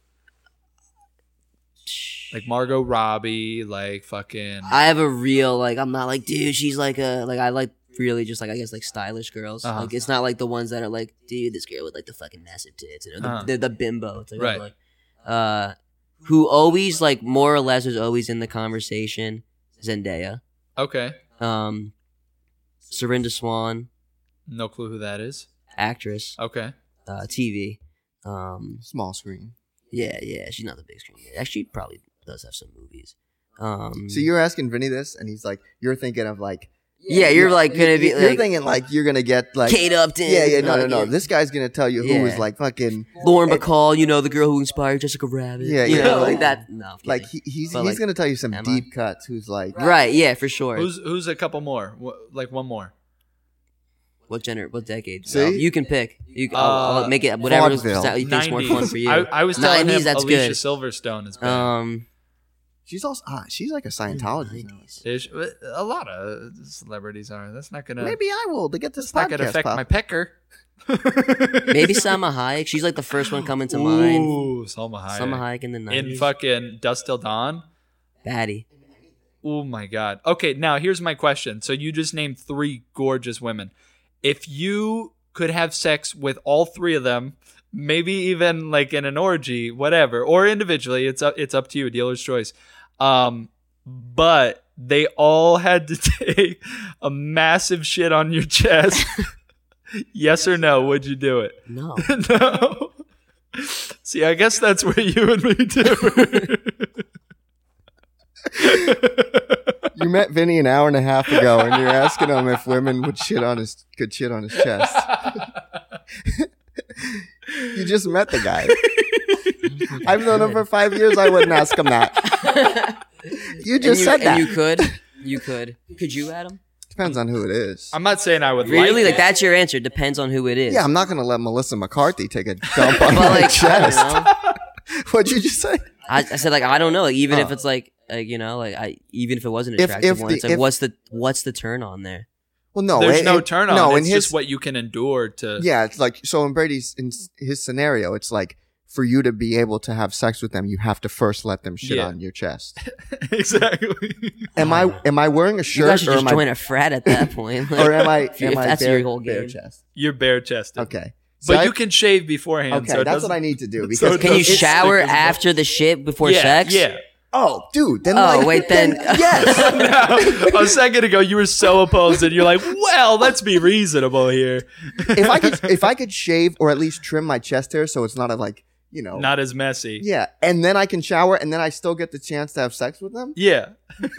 Like Margot Robbie, like fucking.
I have a real like. I'm not like, dude. She's like a like. I like really just like I guess like stylish girls.
Uh-huh.
Like it's not like the ones that are like, dude, this girl with like the fucking massive tits. You know, the,
Uh-huh.
the, the bimbo. It's like,
Right.
Like, uh, who always like more or less is always in the conversation. Zendaya,
Okay,
um, Serinda Swan,
no clue who that is.
actress,
Okay,
uh, TV. Um,
Small screen.
yeah, yeah. She's not the big screen. yet. Actually, probably does have some movies. Um,
So you're asking Vinny this, and he's like, you're thinking of like,
yeah, you're like gonna be
you're
like
thinking like you're gonna get like,
Kate Upton.
yeah, yeah, no, no,
uh,
no.
yeah.
This guy's gonna tell you who
Yeah.
was like fucking,
Lauren Bacall, you know, the girl who inspired Jessica Rabbit.
Yeah,
you
yeah,
know,
like-
like that. No, I'm
like
kidding.
he, he's
But,
he's
like,
gonna tell you some
Emma?
deep cuts. Who's like,
right, yeah, for sure.
who's who's a couple more? Wh- Like one more.
what gender? What decade?
See?
No, you can pick. You, I'll,
Uh,
I'll make it whatever is-
Vaudeville.
that you think's more fun for you.
I, I was telling
90s,
him
that's
Alicia
good.
Silverstone is bad.
um,
she's also ah, she's like a Scientologist. now.
Ish. A lot of celebrities are. That's not gonna.
Maybe I will to get this
it's not gonna
podcast
affect
pop.
my pecker.
maybe Salma Hayek. She's like the first one coming to mind.
Ooh, Salma Hayek.
Salma Hayek in the
in
nineties.
fucking Dust Till Dawn.
Batty.
Oh my god. Okay, now here's my question. So you just named three gorgeous women. If you could have sex with all three of them, maybe even like in an orgy, whatever, or individually, it's up, it's up to you, dealer's choice. Um, but they all had to <laughs> take a massive shit on your chest. <laughs> yes or no? Would you do it? <laughs>
<laughs>
No.
no. See, I guess that's where you and me differ.
You met Vinny an hour and a half ago, and you're asking him if women would shit on his could shit on his chest. <laughs> you just met the guy. I've known him for five years. I wouldn't ask him that.
<laughs>
You
And
just
you,
said that.
and
<laughs>
you could. You could. Could you, Adam?
Depends on who it is.
I'm not saying I would
Really?
like
Like that's your answer. Depends on who it is.
yeah, I'm not gonna let Melissa McCarthy take a
<laughs>
dump on
But
my
like, I don't
chest.
know.
<laughs> What'd you just say?
I, I said like I don't know. Like even if
Oh.
it's like, like you know like I even if it wasn't
If-
attractive
if
one,
the-
it's like
if-
what's the what's the turn on there?
Well, no,
There's
it-
no
it-
turn on.
Oh, No, in
it's
his
just what you can endure to.
yeah, it's like so in Brady's in s- his scenario, it's like for you to be able to have sex with them, you have to first let them shit
Yeah.
on your
<laughs>
chest.
<laughs> exactly.
Am I am I wearing a
you
shirt
guys should
or
just
am I <laughs>
join a frat at that point. Like,
or am I
<laughs> if, you-
am
if
I
that's
bare,
your whole
bare
game?
chest?
You're bare chested.
Okay, So
But
I-
you can shave beforehand.
okay,
so it
that's what I
doesn't-
need to do because
<laughs> so it
Can you
It's- it's-
shower
it's-
after the shit before
yeah,
sex?
Yeah. <laughs>
oh, dude, then
Oh,
like,
wait,
<laughs>
then-
yes,
<laughs>
a second ago, you were so opposed, and you're like, "Well, let's be reasonable here."
if I could if I could shave or at least trim my chest hair so it's not a like you know,
Not as messy.
yeah. And then I can shower, and then I still get the chance to have sex with them.
Yeah.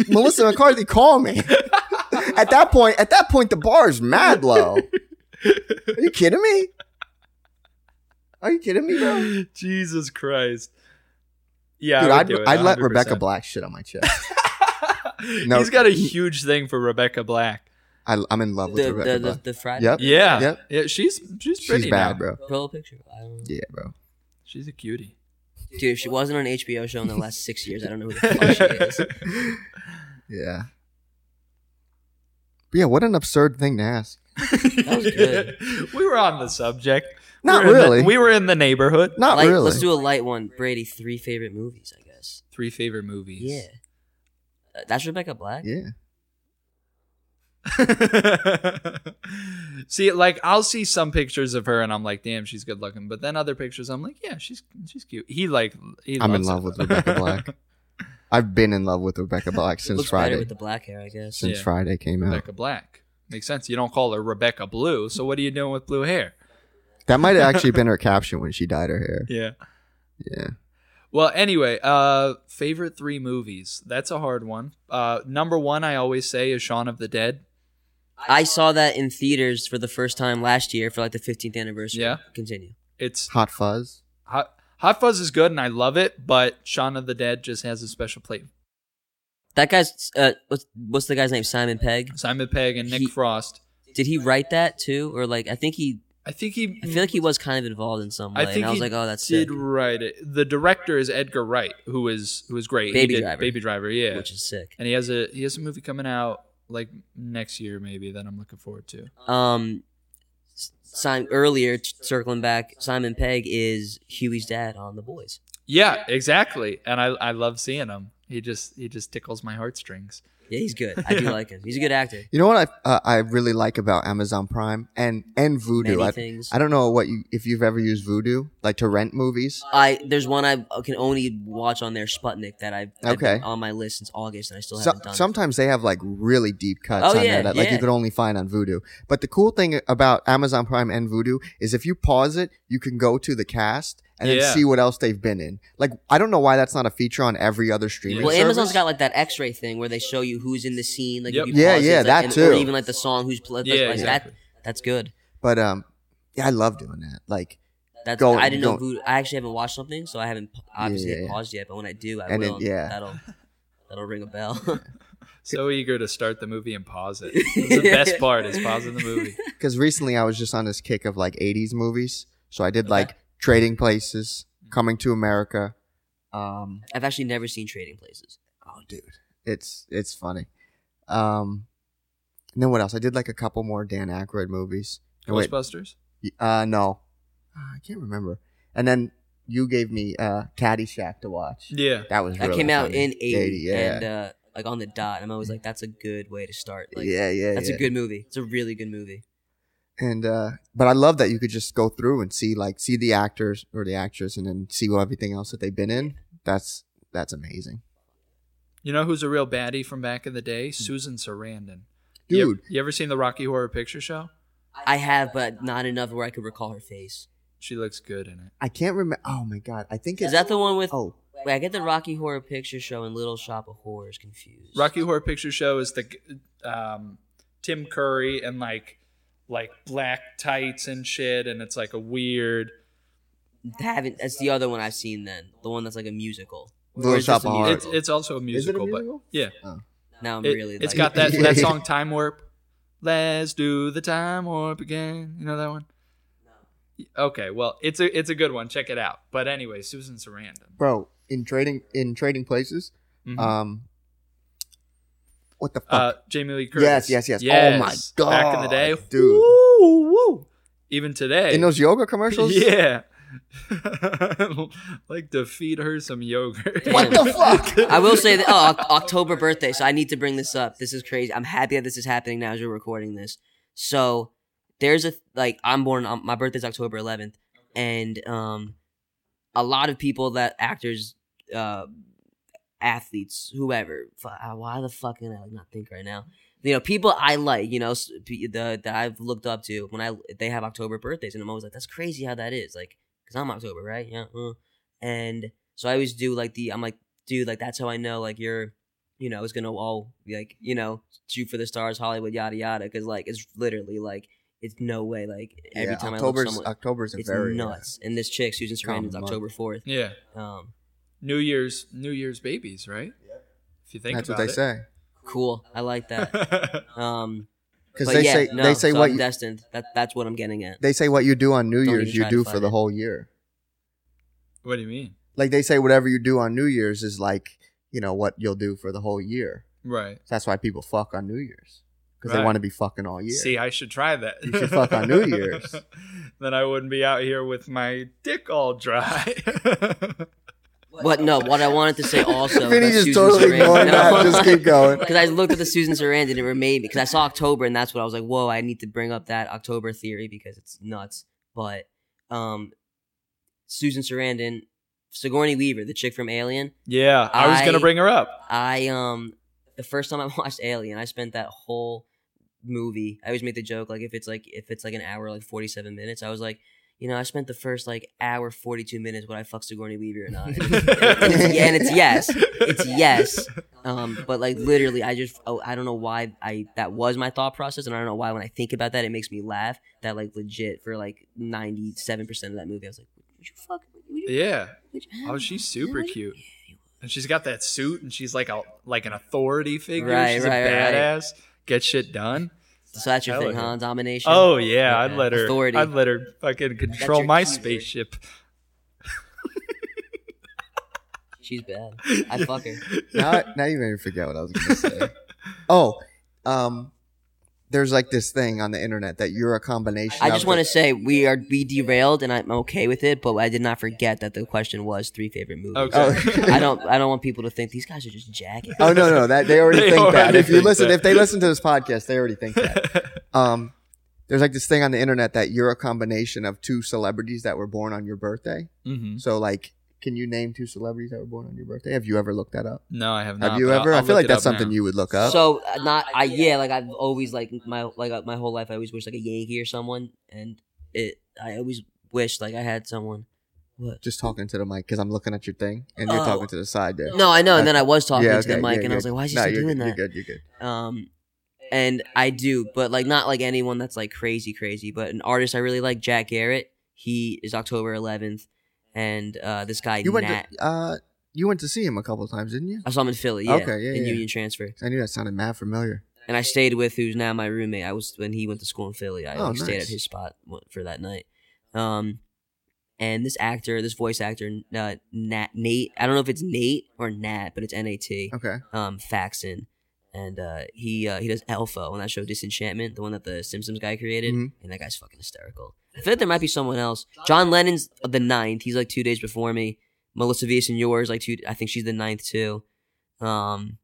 Melissa McCarthy, call
<laughs>
me. at that point, at that point, the bar is mad low. Are you kidding me? Are you kidding me, bro?
<laughs> Jesus Christ. Yeah,
Dude,
I would
I'd,
do it,
I'd let
100%.
Rebecca Black shit on my chest. No.
He's got a huge thing for Rebecca Black.
I, I'm in love with
The,
Rebecca
the,
Black.
the, the Friday.
Yep.
Yeah,
Yep.
yeah. She's she's pretty
She's bad, bro.
now.
Roll a picture. I don't know.
Yeah, bro.
She's a cutie.
Dude, if she wasn't on an HBO show in the last six years, I don't know who the fuck
<laughs>
she is.
Yeah. But yeah, what an absurd thing to ask.
That was
<laughs>
good.
we were on the subject.
Not
We were in the-
really.
we were in the neighborhood.
Not
Light-
really.
Let's do a light one. Brady, three favorite movies, I guess.
Three favorite movies.
Yeah. Uh, that's Rebecca Black?
yeah.
<laughs> see, like I'll see some pictures of her and I'm like, damn, she's good looking. But then other pictures, I'm like, yeah, she's she's cute. He like, he
I'm in
loves
love
her.
with
<laughs>
Rebecca Black. I've been in love with Rebecca
<laughs>
Black
It
since
looks
Friday.
better with the black hair, I guess.
since
Yeah.
Friday came out.
Rebecca Black makes sense. You don't call her Rebecca Blue. So what are you doing with blue hair?
That might have actually been her caption when she dyed her hair.
<laughs> Yeah.
Yeah.
Well, anyway, uh favorite three movies. That's a hard one. Uh number one I always say is Shaun of the Dead.
I saw that in theaters for the first time last year for like the 15th anniversary.
Yeah.
Continue.
It's
Hot Fuzz.
Hot, Hot Fuzz is good and I love it, but Shaun of the Dead just has a special plate.
That guy's, uh, what's, what's the guy's name? Simon Pegg?
Simon Pegg and Nick
He-
Frost.
Did he write that too? Or like, I think he,
I think he
I feel like he was kind of involved in some way.
I think
and I was
he
like, oh, that's
did
sick.
write it. The director is Edgar Wright, who is who is great.
Baby
he did
Driver.
Baby Driver, yeah.
Which is sick.
and he has a he has a movie coming out like next year maybe that I'm looking forward to.
Um, Simon, earlier, t- circling back, Simon Pegg is Huey's dad on The Boys.
Yeah, exactly. And I I love seeing him. He just he just tickles my heartstrings.
Yeah, he's good. I
<laughs>
do like him. He's a good actor.
You know what I uh, I really like about Amazon Prime and and Voodoo.
Many
I,
things.
I don't know what you if you've ever used Voodoo like to rent movies.
I there's one I can only watch on their Sputnik that I've, I've
Okay.
been on my list since August and Oh, I still
So-
haven't done.
sometimes they have like really deep cuts
Oh,
on
yeah,
there that like
yeah.
you could only find on Voodoo. But the cool thing about Amazon Prime and Voodoo is if you pause it, you can go to the cast and
Yeah.
then see what else they've been in. Like I don't know why that's not a feature on every other streaming.
Well,
service.
Amazon's got like that X-ray thing where they show you who's in the scene, like
Yep.
if you
Yeah,
pause it,
yeah,
it's, like,
that
and- or
too.
even like the song who's pl- like,
Yeah,
like,
exactly.
that. That's good.
but um, yeah, I love doing that. Like
That's
Go-
I didn't know.
go-
Voodoo, I actually haven't watched something, so I haven't p- obviously
Yeah, yeah.
paused yet. But when I do, I
And it-
will.
yeah.
that'll
<laughs>
that'll ring a bell.
So eager to start the movie and pause
<laughs>
it. It's the best part is pausing the movie.
because recently I was just on this kick of like 80s movies. So I did
Okay.
like Trading Places, Coming to America. Um,
I've actually never seen Trading Places.
oh, dude, it's it's funny. Um, and then what else? I did like a couple more Dan Aykroyd movies. Oh, wait.
Ghostbusters.
Y- Uh, no, Ah, I can't remember. And then you gave me uh, Caddyshack to watch.
Yeah.
That was
That
really
came out
funny.
in eighty,
yeah,
and uh, like on the dot. I'm always like, that's a good way to start. Like,
yeah, yeah,
that's
yeah.
a good movie. It's a really good movie.
and uh but i love that you could just go through and see like see the actors or the actress and then see what everything else that they've been in that's that's amazing
You know who's a real baddie from back in the day? Susan Sarandon. You-
Hmm. dude
you ever seen the Rocky Horror Picture Show?
I have, but not enough where I could recall her face.
She looks good in it.
i can't remember oh my god i think it's
Is that the one with?
oh
Wait, I get the Rocky Horror Picture Show and Little Shop of Horrors confused.
Rocky Horror Picture Show is the um, Tim Curry and like like black tights and shit, and it's like a weird.
haven't. That's the other one I've seen. Then the one that's like a musical.
Little
Or is
Shop
this a
of
musical?
Horrors.
It's it's also a
Is it a
musical,
musical?
but yeah,
Now I'm
it,
really.
has
like,
got that
Yeah.
that song "Time Warp." Let's do the time warp again. You know that one? Okay, well, it's a it's a good one. Check it out. But anyway, Susan Sarandon.
bro in trading in trading places
Mhm.
um what the fuck
Uh, Jamie Lee Curtis.
yes yes yes oh my
Yes.
god
Back in the day,
dude
Woo, woo. Even today,
in those yoga commercials
<laughs> Yeah. like to feed her some
<laughs>
yogurt.
what
<laughs>
the fuck
<laughs> I will say that. Oh, Oc- October birthday. So I need to bring this up. This is crazy. I'm happy that this is happening now as we're recording this. So there's a like I'm born. On, my birthday's October 11th, and um, a lot of people that actors, uh, athletes, whoever. fu- uh, Why the fuck can I like, not think right now? You know, people I like, you know, s- p- the that I've looked up to when I they have October birthdays, and I'm always like, that's crazy how that is, like, because I'm October, right? Yeah. uh. And so I always do like the I'm like, dude, like that's how I know like you're, you know, it's gonna all be like you know shoot for the stars, Hollywood, yada yada, because like it's literally like it's no way like every
Yeah,
time
October's
I look someone,
October's a
it's
very uh,
nuts. And this chick Susan
common
Sarandon's
month.
October fourth.
Yeah.
Um,
New Year's New Year's babies, right? Yeah. If you think
that's what
about
they
it.
say
cool, I like
<laughs>
that. um,
because
but
they
yeah,
say
no,
they say
so
what
I'm
you,
destined. That that's what I'm getting at.
they say what you do on New
Don't
Year's
even
you
try to
do for
fight
the
it.
whole year.
<laughs> what do you mean?
Like they say whatever you do on New Year's is like you know what you'll do for the whole year.
Right.
That's why people fuck on New Year's because they
Right.
want to be fucking all year.
See, I should try that.
You should fuck
<laughs>
on New Year's.
then I wouldn't be out here with my dick all dry. <laughs>
But no, what I wanted to say
<laughs>
also.
<laughs> Vinny
that
just
Susan
totally
Sarandon-
ignored
No.
that. Just
<laughs>
keep
<laughs>
going.
because I looked at the Susan Sarandon and it remade me because I saw October and that's what I was like, whoa, I need to bring up that October theory because it's nuts. But um, Susan Sarandon, Sigourney Weaver, the chick from Alien,
yeah, I was gonna
I-
bring her up.
I um the first time I <laughs> watched Alien, I spent that whole movie. I always make the joke like if it's like if it's like an hour like 47 minutes, I was like, you know, I spent the first like hour 42 minutes would I fuck Sigourney Weaver or
<laughs>
not? and it's, <laughs> yeah, and it's yes. <laughs> It's yes. Um, but like literally, I just oh, I don't know why I that was my thought process, and I don't know why when I think about that, it makes me laugh. That like legit for like ninety seven percent of that movie, I was like, would you fuck? Would you,
Yeah.
would you-
Oh, she's super
would you-
cute. And she's got that suit, and she's like a like an authority figure.
Right,
she's
right,
a
right, right.
badass. Get shit done.
So that's your
Hell
thing,
yeah.
huh? Domination.
Oh yeah, I'd
Okay.
let her.
Authority.
I'd let her fucking control
your
my
key word.
spaceship.
she's bad. I <laughs> fuck her.
now, now you made me forget what I was going to say. Oh, um, there's like this thing on the internet that you're a combination.
I
of
just
the- <laughs>
want to say we are we derailed, and I'm okay with it. But I did not forget that the question was three favorite movies.
<laughs> Okay.
Oh,
<laughs> I don't. I don't want people to think these guys are just jacking.
oh no, no, that they already
They
think that.
already
If you
think
listen,
that.
if they listen to this podcast, they already think
<laughs>
that. Um, there's like this thing on the internet that you're a combination of two celebrities that were born on your birthday.
Mhm.
So like, can you name two celebrities that were born on your birthday? Have you ever looked that up?
No, I have not.
Have you
but I'll-
ever?
I'll
I feel
look
like
it
that's
up
something
now.
you would look up.
So uh, not I yeah like I've always like my like uh, my whole life I always wish like a Yankee or someone and it I always wish like I had someone. What?
just talking to the mic because I'm looking at your thing and you're
Oh.
talking to the side there.
No, I know. And then I was talking
Uh, Yeah,
to the
okay,
mic
yeah,
and I was
good.
like, why is he
No,
still
you're
doing
good,
that?
You're good. You're good.
Um, and I do, but like not like anyone that's like crazy, crazy. But an artist I really like, Jack Garrett. He is October 11th, and uh, this guy
You went
Nat.
to uh, you went to see him a couple of times, didn't you?
I saw him in Philly, yeah,
Okay, yeah,
in
yeah.
Union Transfer,
I knew that sounded mad familiar.
and I stayed with who's now my roommate. I was when he went to school in Philly. I
Oh,
like, stayed at
nice.
his spot wa- for that night. Um, and this actor, this voice actor, uh, Nat Nate. I don't know if it's Nate or Nat, but it's N A T.
Okay.
um, Faxon, and uh, he uh, he does Alpha on that show Disenchantment, the one that the Simpsons guy created,
Mhm.
and that guy's fucking hysterical. I feel like there might be someone else. John Lennon's the ninth. He's like two days before me. Melissa Villaseñor is like two. I think she's the ninth too. Um,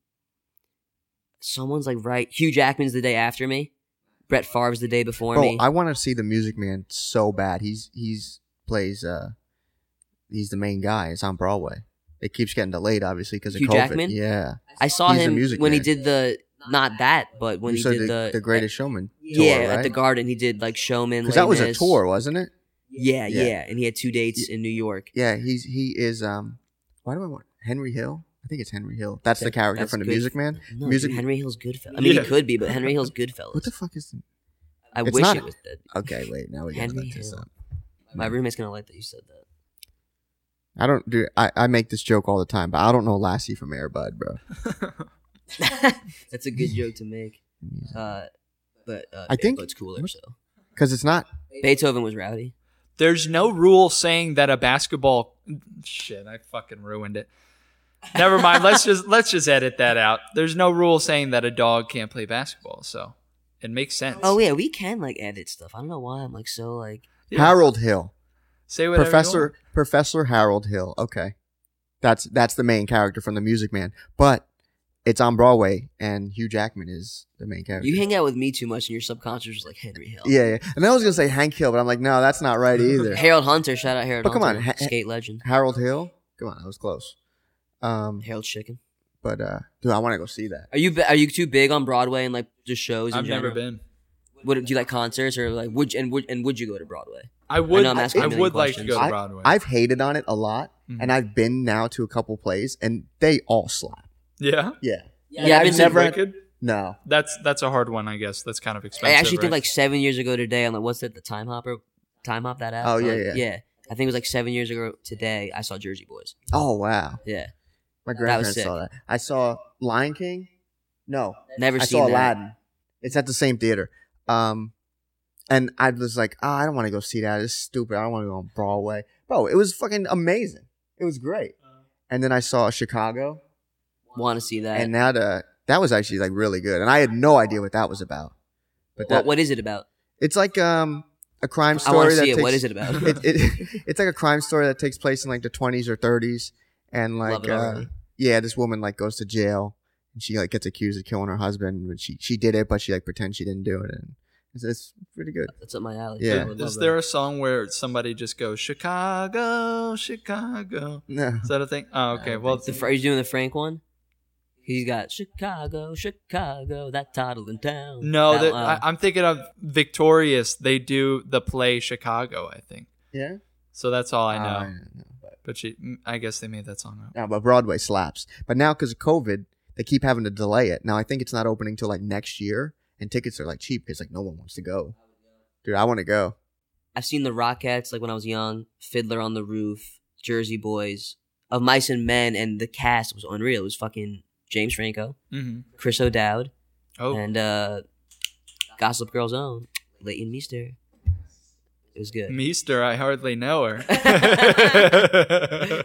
someone's like right. Hugh Jackman's the day after me. Brett Favre's the day before
Bro,
me.
Oh, I want to see the Music Man so bad. He's he's plays uh, he's the main guy. It's on Broadway. It keeps getting delayed, obviously, because of
Hugh
COVID.
Jackman?
Yeah.
I saw
he's the
him
music
when
man.
he did the not that, but when
You
he
said
did
the,
the
the Greatest Showman.
yeah
tour, right?
at the Garden. He did like Showman.
Because that
Les
was a
Mis.
tour, wasn't it?
Yeah,
Yeah.
yeah, And he had two dates in New York.
Yeah. He's he is um. Why do I want Henry Hill? I think it's Henry Hill. That's the
That-
character
that's
from the
good.
Music Man.
No,
Music-
dude, Henry Hill's Goodfellas. I mean,
Yeah.
he could be, but
<laughs>
Henry Hill's Goodfellas.
What the fuck is?
I
It's
wish
not-
it was
<laughs>
that.
Okay, wait. Now we gotta
Henry
look this
Hill.
up.
My roommate's gonna like that you said that.
I don't do. I, I make this joke all the time, but I don't know Lassie from Airbud, bro. <laughs>
That's a good joke to make. Uh, but uh,
I think-
it's cooler. So
Because it's not.
Beethoven was rowdy.
There's no rule saying that a basketball shit, I fucking ruined it. Never mind.
<laughs>
let's just let's just edit that out. There's no rule saying that a dog can't play basketball, so it makes sense.
Oh yeah, we can like edit stuff. I don't know why I'm like so like.
Yeah.
Harold Hill,
Say whatever you
Professor Professor Harold Hill. Okay, that's that's the main character from The Music Man, but it's on Broadway, and Hugh Jackman is the main character.
You hang out with me too much, and your subconscious is like Henry Hill.
yeah, yeah. And I was gonna say Hank Hill, but I'm like, no, that's not right either.
Harold Hunter, shout out Harold.
But come
Hunter,
on, ha-
skate legend.
Harold Hill. Come on, I was close. Um,
Harold Chicken.
but uh, dude, I want to go see that.
Are you bi- are you too big on Broadway and like just shows?
want.
in
I've never
general?
been.
What do you like concerts or like would you, and would and would you go to Broadway?
I would.
know I'm
I,
asking a million
would like to go
questions.
to
I-
Broadway.
I've hated on it a lot,
Mm-hmm.
Mhm.
and I've been now to a couple plays, and they all slap.
yeah.
Yeah.
Yeah,
Like,
I've
I've
been to
never.
Wicked?
no.
That's that's a hard one, I guess. That's kind of
I
expensive.
actually think
right?
like seven years ago today on like what's that the Time Hopper, Time Hop that app?
Oh,
Like,
yeah, yeah.
yeah. I think it was like seven years ago today. I saw Jersey Boys.
Oh wow. My
Yeah, That was
grandparents
sick.
saw that. I saw Lion King. No,
never
I
seen
saw
that.
Aladdin. It's at the same theater. Um, and I was like, oh, I don't want to go see that. It's stupid. I don't want to go on Broadway. Bro, it was fucking amazing. It was great.
Uh-huh.
And then I saw Chicago,
Want to see that?
and that uh, that was actually like really good. And I had no idea what that was about. But that
what, what is it about?
it's like um a crime
I
story.
want to
that
see it.
Takes,
What is it
<laughs>
about?
it,
<laughs>
it, it's like a crime story that takes place in like the 20s or 30s and
Love
like
it
uh,
already.
yeah this woman like goes to jail and she like gets accused of killing her husband but she she did it but she like pretends she didn't do it and it's, it's pretty good <laughs>
That's up my alley.
Yeah.
I would
Is
love
there
that.
a song where somebody just goes Chicago, Chicago?
no
Is that a thing? Oh, okay.
Uh,
Well,
the, Fra- are you doing the Frank one? He's got Chicago, Chicago, that toddling town.
no,
That
that,
one.
I, I'm thinking of Victorious. They do the play Chicago, I think.
yeah
So that's all I know.
Uh, no, but,
But she, mm, I guess they made that song up.
no, but uh, broadway slaps but now because of covid they keep having to delay it now i think it's not opening till like next year and tickets are like cheap because like no one wants to go dude i want to go
I've seen the Rockettes like when I was young, Fiddler on the Roof, Jersey Boys, Of Mice and Men, and the cast was unreal. It was fucking James Franco,
hmm
Chris O'Dowd,
Oh,
and uh, Gossip Girl's own Leighton Meester. It was
<laughs>
good.
Meester, I hardly
<laughs>
know her.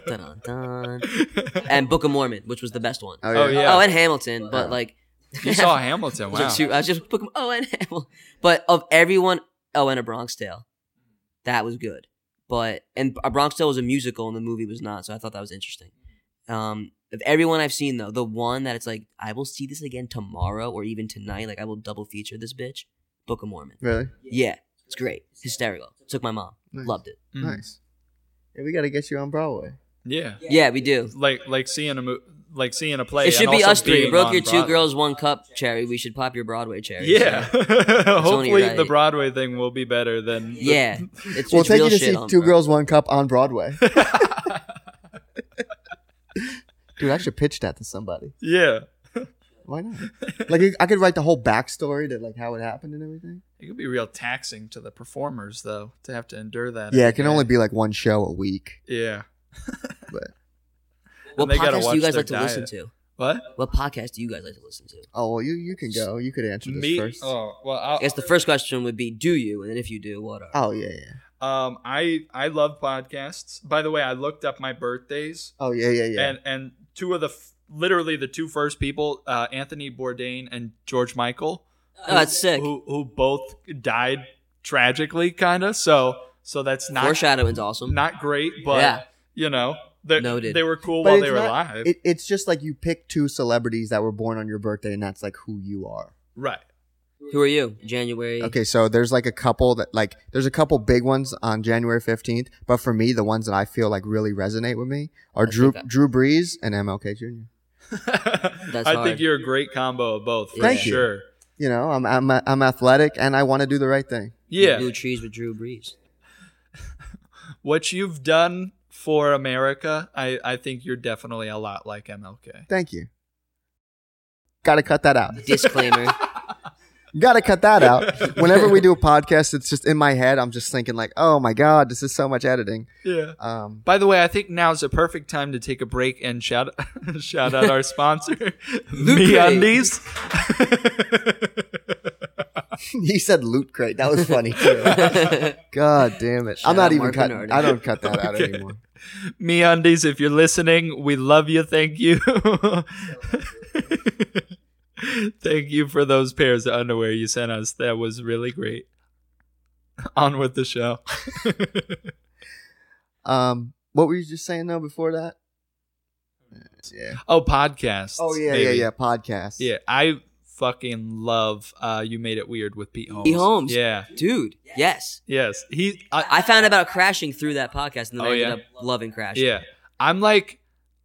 Dun, dun, dun. And Book of Mormon, which was the best one.
oh yeah,
Oh, yeah.
Oh, and Hamilton, but
Wow.
like
<laughs> you saw Hamilton. Wow.
I was just, I was just Book of- oh <laughs> and Hamilton, but of everyone, oh and A Bronx Tale, that was good. But and A Bronx Tale was a musical and the movie was not, so I thought that was interesting. Um, of everyone I've seen though, the one that it's like I will see this again tomorrow or even tonight, like I will double feature this bitch, Book of Mormon.
really
Yeah, it's great, hysterical. Took my mom,
Nice.
loved it.
Mm.
nice yeah, we got to get you on broadway
Yeah.
Yeah, we do.
Like like seeing a mo- like seeing a play.
It should
and
be
also
us three. You
being
broke
on
your two
Broadway.
girls, one cup, Cherry. We should pop your Broadway, Cherry.
Yeah.
So,
<laughs>
only
Hopefully
right.
the Broadway thing will be better than the-
yeah. It's,
We'll
it's
take
real
you to
shit
see
on
Two
Broadway.
Girls One Cup on Broadway. Dude, I should pitch that to somebody.
<laughs> yeah.
Why not? Like, I could write the whole backstory to like how it happened and everything.
It could be real taxing to the performers though to have to endure that.
Yeah,
every
it can
day.
only be like one show a week.
Yeah.
<laughs> But
What
And they gotta
podcast do
watch
you guys
their
like to listen
diet. Uh,
to?
What?
What podcast do you guys like to listen to?
oh, well, you you can go. You could answer this
Me?
first. Oh.
Oh well.
I
I'll,
guess the first question would be, do you? And then if you do, what are?
Oh, yeah yeah.
um, I I love podcasts. By the way, I looked up my birthdays
Oh yeah yeah yeah.
and and two of the f- literally the two first people, uh, Anthony Bourdain and George Michael.
Oh, that's sick.
who who both died tragically, kind of. So so that's not
Foreshadowing's awesome.
not great, but
Yeah.
you know they
Noted.
they were cool
But
while
it's
they were
not-
alive,
It, it's just like you pick two celebrities that were born on your birthday, and that's like who you are.
right? <laughs>
who are you? January.
Okay, so there's like a couple that like there's a couple big ones on January 15th, but for me, the ones that I feel like really resonate with me are
I
Drew
think I-
Drew Brees and MLK Jr.
I think
hard.
you're a great combo of both for
Thank you.
sure.
You know, I'm I'm I'm athletic and I want to do the right thing.
Yeah,
Blue trees with Drew Brees.
what you've done for America, I I think you're definitely a lot like MLK.
Thank you. Got to cut that out.
Disclaimer. <laughs>
Got to cut that out. Whenever we do a podcast, it's just in my head. I'm just thinking like, oh my god, this is so much editing.
Yeah.
Um, <laughs>
By the way, I think now's the perfect time to take a break and shout <laughs> shout out our
<laughs>
sponsor, Me
Crate.
Undies.
he said loot crate. That was funny too. God damn it! I'm
Shout out
not even
Mark
cutting.
Bernardi.
I don't cut that <laughs> out anymore.
Me Undies, if you're listening, we love you. Thank you. <laughs> Thank you for those pairs of underwear you sent us. That was really great. On with the show. <laughs>
Um, what were you just saying though before that? Yeah.
oh, podcasts.
Oh yeah,
maybe.
yeah, yeah. Podcast.
Yeah, I fucking love uh You Made It Weird with Pete Holmes.
Pete Holmes.
Yeah.
Dude, yes.
Yes. He I,
I found out about crashing through that podcast and then
Oh,
I ended
yeah?
up loving crashing.
Yeah. I'm like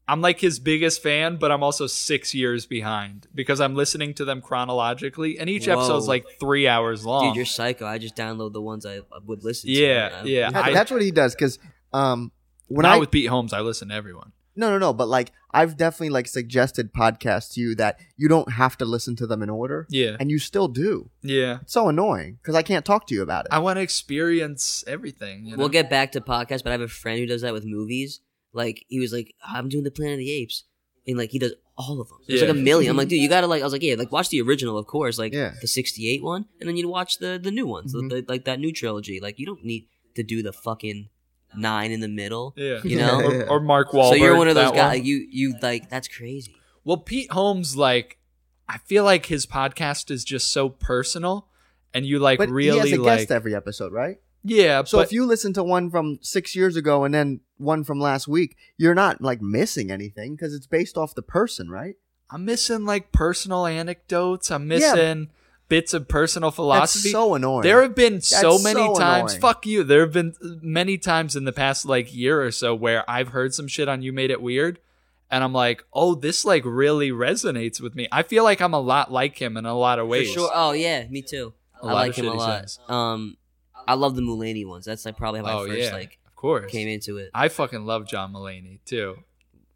I'm like his biggest fan, but I'm also six years behind because I'm listening to them chronologically, and each
Whoa.
episode's like three hours long.
Dude, you're psycho. I just download the ones I I would listen to.
Yeah,
I-
yeah.
That-
I-
that's what he does because um, when
Not
I
with Pete Holmes, I listen to everyone.
no no no, but like I've definitely like suggested podcasts to you that you don't have to listen to them in order,
Yeah,
and you still do.
yeah.
It's so annoying because I can't talk to you about it.
I want to experience everything. you know?
We'll get back to podcasts, but I have a friend who does that with movies. Like he was like, I'm doing the Planet of the Apes, and like he does all of them. There's like a
Yeah.
million. I'm like, dude, you gotta like. I was like, yeah, like watch the original, of course, like
Yeah.
the '68 one, and then you watch the the new ones, the-
Mhm.
the- like that new trilogy. Like you don't need to do the fucking nine in the middle.
yeah,
you know?
or, or Mark Wahlberg.
so you're one of those
that one.
guys. You you like that's crazy.
Well, Pete Holmes, like, I feel like his podcast is just so personal, and you like
but
really
he has a
like,
guest every episode, right?
yeah.
So
Uh, but
if you listen to one from six years ago and then one from last week, you're not like missing anything because it's based off the person, right?
I'm missing like personal anecdotes. I'm
Yeah, but-
missing bits of personal
That's
philosophy.
so annoying.
There have been so
That's
many
so
times.
annoying.
Fuck you. There have been many times in the past like year or so where I've heard some shit on You Made It Weird, and I'm like, oh, this like really resonates with me. I feel like I'm a lot like him in a lot of
For
ways.
sure. Oh yeah, me too.
A
I
lot
like
of
him
shit
a
he
lot.
says.
Um, I love the Mulaney ones. That's like probably how
Oh,
I first
yeah,
like
of course.
came into it.
I fucking love John Mulaney too,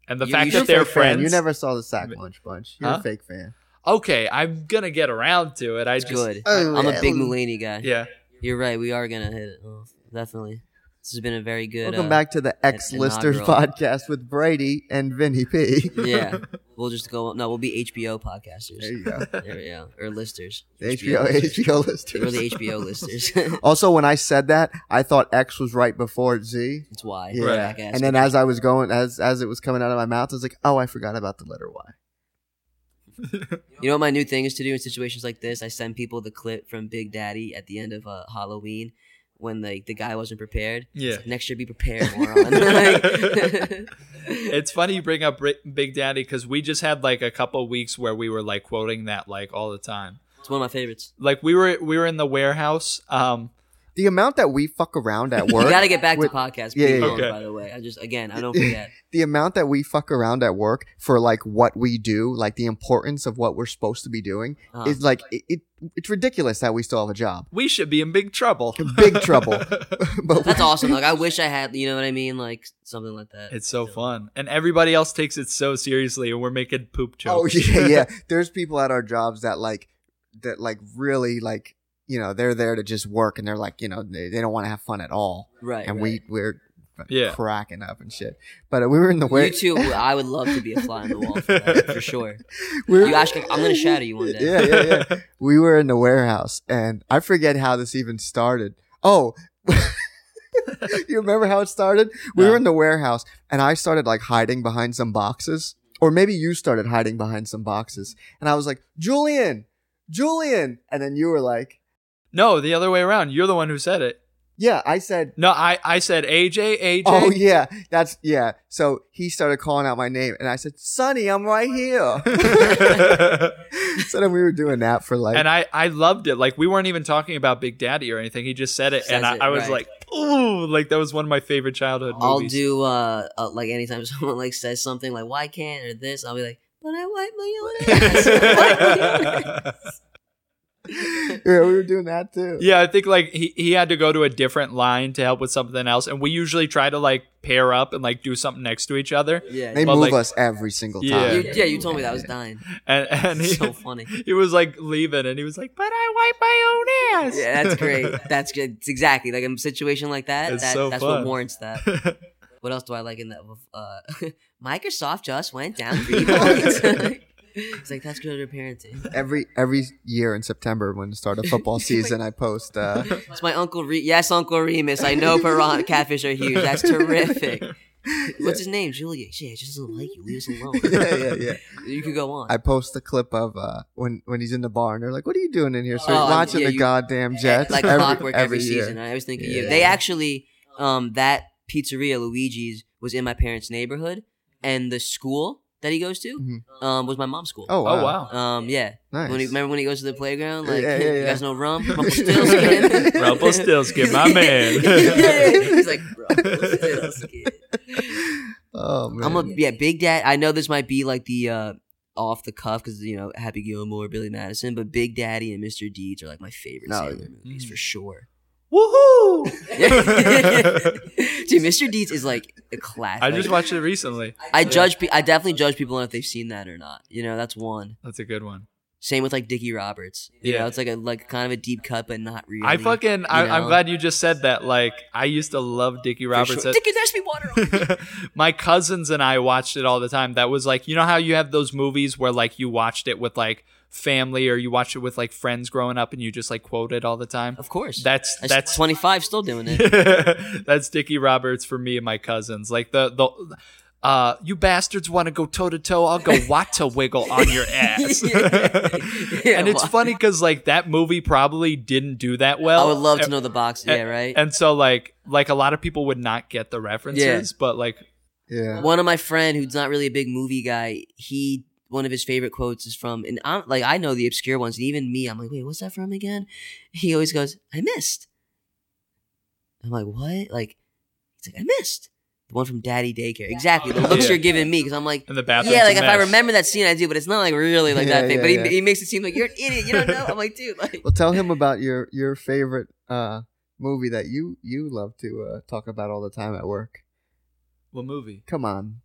and the
You-
fact
you
You're a
that they're
fake fan.
friends.
You never saw the Sack Lunch Bunch. You're
Huh?
a fake fan.
Okay, I'm gonna get around to it. I
It's
just
good.
Oh,
I'm a
yeah.
big Mulaney guy.
yeah.
You're right. We are gonna hit it. Oh, definitely. This has been a very good.
Welcome
uh,
back to the X Listers
inaugural.
podcast with Brady and Vinny P.
yeah, we'll just go. No, we'll be HBO
<laughs>
podcasters.
There you go.
<laughs> There we go. Or listers.
HBO,
listers.
HBO
We're
Listers.
the HBO listers.
<laughs> Also, when I said that, I thought X was right before Z.
That's why.
Yeah.
Jackass.
And then as I was going, as as it was coming out of my mouth, I was like, oh, I forgot about the letter Y.
you know what my new thing is to do in situations like this? I send people the clip from Big Daddy at the end of uh, Halloween when like the guy wasn't prepared. It's
Yeah.
like, Next year, be prepared, moron.
<laughs>
<laughs> Like-
It's funny you bring up Ri- Big Daddy because we just had like a couple weeks where we were like quoting that like all the time.
it's one of my favorites.
Like we were we were in the warehouse. Um,
The amount that we fuck around
<laughs>
at work.
You gotta get back
with-
to podcast.
Yeah, yeah,
people,
yeah. Okay.
By the way, I just again
<laughs>
I don't forget.
the amount that we fuck around at work for like what we do, like the importance of what we're supposed to be doing,
Uh,
is like it, it. It's ridiculous that we still have a job.
we should be in big trouble.
Big
<laughs>
trouble. <laughs> but
That's awesome. Like I wish I had, you know what I mean, like something like that.
<laughs> It's so fun, and everybody else takes it so seriously, and we're making poop
oh
jokes.
yeah,
<laughs>
yeah. There's people at our jobs that like that like really like you know they're there to just work and they're like you know they, they don't want to have fun at all
right.
and
right.
we we're
Yeah.
cracking up and shit. But uh, we were in the way.
you too. I would love to be a fly on the wall for, that, for
<laughs>
sure.
<laughs> we were-
You actually, I'm gonna shadow you one day.
<laughs> Yeah, yeah, yeah. we were in the warehouse and I forget how this even started. Oh, <laughs> you remember how it started? We
No.
were in the warehouse and I started like hiding behind some boxes, or maybe you started hiding behind some boxes. And I was like, Julian, Julian. And then you were like,
<laughs> no, the other way around. You're the one who said it.
yeah, I said,
No, I I said AJ AJ.
oh, yeah, <laughs> that's, yeah. So he started calling out my name and I said, Sonny, I'm right
<laughs>
here. so then we were doing that for like,
<laughs> and I, I loved it. Like we weren't even talking about Big Daddy or anything. He just said it,
Says
and I,
it,
I was
right.
like, ooh, like that was one of my favorite childhood movies.
I'll do uh, uh like anytime <laughs> someone like says something like why can't or this, I'll be like, but I wipe my
<laughs>
own ass. I wipe my own ass."
<laughs> <laughs> yeah, we were doing that too.
yeah, I think like he, he had to go to a different line to help with something else, and we usually try to like pair up and like do something next to each other.
<laughs> Yeah,
They
But,
move
like-
us every single time.
Yeah.
You, yeah, you told me that I was dying.
And <laughs> and he,
so
<laughs>
funny.
he was like leaving, and he was like, "But I wipe my own ass."
Yeah, that's
<laughs>
great. That's good. It's exactly like in a situation like that.
It's
that
so
that's
fun.
what warrants that. What else do I like in that? Uh, <laughs> Microsoft just went down
<laughs>
three points. <laughs> it's like that's good parenting.
Every every year in September when the start of
<laughs>
football season, I post. Uh,
It's my uncle. Re- yes, Uncle Remus. I know piranha catfish are huge.
<laughs>
That's terrific. What's his name? Julia. Shit, he just doesn't like you. Leave us alone.
<laughs> yeah, yeah, yeah.
You could go on.
I post the clip of uh, when when he's in the bar and they're like, "What are you doing in here?" So he's
Oh,
watching
yeah,
the
you-
goddamn Jets
like
every,
clockwork every,
year.
season. I always think of
Yeah.
you. They actually, um, that pizzeria Luigi's was in my parents' neighborhood, and the school that he goes to, um, was my mom's school.
Mm-hmm. Oh wow,
Oh wow.
Um, yeah.
nice.
When he, remember when he goes to the playground? Like,
Yeah, yeah,
you
yeah.
guys know Rum? Rumpelstiltskin. <laughs>
Rumpelstiltskin, my man. <laughs>
He's like, Rumpelstiltskin.
<laughs> Oh man.
I'm a yeah, Big Daddy. I know this might be like the uh, off the cuff because you know Happy Gilmore, Billy Madison, but Big Daddy and Mr. Deeds are like my favorite
No,
Sandler movies
Mm.
for
<laughs>
sure. <laughs>
Woohoo!
Dude, Mr. Deeds is like a classic.
I just watched it recently.
I judge. Pe- I definitely judge people on if they've seen that or not. You know, that's one.
That's a good one.
Same with like Dickie Roberts. You
Yeah.
know, it's like a like kind of a deep cut, but not really.
I fucking. I,
you
I'm
know?
glad you just said that. Like, I used to love Dickie
For
Roberts.
sure. Dickie, dash me water.
<laughs> my cousins and I watched it all the time. That was like, you know how you have those movies where like you watched it with like family or you watched it with like friends growing up and you just like quote it all the time.
Of course.
That's
That's,
that's
25 still doing it.
that's Dickie Roberts for me and my cousins. Like the the uh, you bastards want to go toe to toe? I'll go wata wiggle on
<laughs>
your ass.
Yeah,
<laughs> and it's
well,
funny because like that movie probably didn't do that <laughs> well.
I would love to
And-
know the box.
and-
Yeah, right.
And so like like a lot of people would not get the references, but like
yeah.
one of my friend who's not really a big movie guy, he one of his favorite quotes is from and I'm like I know the obscure ones, and even me, I'm like, wait, what's that from again? <laughs> He always goes, I missed. I'm like, what? Like he's like, I missed. The one from Daddy Daycare. Exactly. The looks
Yeah.
you're giving me, because I'm like,
in the bathroom.
yeah, like if I remember that scene, I do, but it's not like really like that
Yeah,
thing.
yeah,
but he,
yeah.
he makes it seem like you're an idiot. You don't know. I'm like, dude, like
Well, tell him about your your favorite uh movie that you you love to uh, talk about all the time at work.
what movie.
Come on.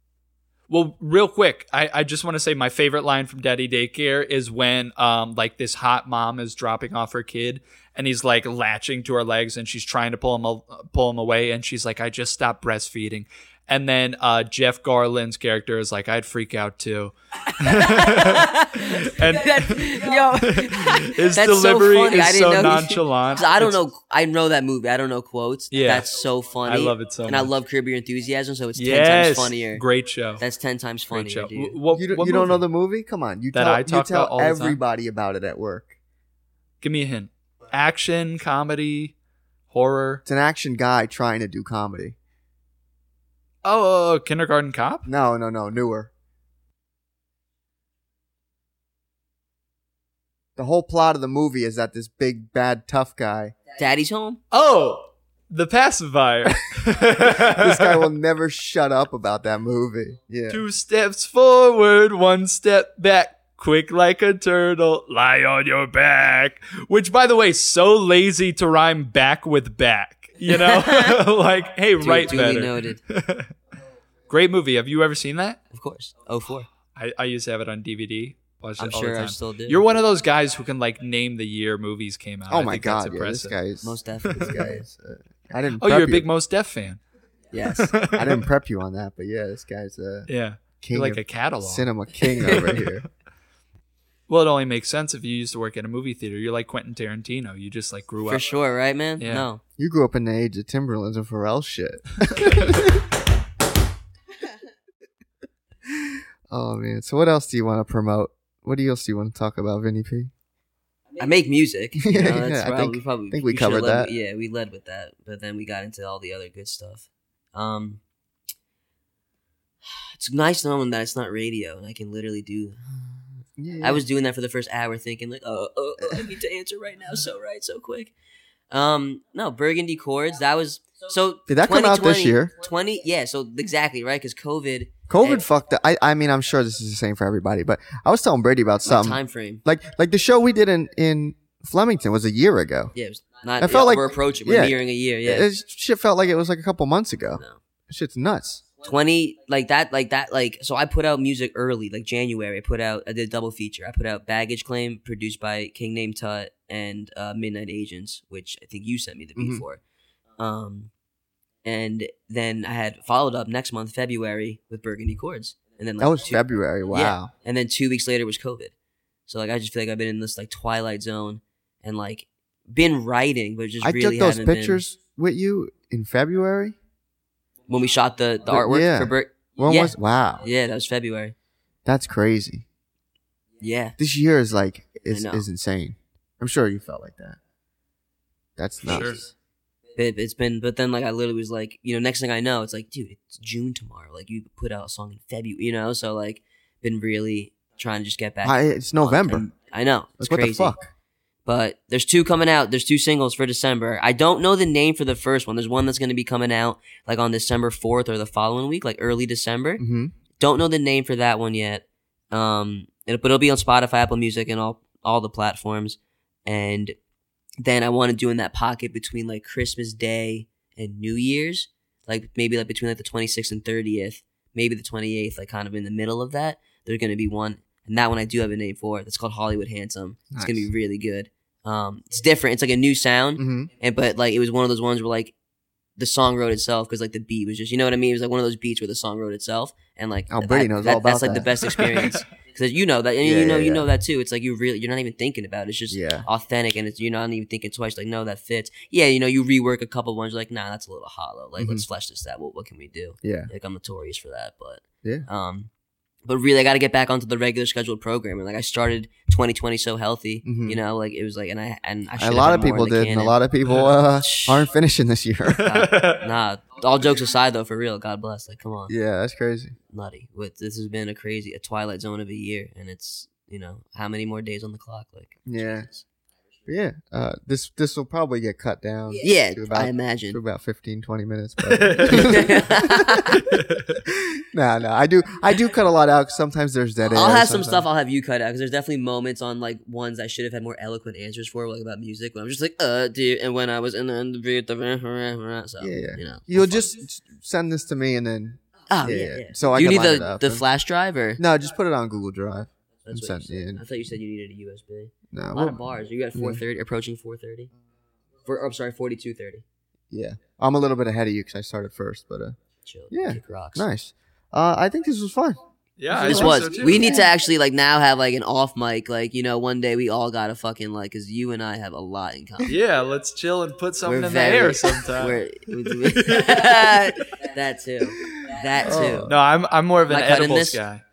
Well, real quick, I, I just want to say my favorite line from Daddy Daycare is when um like this hot mom is dropping off her kid and he's like latching to her legs and she's trying to pull him a- pull him away and she's like I just stopped breastfeeding. And then uh, Jeff Garland's character is like, I'd freak
<laughs>
out too. and
that, yo,
<laughs> his
that's so
delivery
funny. I
is
didn't
so
know-
nonchalant.
'Cause I don't
It's-
know. I know that movie. I don't know quotes.
Yeah.
that's so funny.
I love it so
and I
much.
love Curb Your Enthusiasm, so it's ten
Yes,
times funnier.
Great show.
That's ten times
Great
funnier,
show.
dude.
W- what-
You, don't-
what
you don't know
movie?
the movie? Come on. You
That
tell
I
you
talk
tell
about all the time?
everybody about it at work.
Give me a hint. Action, comedy, horror.
It's an action guy trying to do comedy.
Oh, Kindergarten Cop.
No, no, no, newer. The whole plot of the movie is that this big bad tough guy.
Daddy's home.
Oh, The Pacifier.
<laughs> This guy
<laughs>
will never shut up about that movie. Yeah.
Two steps forward, one step back. Quick like a turtle, lie on your back. Which, by the way, so lazy to rhyme back with back.
<laughs>
You know, <laughs> like hey,
Du-
right
duly
better.
noted.
<laughs> Great movie. Have you ever seen that?
Of course. Oh four.
I, I used to have it on DVD. Watched
I'm
it all
sure
the
I
time.
still do.
You're one of those guys who can like name the year movies came out.
oh
I
my
think that's
god, yeah, this
impressive.
guy is
<laughs>
most
this
definitely.
guy is uh, I didn't
Oh, you're a
prep you.
big Most Def fan.
yes.
I didn't prep you on that, but yeah, this guy's a
Yeah,
king
you're like a
of
catalog.
cinema king
<laughs>
over here.
well, it only makes sense if you used to work at a movie theater. You're like Quentin Tarantino. You just like grew
For
up.
sure, right, man?
Yeah.
No.
You grew up in the age of Timberlands and Pharrell shit.
<laughs>
oh man, so what else do you want to promote? What else do you want to talk about, Vinny P?
I make
<laughs>
music. You know,
Yeah,
that's
I
prob-
think-
we probably,
think we
should
covered
have led
that.
with- yeah, we led with that, but then we got into all the other good stuff. Um, <sighs> it's nice knowing that it's not radio and I can literally do.
Yeah,
I was doing that for the first hour, thinking like, oh, oh, oh, I need to answer right now, so right, so quick. Um, no, Burgundy Chords. That was so.
Did that come out this
2020
year?
Twenty, yeah. So exactly right, because COVID
COVID
Hey.
fucked. The, I I mean, I'm sure this is the same for everybody, but I was telling Brady about
my
something.
time frame.
Like like the show we did in in Flemington was a year ago.
Yeah, it was not.
I felt
yeah,
like-
we're approaching. We're
yeah.
nearing a year. Yeah,
It, it- shit felt like it was like a couple months ago.
No.
Shit's nuts.
20 like that like that like so i put out music early like january i put out i did a double feature i put out baggage claim produced by king name tut and uh, midnight agents which i think you sent me the beat
Mhm.
for um and then i had followed up next month february with burgundy chords and then like
That was
two-
February. Wow.
Yeah. and then two weeks later was covid so like i just feel like i've been in this like twilight zone and like been writing but just
I
really
took those
haven't been-
pictures with you in February.
when we shot the, the
But
artwork
yeah.
for Bur-
When
yeah.
was wow?
yeah that was february
That's crazy.
yeah
This year is like is
know.
is insane. I'm sure you felt like that. That's nuts.
Sure.
It, it's been, but then like I literally was like, you know, next thing I know, it's like, dude, it's June tomorrow. Like you put out a song in February, you know. So like, been really trying to just get back.
I, it's November.
I know.
Like
It's
what
crazy.
the fuck?
But there's two coming out. There's two singles for December. I don't know the name for the first one. There's one that's going to be coming out like on December 4th or the following week, like early December.
Mm-hmm.
Don't know the name for that one yet. Um, it, but it'll be on Spotify, Apple Music, and all all the platforms. And then I want to do in that pocket between like Christmas Day and New Year's, like maybe like between like the 26th and 30th, maybe the 28th, like kind of in the middle of that. There's gonna be one, and that one I do have a name for. That's called Hollywood Handsome. It's gonna be
Nice.
really good. Um, it's different. It's like a new sound
Mm-hmm.
and but like it was one of those ones where like the song wrote itself because like the beat was just you know what I mean. It was like one of those beats where the song wrote itself and like
Oh, Brady
that-
knows
that-
all about
That's like the
that. <laughs>
best experience because you know that and
Yeah,
you know
yeah,
you
yeah.
know that too. It's like you really you're not even thinking about it. It's just
Yeah.
authentic and it's you're not even thinking twice. Like no, that fits. Yeah, you know you rework a couple ones. You're like nah, that's a little hollow. Like
Mhm.
let's flesh this out. What what can we do?
Yeah.
Like I'm notorious for that, but
Yeah.
Um, but really, I got to get back onto the regular scheduled programming. Like I started 2020 so healthy,
Mhm.
you know, like it was like, and I and I
A
should've
lot
had
of
more in
people
the
did, and a
cannon.
lot of people uh,
<laughs> Shh.
aren't finishing this
<laughs>
year.
<laughs>
<laughs>
Nah, all jokes aside, though, for real, God bless. Like, come on,
yeah, that's crazy.
nutty. But this has been a crazy, a twilight zone of a year, and it's you know how many more days on the clock? Like,
Yeah. But yeah, uh, this this will probably get cut down.
yeah,
to
I
Um, about, to
imagine.
about 15, 20 minutes.
<laughs>
But <laughs> no, no, I do I do cut a lot out. 'cause sometimes there's dead air.
I'll have some stuff
sometimes-
I'll have you cut out because there's definitely moments on like ones I should have had more eloquent answers for, like about music. When I'm just like, uh, dude, and when I was in the <laughs> in the so
Yeah, yeah.
you know,
You'll just send this to me, and then
oh
yeah,
yeah,
yeah.
yeah.
So I
you
can
need
line it
the
up
the
and-
flash drive or
no, just put it on Google Drive.
That's what
send
you said.
in.
I thought you said you needed a USB.
No,
A lot
well,
of bars. You got
yeah.
four thirty, approaching four thirty. For oh, I'm sorry, forty two thirty.
yeah, I'm a little bit ahead of you because I started first, but uh,
Chill.
Yeah.
Kick rocks.
nice. Uh, I think this was fun.
yeah, I
This
think
was.
so, too.
we need to actually like now have like an off mic. Like you know, one day we all gotta fucking like, cause you and I have a lot in common.
Yeah, let's chill and put something
We're
in
very-
the air sometime.
We're-
<laughs>
that too. That too.
Oh.
no, I'm I'm more of an
Am I cutting
edibles
this?
guy.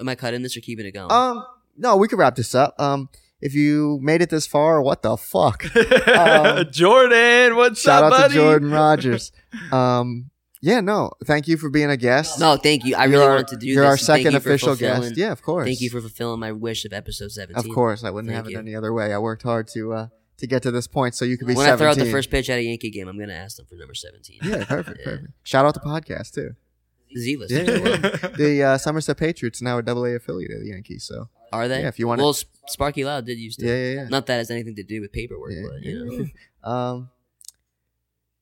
Am I cutting this or keeping it going?
Um, no, we could wrap this up. Um, if you made it this far, what the
<laughs>
fuck? Um,
Jordan, what's
Shout
up,
out
buddy?
to
<laughs>
Jordan Rogers. Um, yeah, no, thank you for being a guest.
no, thank you. I
You're
really
our-
wanted to do
You're
this.
our
and thank
second
you for
official
fulfilling-
guest. Yeah, of course.
Thank you for fulfilling my wish of episode
Of
seventeen.
course, I wouldn't
Thank
have
you.
it any other way. I worked hard to uh to get to this point, so you could be.
When I throw out the
17.
first pitch at a Yankee game, I'm gonna ask them for number seventeen.
<laughs> Yeah, perfect, perfect. Shout out the podcast too.
Z list.
Yeah, yeah, yeah. the uh, Somerset Patriots now a double A affiliate of the Yankees. So
Are they?
Yeah, if you wanna-
Well, Sp- Sparky Loud did used to.
yeah, yeah, yeah.
Not that has anything to do with paperwork,
Yeah.
but you know.
Um,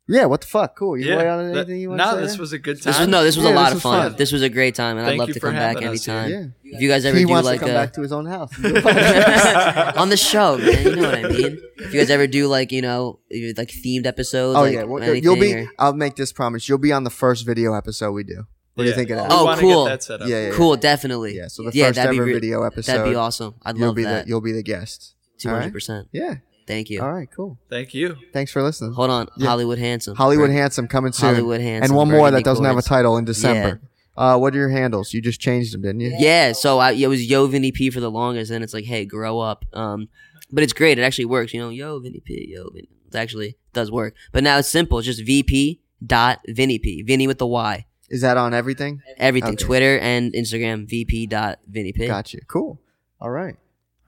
yeah, what the fuck? Cool. You
Yeah,
lay on
that-
anything you want to
no,
say?
this was a good
<laughs>
time.
This was, no, this was
<laughs>
Yeah,
a lot
this
of
was
fun.
fun.
This was a great time, and
Thank
I'd love
you
to
for
come back
having us here.
anytime.
yeah.
If you guys ever
He
do
wants
like uh,
to come
a
back to his own
<laughs>
house. <laughs>
on the show, man, you know what I mean. If you guys ever do like you know you- like themed episodes,
Oh
like,
yeah, well,
anything
you'll be.
or-
I'll make this promise. You'll be on the first video episode we do. What do you
Yeah.
think of that?
Oh,
We wanna
cool.
Get that set up.
yeah, yeah, yeah.
cool, definitely.
Yeah, so the
Yeah,
first
that'd be
ever
re-
video episode.
That'd be awesome. I'd
You'll
love
be
that.
the you'll be the guest.
Two hundred percent.
Yeah.
Thank you.
All right. Cool.
Thank you.
Thanks for listening.
Hold on,
Yeah.
Hollywood handsome.
Hollywood
Bur-
handsome coming soon.
Hollywood Handsome,
And one more
Burgundy
that doesn't have a
Chords.
title in December. Uh, what are your handles? You just changed them, didn't you?
Yeah, so I it was Yo Vinny P for the longest, and it's like, hey, grow up. Um, but it's great. It actually works. You know, Yo Vinny P, Yo Vinny. It actually does work. But now it's simple. It's just VP dot Vinny P, Vinny with the Y.
Is that on everything?
Everything,
Okay.
Twitter and Instagram, VP dot Vinny P.
Gotcha. Cool. All right.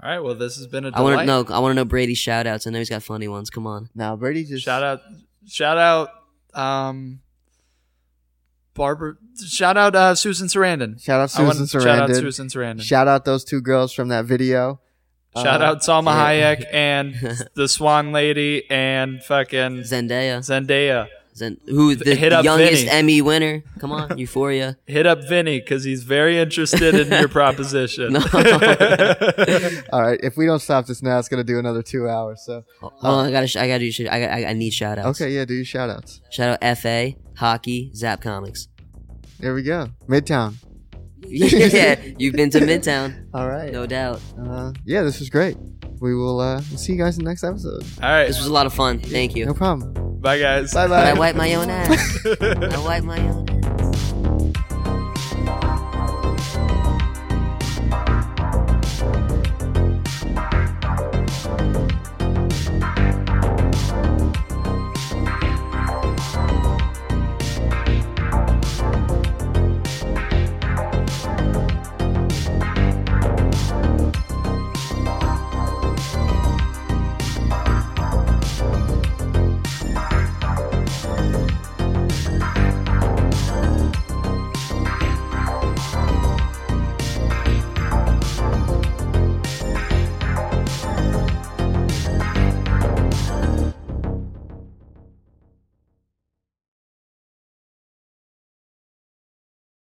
All right. Well, this has been a
I
delight.
want to know. I want to know Brady's shout outs. I know he's got funny ones. Come on.
Now Brady just
Shout out, shout out, um, Barbara. Shout out, uh, Susan Sarandon.
Shout out
I wanna-
Susan
Shout out
Sarandon.
Susan Sarandon. Shout,
Shout out those two girls from that video. Uh,
out Salma
yeah.
<laughs>
Hayek and the Swan Lady and fucking
Zendaya,
Zendaya.
Zen, who the
Hit up
youngest
Vinny.
Emmy winner? Come on,
<laughs>
Euphoria.
Hit up Vinny because he's very interested
<laughs>
in your proposition. <laughs>
No.
All right. If we don't stop this now, it's gonna do another two hours. So
Hold on, oh, I gotta. sh- I gotta do. sh- I, gotta- I, I need shout outs.
Oh. okay, yeah, do your shout outs.
Shout out FA Hockey Zap Comics.
There we go. Midtown.
yeah, you've been to Midtown,
All right.
no doubt.
Uh, yeah, this was great. We will uh, see you guys in the next episode.
All right.
This was a lot of fun. Thank
No
you.
problem.
Bye, guys.
Bye
But I
bye.
wipe my own ass. I wipe my own ass.